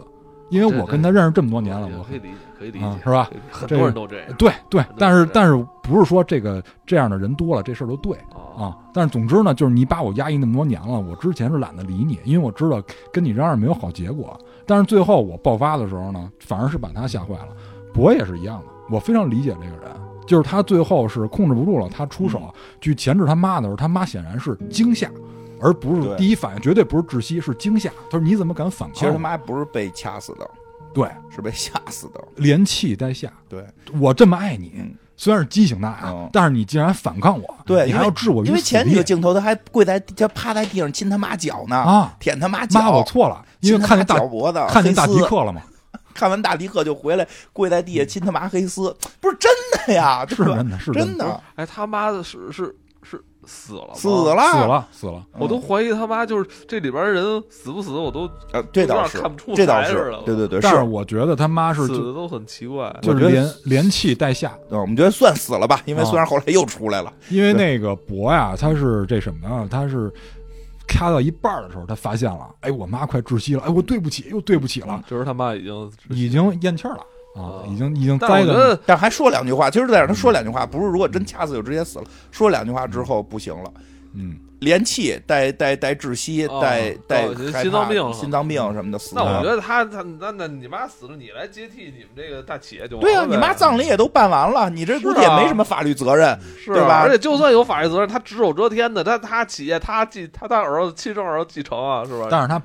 因为我跟他认识这么多年了，也我可以理解，可以理啊解，是吧可以理解？很这多个人都这样对对，但是对但是不是说这个这样的人多了，这事儿就对。啊。啊，但是总之呢，就是你把我压抑那么多年了，我之前是懒得理你，因为我知道跟你嚷嚷没有好结果。但是最后我爆发的时候呢，反而是把他吓坏了。博也是一样的，我非常理解这个人，就是他最后是控制不住了，他出手嗯去钳制他妈的时候，他妈显然是惊吓，而不是对第一反应绝对不是窒息，是惊吓。他说你怎么敢反抗我？其实他妈不是被掐死的，对是被吓死的。连气带吓，对我这么爱你嗯。虽然是畸形的爱，嗯但是你竟然反抗我，对你因还为要置我于因为死前几地个镜头，他还跪在地，他趴在地上亲他妈脚呢，啊舔他妈脚。妈，我错了，因为亲他看见妈大脚脖子，看见大黑迪丝克了吗？看完大迪克就回来，跪在地下亲他妈黑丝，不是真的呀？是对吧真的是真真的，哎，他妈的是是是死了吗，死了，啊死，了死了，我都怀疑他妈就是这里边人死不死，我都呃，这有倒点是看不出，这倒来似是的，对对对，但是是。我觉得他妈是死就的都很奇怪。我就是觉得连连气带吓，嗯我们觉得算死了吧，因为啊虽然后来又出来了，因为那个博呀，他是这什么啊？他是掐到一半儿的时候，他发现了，哎，我妈快窒息了，哎，我对不起，又对不起了，就是他妈已经，已经咽气儿了啊啊，已经已经但我栽嗯觉的得但还说两句话。其实在这儿他说两句话，不是如果真掐死就直接死了，说两句话之后不行了，嗯，连气带带带窒息，哦带带哦心害怕脏病了心脏病什么的死那我了。觉得他他那那你妈死了，你来接替你们这个大企业就完对啊呀、了呗你妈葬礼也都办完了，你这估计也是啊没什么法律责任。是对吧而且就算有法律责任，他只手遮天的，他他企业他继他他儿子亲生儿子继承啊，是吧？但是他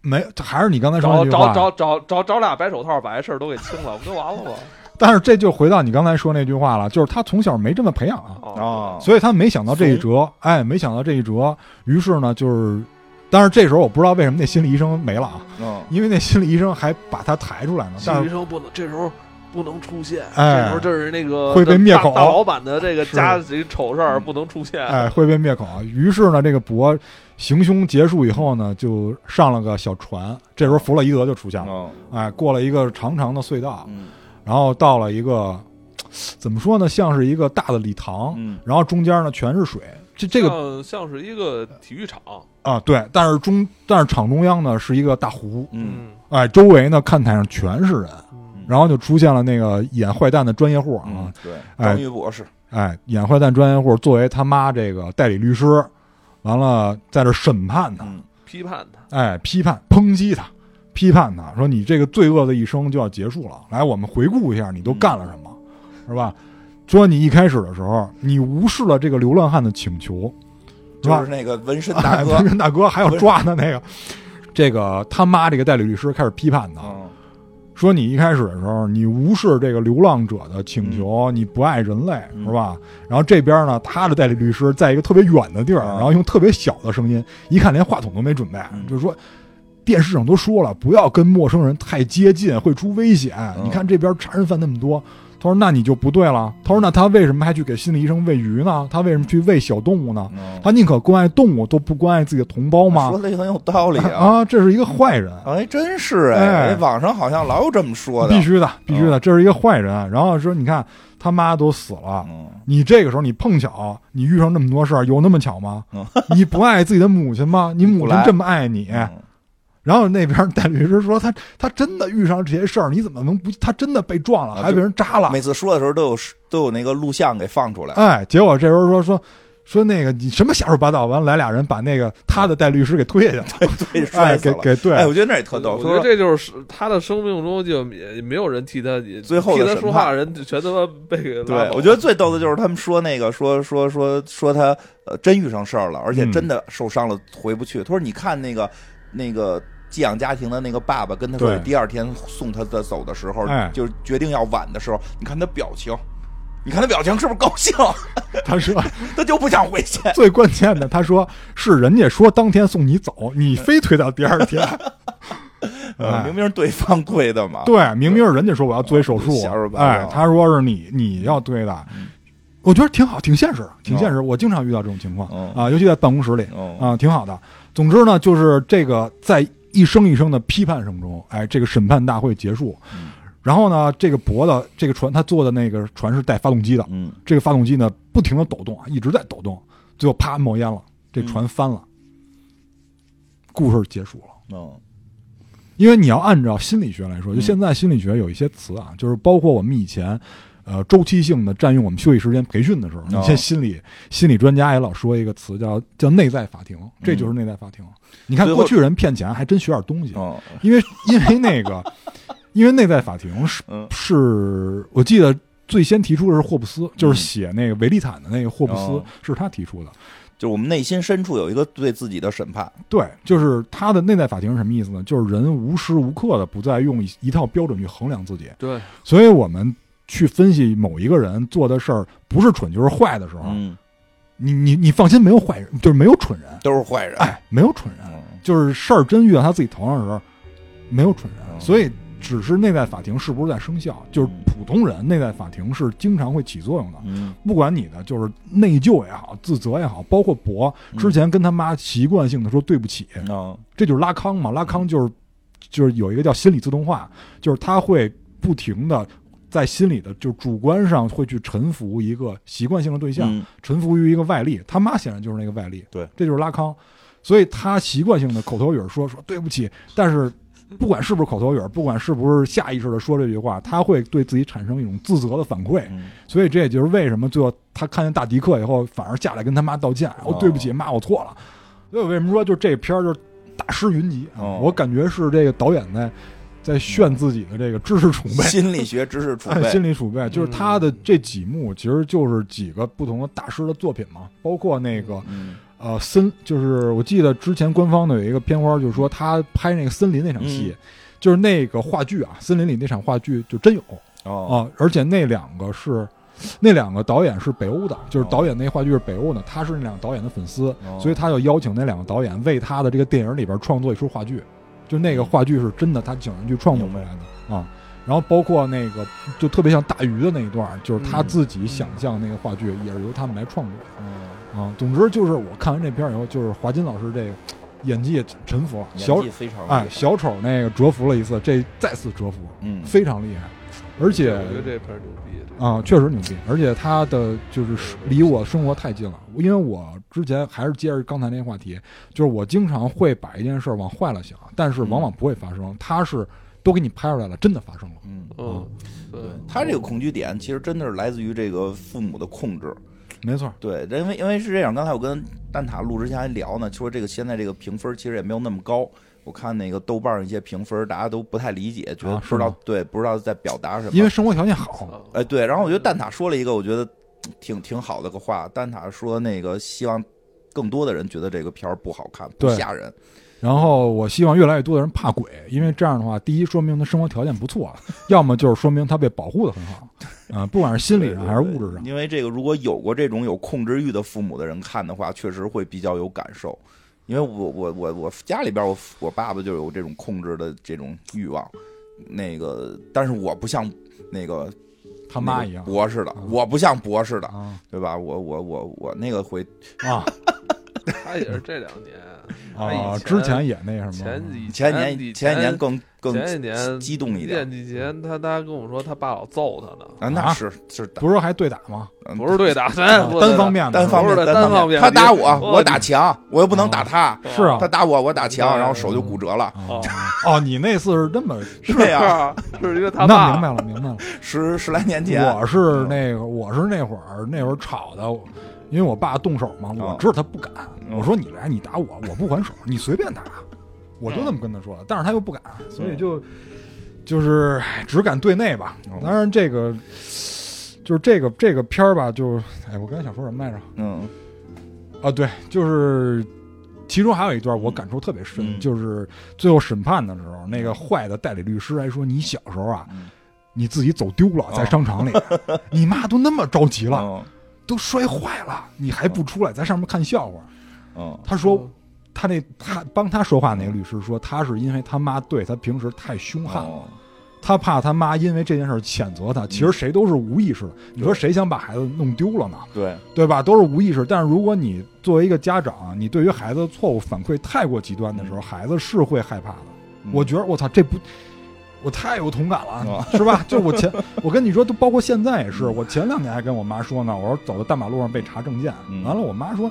没，还是你刚才说找那句找话，找找找找俩白手套把这事儿都给清了，不就完了吗？但是这就回到你刚才说那句话了，就是他从小没这么培养啊，哦，啊，所以他没想到这一折，哎，没想到这一折，于是呢就是。但是这时候我不知道为什么那心理医生没了 <laughs> 啊，嗯，因为那心理医生还把他抬出来呢，心但理医是生不能这时候不能出现，哎这时候这是那个会被灭口大大老板的这个是家这个丑事儿不能出现。哎会被灭口。于是呢，这个博行凶结束以后呢，就上了个小船。这时候弗洛哦伊德就出现了，嗯哎，过了一个长长的隧道，嗯然后到了一个怎么说呢，像是一个大的礼堂，嗯然后中间呢全是水。这这个个像是一个体育场，啊，对，但是中但是场中央呢是一个大湖，嗯，哎，周围呢看台上全是人，嗯然后就出现了那个演坏蛋的专业户啊，嗯，对，哎张玉博士，哎，演坏蛋专业户作为他妈这个代理律师，完了在这审判他，嗯批判他，哎，批判、抨击他，批判他说你这个罪恶的一生就要结束了。来，我们回顾一下你都干了什么，嗯是吧？说你一开始的时候，你无视了这个流浪汉的请求，是就吧是？那个纹身哎大哥不，是 <laughs> 大哥还有抓他那个，这个他妈这个代理律师开始批判他，嗯说你一开始的时候，你无视这个流浪者的请求，你不爱人类，嗯是吧？然后这边呢，他的代理律师在一个特别远的地儿，啊然后用特别小的声音，一看连话筒都没准备，嗯就是说。电视上都说了，不要跟陌生人太接近，会出危险。嗯你看这边杀人犯那么多，他说那你就不对了。他说那他为什么还去给心理医生喂鱼呢？他为什么去喂小动物呢？嗯，哎他宁可关爱动物，都不关爱自己的同胞说吗？的也很有道理啊，啊，这是一个坏人。哎，真是哎哎，网上好像老有这么说的哦必，须的，必须的，这是一个坏人。啊然后说，你看他妈都死了，嗯，你这个时候你碰巧你遇上那么多事儿，有那么巧吗嗯？ <laughs> 你不爱自己的母 <laughs> 亲吗？你母不亲来这么爱你，嗯然后那边戴律师说他他真的遇上这些事儿，你怎么能不？他真的被撞了，啊还被人扎了。每次说的时候都有都有那个录像给放出来，哎，结果这时候说说说那个你什么瞎说八道，完了来俩人把那个他的戴律师给推下去了，对， <laughs> 摔哎，死给了。给对，哎，我觉得那也特逗。我他觉得说这就是他的生命中就也也没有人替他，也最后的替他审说话判的人就全他妈被给拉对，走我觉得最逗的就是他们说那个说说说说他呃真遇上事儿了，而且嗯真的受伤了回不去。他说你看那个那个寄养家庭的那个爸爸跟他说对第二天送他的走的时候哎，就是决定要晚的时候，你看他表情。你看他表情是不是高兴？ <laughs> 他说 <laughs> 他就不想回去。最关键的，他说是人家说当天送你走，你非推到第二天。呃哎明明是对方推的嘛。对，明明是人家说我要做一手术瞎说，八道嗯哎，他说是你你要推的，我觉得挺好，挺现哦实，挺现实。我经常遇到这种情况嗯啊，尤其在办公室里嗯啊，挺好的。总之呢，就是这个在一声一声的批判声中，哎，这个审判大会结束。嗯然后呢，这个脖子，这个船，他坐的那个船是带发动机的，嗯，这个发动机呢不停的抖动啊，一直在抖动，最后啪冒烟了，嗯这船翻了，故事结束了。嗯因为你要按照心理学来说，就现在心理学有一些词啊，就是包括我们以前，呃，周期性的占用我们休息时间培训的时候，哦一些心理心理专家也老说一个词叫叫内在法庭，这就是内在法庭。你看最嗯后过去人骗钱还真学点东西，嗯因为 <laughs> 因为那个，因为内在法庭是嗯是我记得最先提出的是霍布斯，就是写那个维利坦的那个霍布斯、嗯哦是他提出的。就是我们内心深处有一个对自己的审判。对，就是他的内在法庭是什么意思呢？就是人无时无刻的不再用一一套标准去衡量自己，对，所以我们去分析某一个人做的事儿不是蠢就是坏的时候，嗯，你你你放心，没有坏人，就是没有蠢人，都是坏人。哎，没有蠢人，嗯就是事儿真遇到他自己头上的时候，没有蠢人，嗯所以只是内在法庭是不是在生效，就是普通人内在法庭是经常会起作用的。嗯不管你的就是内疚也好，自责也好，包括博之前跟他妈习惯性的说对不起，嗯这就是拉康嘛。拉康就是就是有一个叫心理自动化，就是他会不停的在心里的就主观上会去臣服一个习惯性的对象，嗯臣服于一个外力。他妈显然就是那个外力，对，这就是拉康。所以他习惯性的口头语儿说说对不起，但是不管是不是口头语儿，不管是不是下意识的说这句话，他会对自己产生一种自责的反馈。嗯所以这也就是为什么最后他看见大迪克以后，反而下来跟他妈道歉，哦哦，对不起，妈，我错了。所以我为什么说就这片儿就是大师云集啊？哦我感觉是这个导演在在炫自己的这个知识储备。心理学知识 <laughs> 储哎备嗯心。理储备就是他的这几幕，其实就是几个不同的大师的作品嘛，包括那个嗯呃森，就是我记得之前官方的有一个片花，就是说他拍那个森林那场戏，嗯就是那个话剧啊，森林里那场话剧就真有，哦啊，而且那两个是，那两个导演是北欧的，就是导演那话剧是北欧的，他是那两个导演的粉丝，哦所以他就邀请那两个导演为他的这个电影里边创作一出话剧，就那个话剧是真的，他请人去创作出来的啊。然后包括那个就特别像大鱼的那一段，就是他嗯自己想象那个话剧也是由他们来创作的嗯啊。总之就是我看完这片儿以后，就是华金老师这演技也臣服，小演技非常厉害哎小丑那个折服了一次，这再次折服，嗯，非常厉害，而且我觉得这片儿牛逼，这啊、确实牛逼，而且他的就是离我生活太近了，因为我之前还是接着刚才那话题，就是我经常会把一件事儿往坏了想，但是往往不会发生，他是都给你拍出来了，真的发生了。嗯，嗯，对对，他这个恐惧点其实真的是来自于这个父母的控制。没错，对，因为因为是这样，刚才我跟蛋塔录之前还聊呢，就说这个现在这个评分其实也没有那么高。我看那个豆瓣儿一些评分，大家都不太理解，觉得啊不知是道、吗对，不知道在表达什么。因为生活条件啊好，哎，对，然后我觉得蛋塔说了一个我觉得挺挺好的个话，蛋塔说那个希望更多的人觉得这个片儿不好看，不对吓人。然后我希望越来越多的人怕鬼，因为这样的话，第一说明他生活条件不错，要么就是说明他被保护的很好，啊、不管是心理上还是物质上，因为这个，如果有过这种有控制欲的父母的人看的话，确实会比较有感受。因为我我我我家里边我我爸爸就有这种控制的这种欲望，那个但是我不像那个他妈一样那个博士的啊，我不像博士的，啊对吧？我我我我那个会啊他也是这两年，他以啊！前之前也那什前么，几前年年前前一年更更前一年激动一点练嗯几前他他跟我说他爸老揍他呢，啊，那啊是是打不是还对打吗？嗯不是对打， <laughs> 咱不是对单打方面的单是吧方面不是单方面他打我，你我打墙，我又不能打他，是啊他打我，我打墙，对然后手就骨折了。哦哦，你那次是这么是是 <laughs> 呀，啊，是因为 <laughs> 他那明爸白了，明白了。十十来年前，我是那个，我是那会儿那会儿吵的，我因为我爸动手嘛，哦我知道他不敢。我说你来，你打我，我不还手，你随便打，我嗯就这么跟他说的。但是他又不敢，所以就就是唉只敢对内吧哦。当然这个就是这个这个片儿吧，就是哎，我刚才想说什么来着？嗯啊，对，就是其中还有一段我感触特别深，嗯就是最后审判的时候，那个坏的代理律师还说：“你小时候啊，嗯哦你自己走丢了，在商场里， <laughs> 你妈都那么着急了，嗯都摔坏了，你还不出来，在上面看笑话。”嗯他说。他那他帮他说话那个律师说，他是因为他妈对他平时太凶悍了，哦嗯他怕他妈因为这件事儿谴责他。其实谁都是无意识的，你说谁想把孩子弄丢了呢？对，对吧？都是无意识。但是如果你作为一个家长，你对于孩子的错误反馈太过极端的时候，嗯孩子是会害怕的。嗯我觉得我操，这不，我太有同感了啊， <laughs> 是吧？就是我前，我跟你说，都包括现在也是。嗯我前两年还跟我妈说呢，我说走到大马路上被查证件嗯，完了我妈说。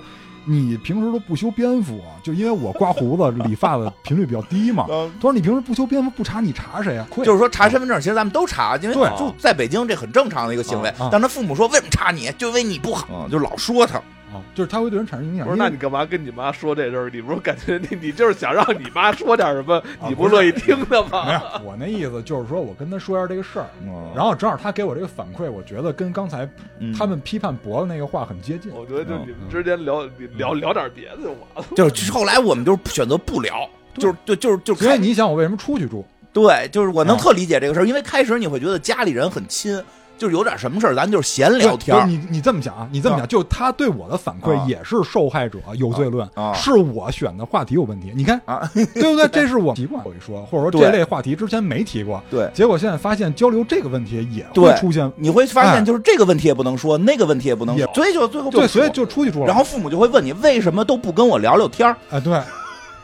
你平时都不修边幅，啊就因为我刮胡子、理发的频率比较低嘛。 <laughs> 嗯她说你平时不修边幅不查，你查谁啊？就是说查身份证，其实咱们都查，因为对就在北京这很正常的一个行为啊啊。嗯但他父母说为什么查你，就因为你不好，就老说他。啊，就是她会对人产生影响。不是，因为那你干嘛跟你妈说这事儿？你不是感觉你你就是想让你妈说点什么，你啊不不是乐意听的没吗？有，我那意思就是说我跟她说一下这个事儿，嗯然后正好他给我这个反馈，我觉得跟刚才嗯他们批判博的那个话很接近。我觉得就你们之间聊你聊嗯聊点别的就完了。就是后来我们就是选择不聊，对就是就就是就是所开以你想，我为什么出去住？对，就是我能啊特理解这个事儿，因为开始你会觉得家里人很亲，就是有点什么事儿，咱就是闲聊天不是儿。你你这么想啊？你这么想，就他对我的反啊馈也是受害者有罪论啊啊，是我选的话题有问题。你看啊， <laughs> 对不对？这是我习惯会说，或者说对这类话题之前没提过，对结果现在发现交流这个问题也会对出现，你会发哎现就是这个问题也不能说，那个问题也不能说，也所以就最后对，不所以说就出去住了。然后父母就会问你为什么都不跟我聊聊天儿啊，对，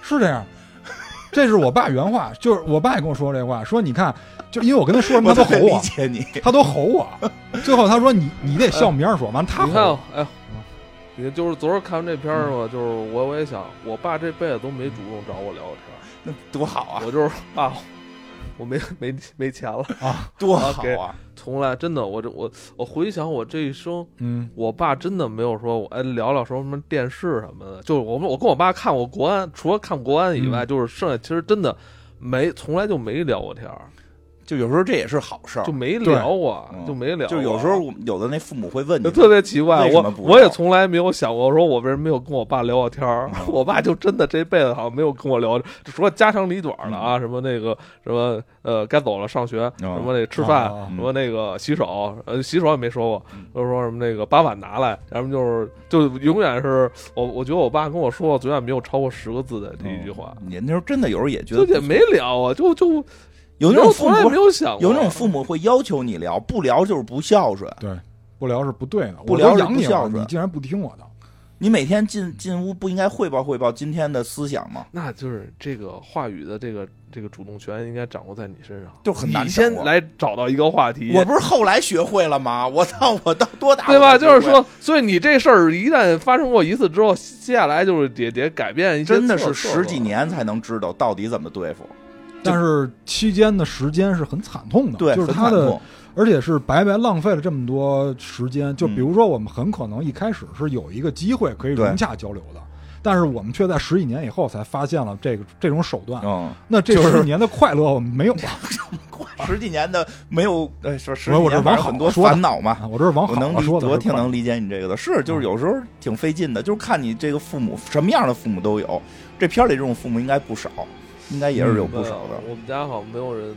是这样。这是我爸原话，就是我爸也跟我说这话，说你看，就因为我跟他说什么，我他都特别吼理我，解你， <laughs> 他都吼我。最后他说你你得笑明儿说，完了嗯他你看吼啊，哎，你就是昨儿看完这片儿嘛，就是我我也想，我爸这辈子都没主动找我聊过天那多好 <laughs> 啊嗯儿，，我就是爸，我没没没钱了，啊，多好给啊！从来真的我这我我回想我这一生，嗯我爸真的没有说我哎聊聊什么电视什么的，就是我们我跟我爸看过国安，除了看国安以嗯外，就是剩下其实真的没从来就没聊过天儿，就有时候这也是好事儿就，没啊聊过对嗯，就没聊过。就有时候我们有的那父母会问你就，特别奇怪，嗯为什么我不聊我也从来没有想过，说我为什么没有跟我爸聊过天儿。嗯 <laughs> 我爸就真的这辈子好像没有跟我聊， <laughs> 除了家长里短的嗯啊，什么那个什么呃该走了上哦学，什么那个吃饭，啊什么那个洗手，呃洗手也没说过嗯，就是说什么那个把碗拿来，然后就是就永远是我我觉得我爸跟我说过，永远没有超过十个字的这一句话，你那时候真的有时候也觉嗯就得也没聊啊，就就有那种父从来母没有想过，啊有那种父母会要求你聊，不聊就是不孝顺。对，不聊是不对的，不我聊都是养不你孝了，顺你竟然不听我的，你每天进进屋不应该汇报汇报今天的思想吗？那就是这个话语的这个这个主动权应该掌握在你身上，就很难你掌握先来找到一个话题，我不是后来学会了吗？ <laughs> 我到我到多大对我吧？才就学会是，说，所以你这事儿一旦发生过一次之后，接下来就是得得改变一些真的策是策十几略年才能知道到底怎么对付，但是期间的时间是很惨痛的，对，就是很他惨的啊痛，，而且是白白浪费了这么多时间。嗯就比如说，我们很可能一开始是有一个机会可以对融洽交流的，但是我们却在十几年以后才发现了这个这种手段。嗯，那这就是十几年的快乐我们没有了。 <laughs> 十几年的没有，呃，说十几我我这年往反好正很多说的烦恼嘛，啊我这是往我好能了理，说的，我是挺快乐能理解你这个的，是就是有时候挺费劲的，就是看你这个父母什么样的父母都有。这片儿里这种父母应该不少，应该也是有不少的。我们家好像没有人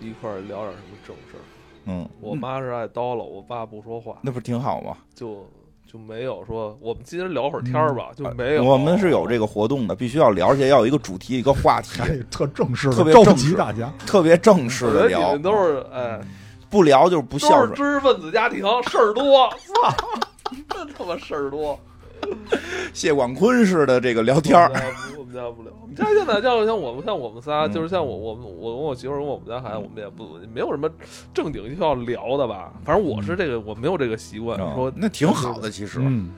一块儿聊点什么正事儿。嗯，我妈是爱叨唠，我爸不说话，那不是挺好吗？就就没有说我们今天聊会儿天儿吧，就没有。嗯我们是有这个活动的，必须要聊，而且要有一个主题，一个话题， <laughs> 哎，特正式特的别召正集式大家。特别正式我觉得的你聊们。都是哎，不聊就是不孝都是顺知。识分子家庭，事儿多， <laughs> <laughs> 操，真他妈事儿多。谢广坤似的这个聊天儿，我们家不，我们家不聊。我们家现在像像我们像我们仨，嗯就是像我我们我跟我媳妇儿跟我们家孩子，我们也不没有什么正经需要聊的吧。反正我是这个， <laughs> 我没有这个习惯，说嗯那挺好的，其实嗯，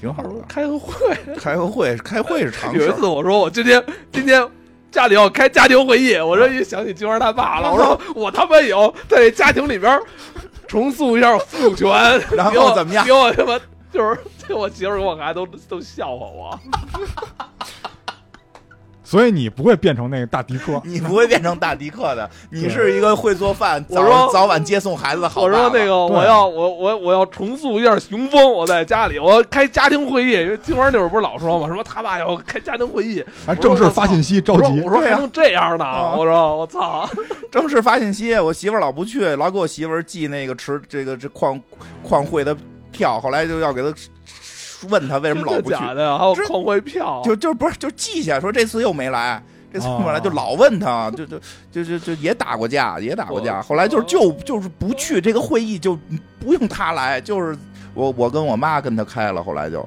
挺好的。开个会。开个会，开会是常有事一儿。次我说我今天今天家里要开家庭会议，我这嗯一想起金花他爸了， <laughs> 我说我他妈有在这家庭里边儿重塑一下父权，然后给我怎么样给我他妈就是 <laughs> 就我媳妇儿跟我孩子都都笑话我，所以你不会变成那个大迪克。你不会变成大迪克的，你是一个会做饭、我说早早晚接送孩子的好我爸爸。说那个对我要我我我要重塑一下雄风，我在家里我要开家庭会议，因为金花那会儿不是老说嘛，什么他爸要开家庭会议，还正式发信息我召说集我，说还能这样呢，啊我说我操，正式发信息，我媳妇儿老不去，老给我媳妇儿寄那个吃这个这矿矿会的票，后来就要给她问她为什么老真不的去，假的呀？还有这矿会票，就就不是就记下说这次又没来，这次又没来啊就老问她，就就就就就也打过架，也打过架，我后来就是就就是不去这个会议就不用她来，就是我我跟我妈跟她开了，后来就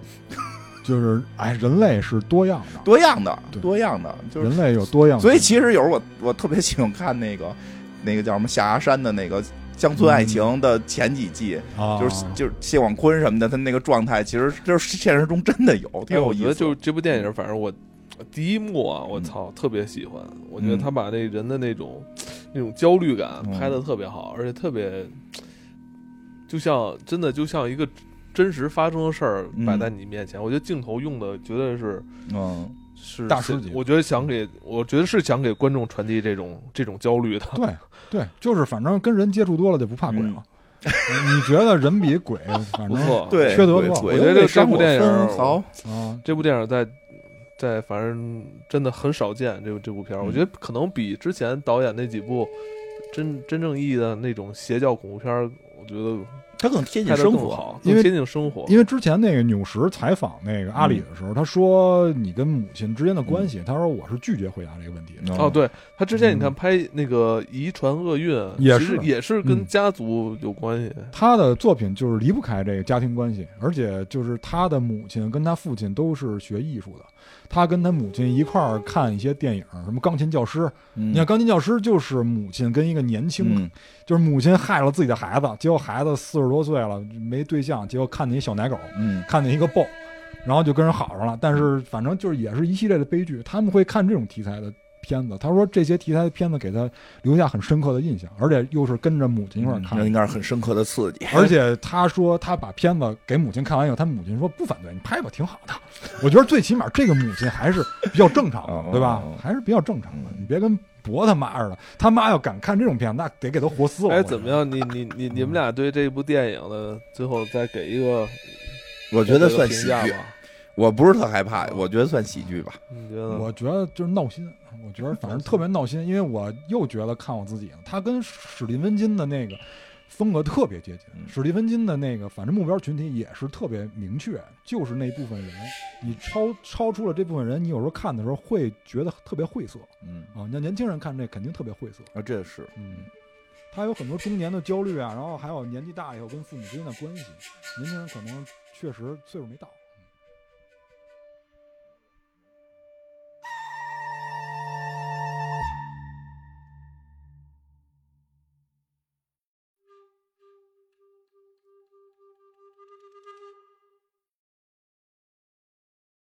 就是哎，人类是多样的，多样的对多样的，就是人类有多样性。所以其实有时候我我特别喜欢看那个 <laughs> 那个叫什么象牙山的那个乡村爱情的前几季。啊，就是就是谢广坤什么的，他那个状态其实就是现实中真的有，因为挺有哎我意觉思得的。就是这部电影，反正我第一幕啊，我操，特别喜欢。我觉得他把那人的那种、那种焦虑感嗯拍的特别好，而且特别就像真的就像一个真实发生的事儿嗯摆在你面前。我觉得镜头用的绝对是嗯，是大师级我觉得想给我觉得是想给观众传递这种这种焦虑的。对对，就是反正跟人接触多了就不怕鬼了。你觉得人比鬼，反不正错，对，缺德对吧对我觉得这生这部活电影分毫啊，这部电影在。在反正真的很少见这部这部片儿，嗯我觉得可能比之前导演那几部真真正意义的那种邪教恐怖片儿，我觉得它更贴近拍的生更活。好，因更为接近生活。因为之前那个纽什采访那个阿里的时候，他说你跟母亲之间的关系，他说我是拒绝回答这个问题的。哦，对他之前你看嗯拍那个《遗传厄运》，也其实是也是跟嗯家族有关系。他的作品就是离不开这个家庭关系，而且就是他的母亲跟他父亲都是学艺术的，他跟他母亲一块儿看一些电影，什么《钢琴教师》。嗯，你看，《钢琴教师》就是母亲跟一个年轻，嗯，就是母亲害了自己的孩子，结果孩子四十多岁了没对象，结果看见一小奶狗，嗯，看见一个豹，然后就跟人好上了。但是反正就是也是一系列的悲剧，他们会看这种题材的片子。他说这些题材的片子给他留下很深刻的印象，而且又是跟着母亲一块儿看那的嗯应。该是很深刻的刺激。而且他说他把片子给母亲看完以后，他母亲说不反对，你拍吧，挺好的。我觉得最起码这个母亲还是比较正常哦嗯嗯的，对吧嗯嗯？还是比较正常的，你别跟博他妈似的，他妈要敢看这种片子，那得给他活撕了。哎，我怎么？样？你你你你们俩对这部电影的最后再给一个我我觉得算喜评价哦剧，吧？我不是特害怕，我觉得算喜剧吧。你觉得？我觉得就是闹心，我觉得反正特别闹心，因为我又觉得看我自己，他跟史蒂芬金的那个风格特别接近。嗯史蒂芬金的那个反正目标群体也是特别明确，就是那部分人。你超超出了这部分人，你有时候看的时候会觉得特别晦涩。嗯，啊，那年轻人看这肯定特别晦涩。啊，这是嗯，他有很多中年的焦虑啊，然后还有年纪大以后跟父母之间的关系，年轻人可能确实岁数没到。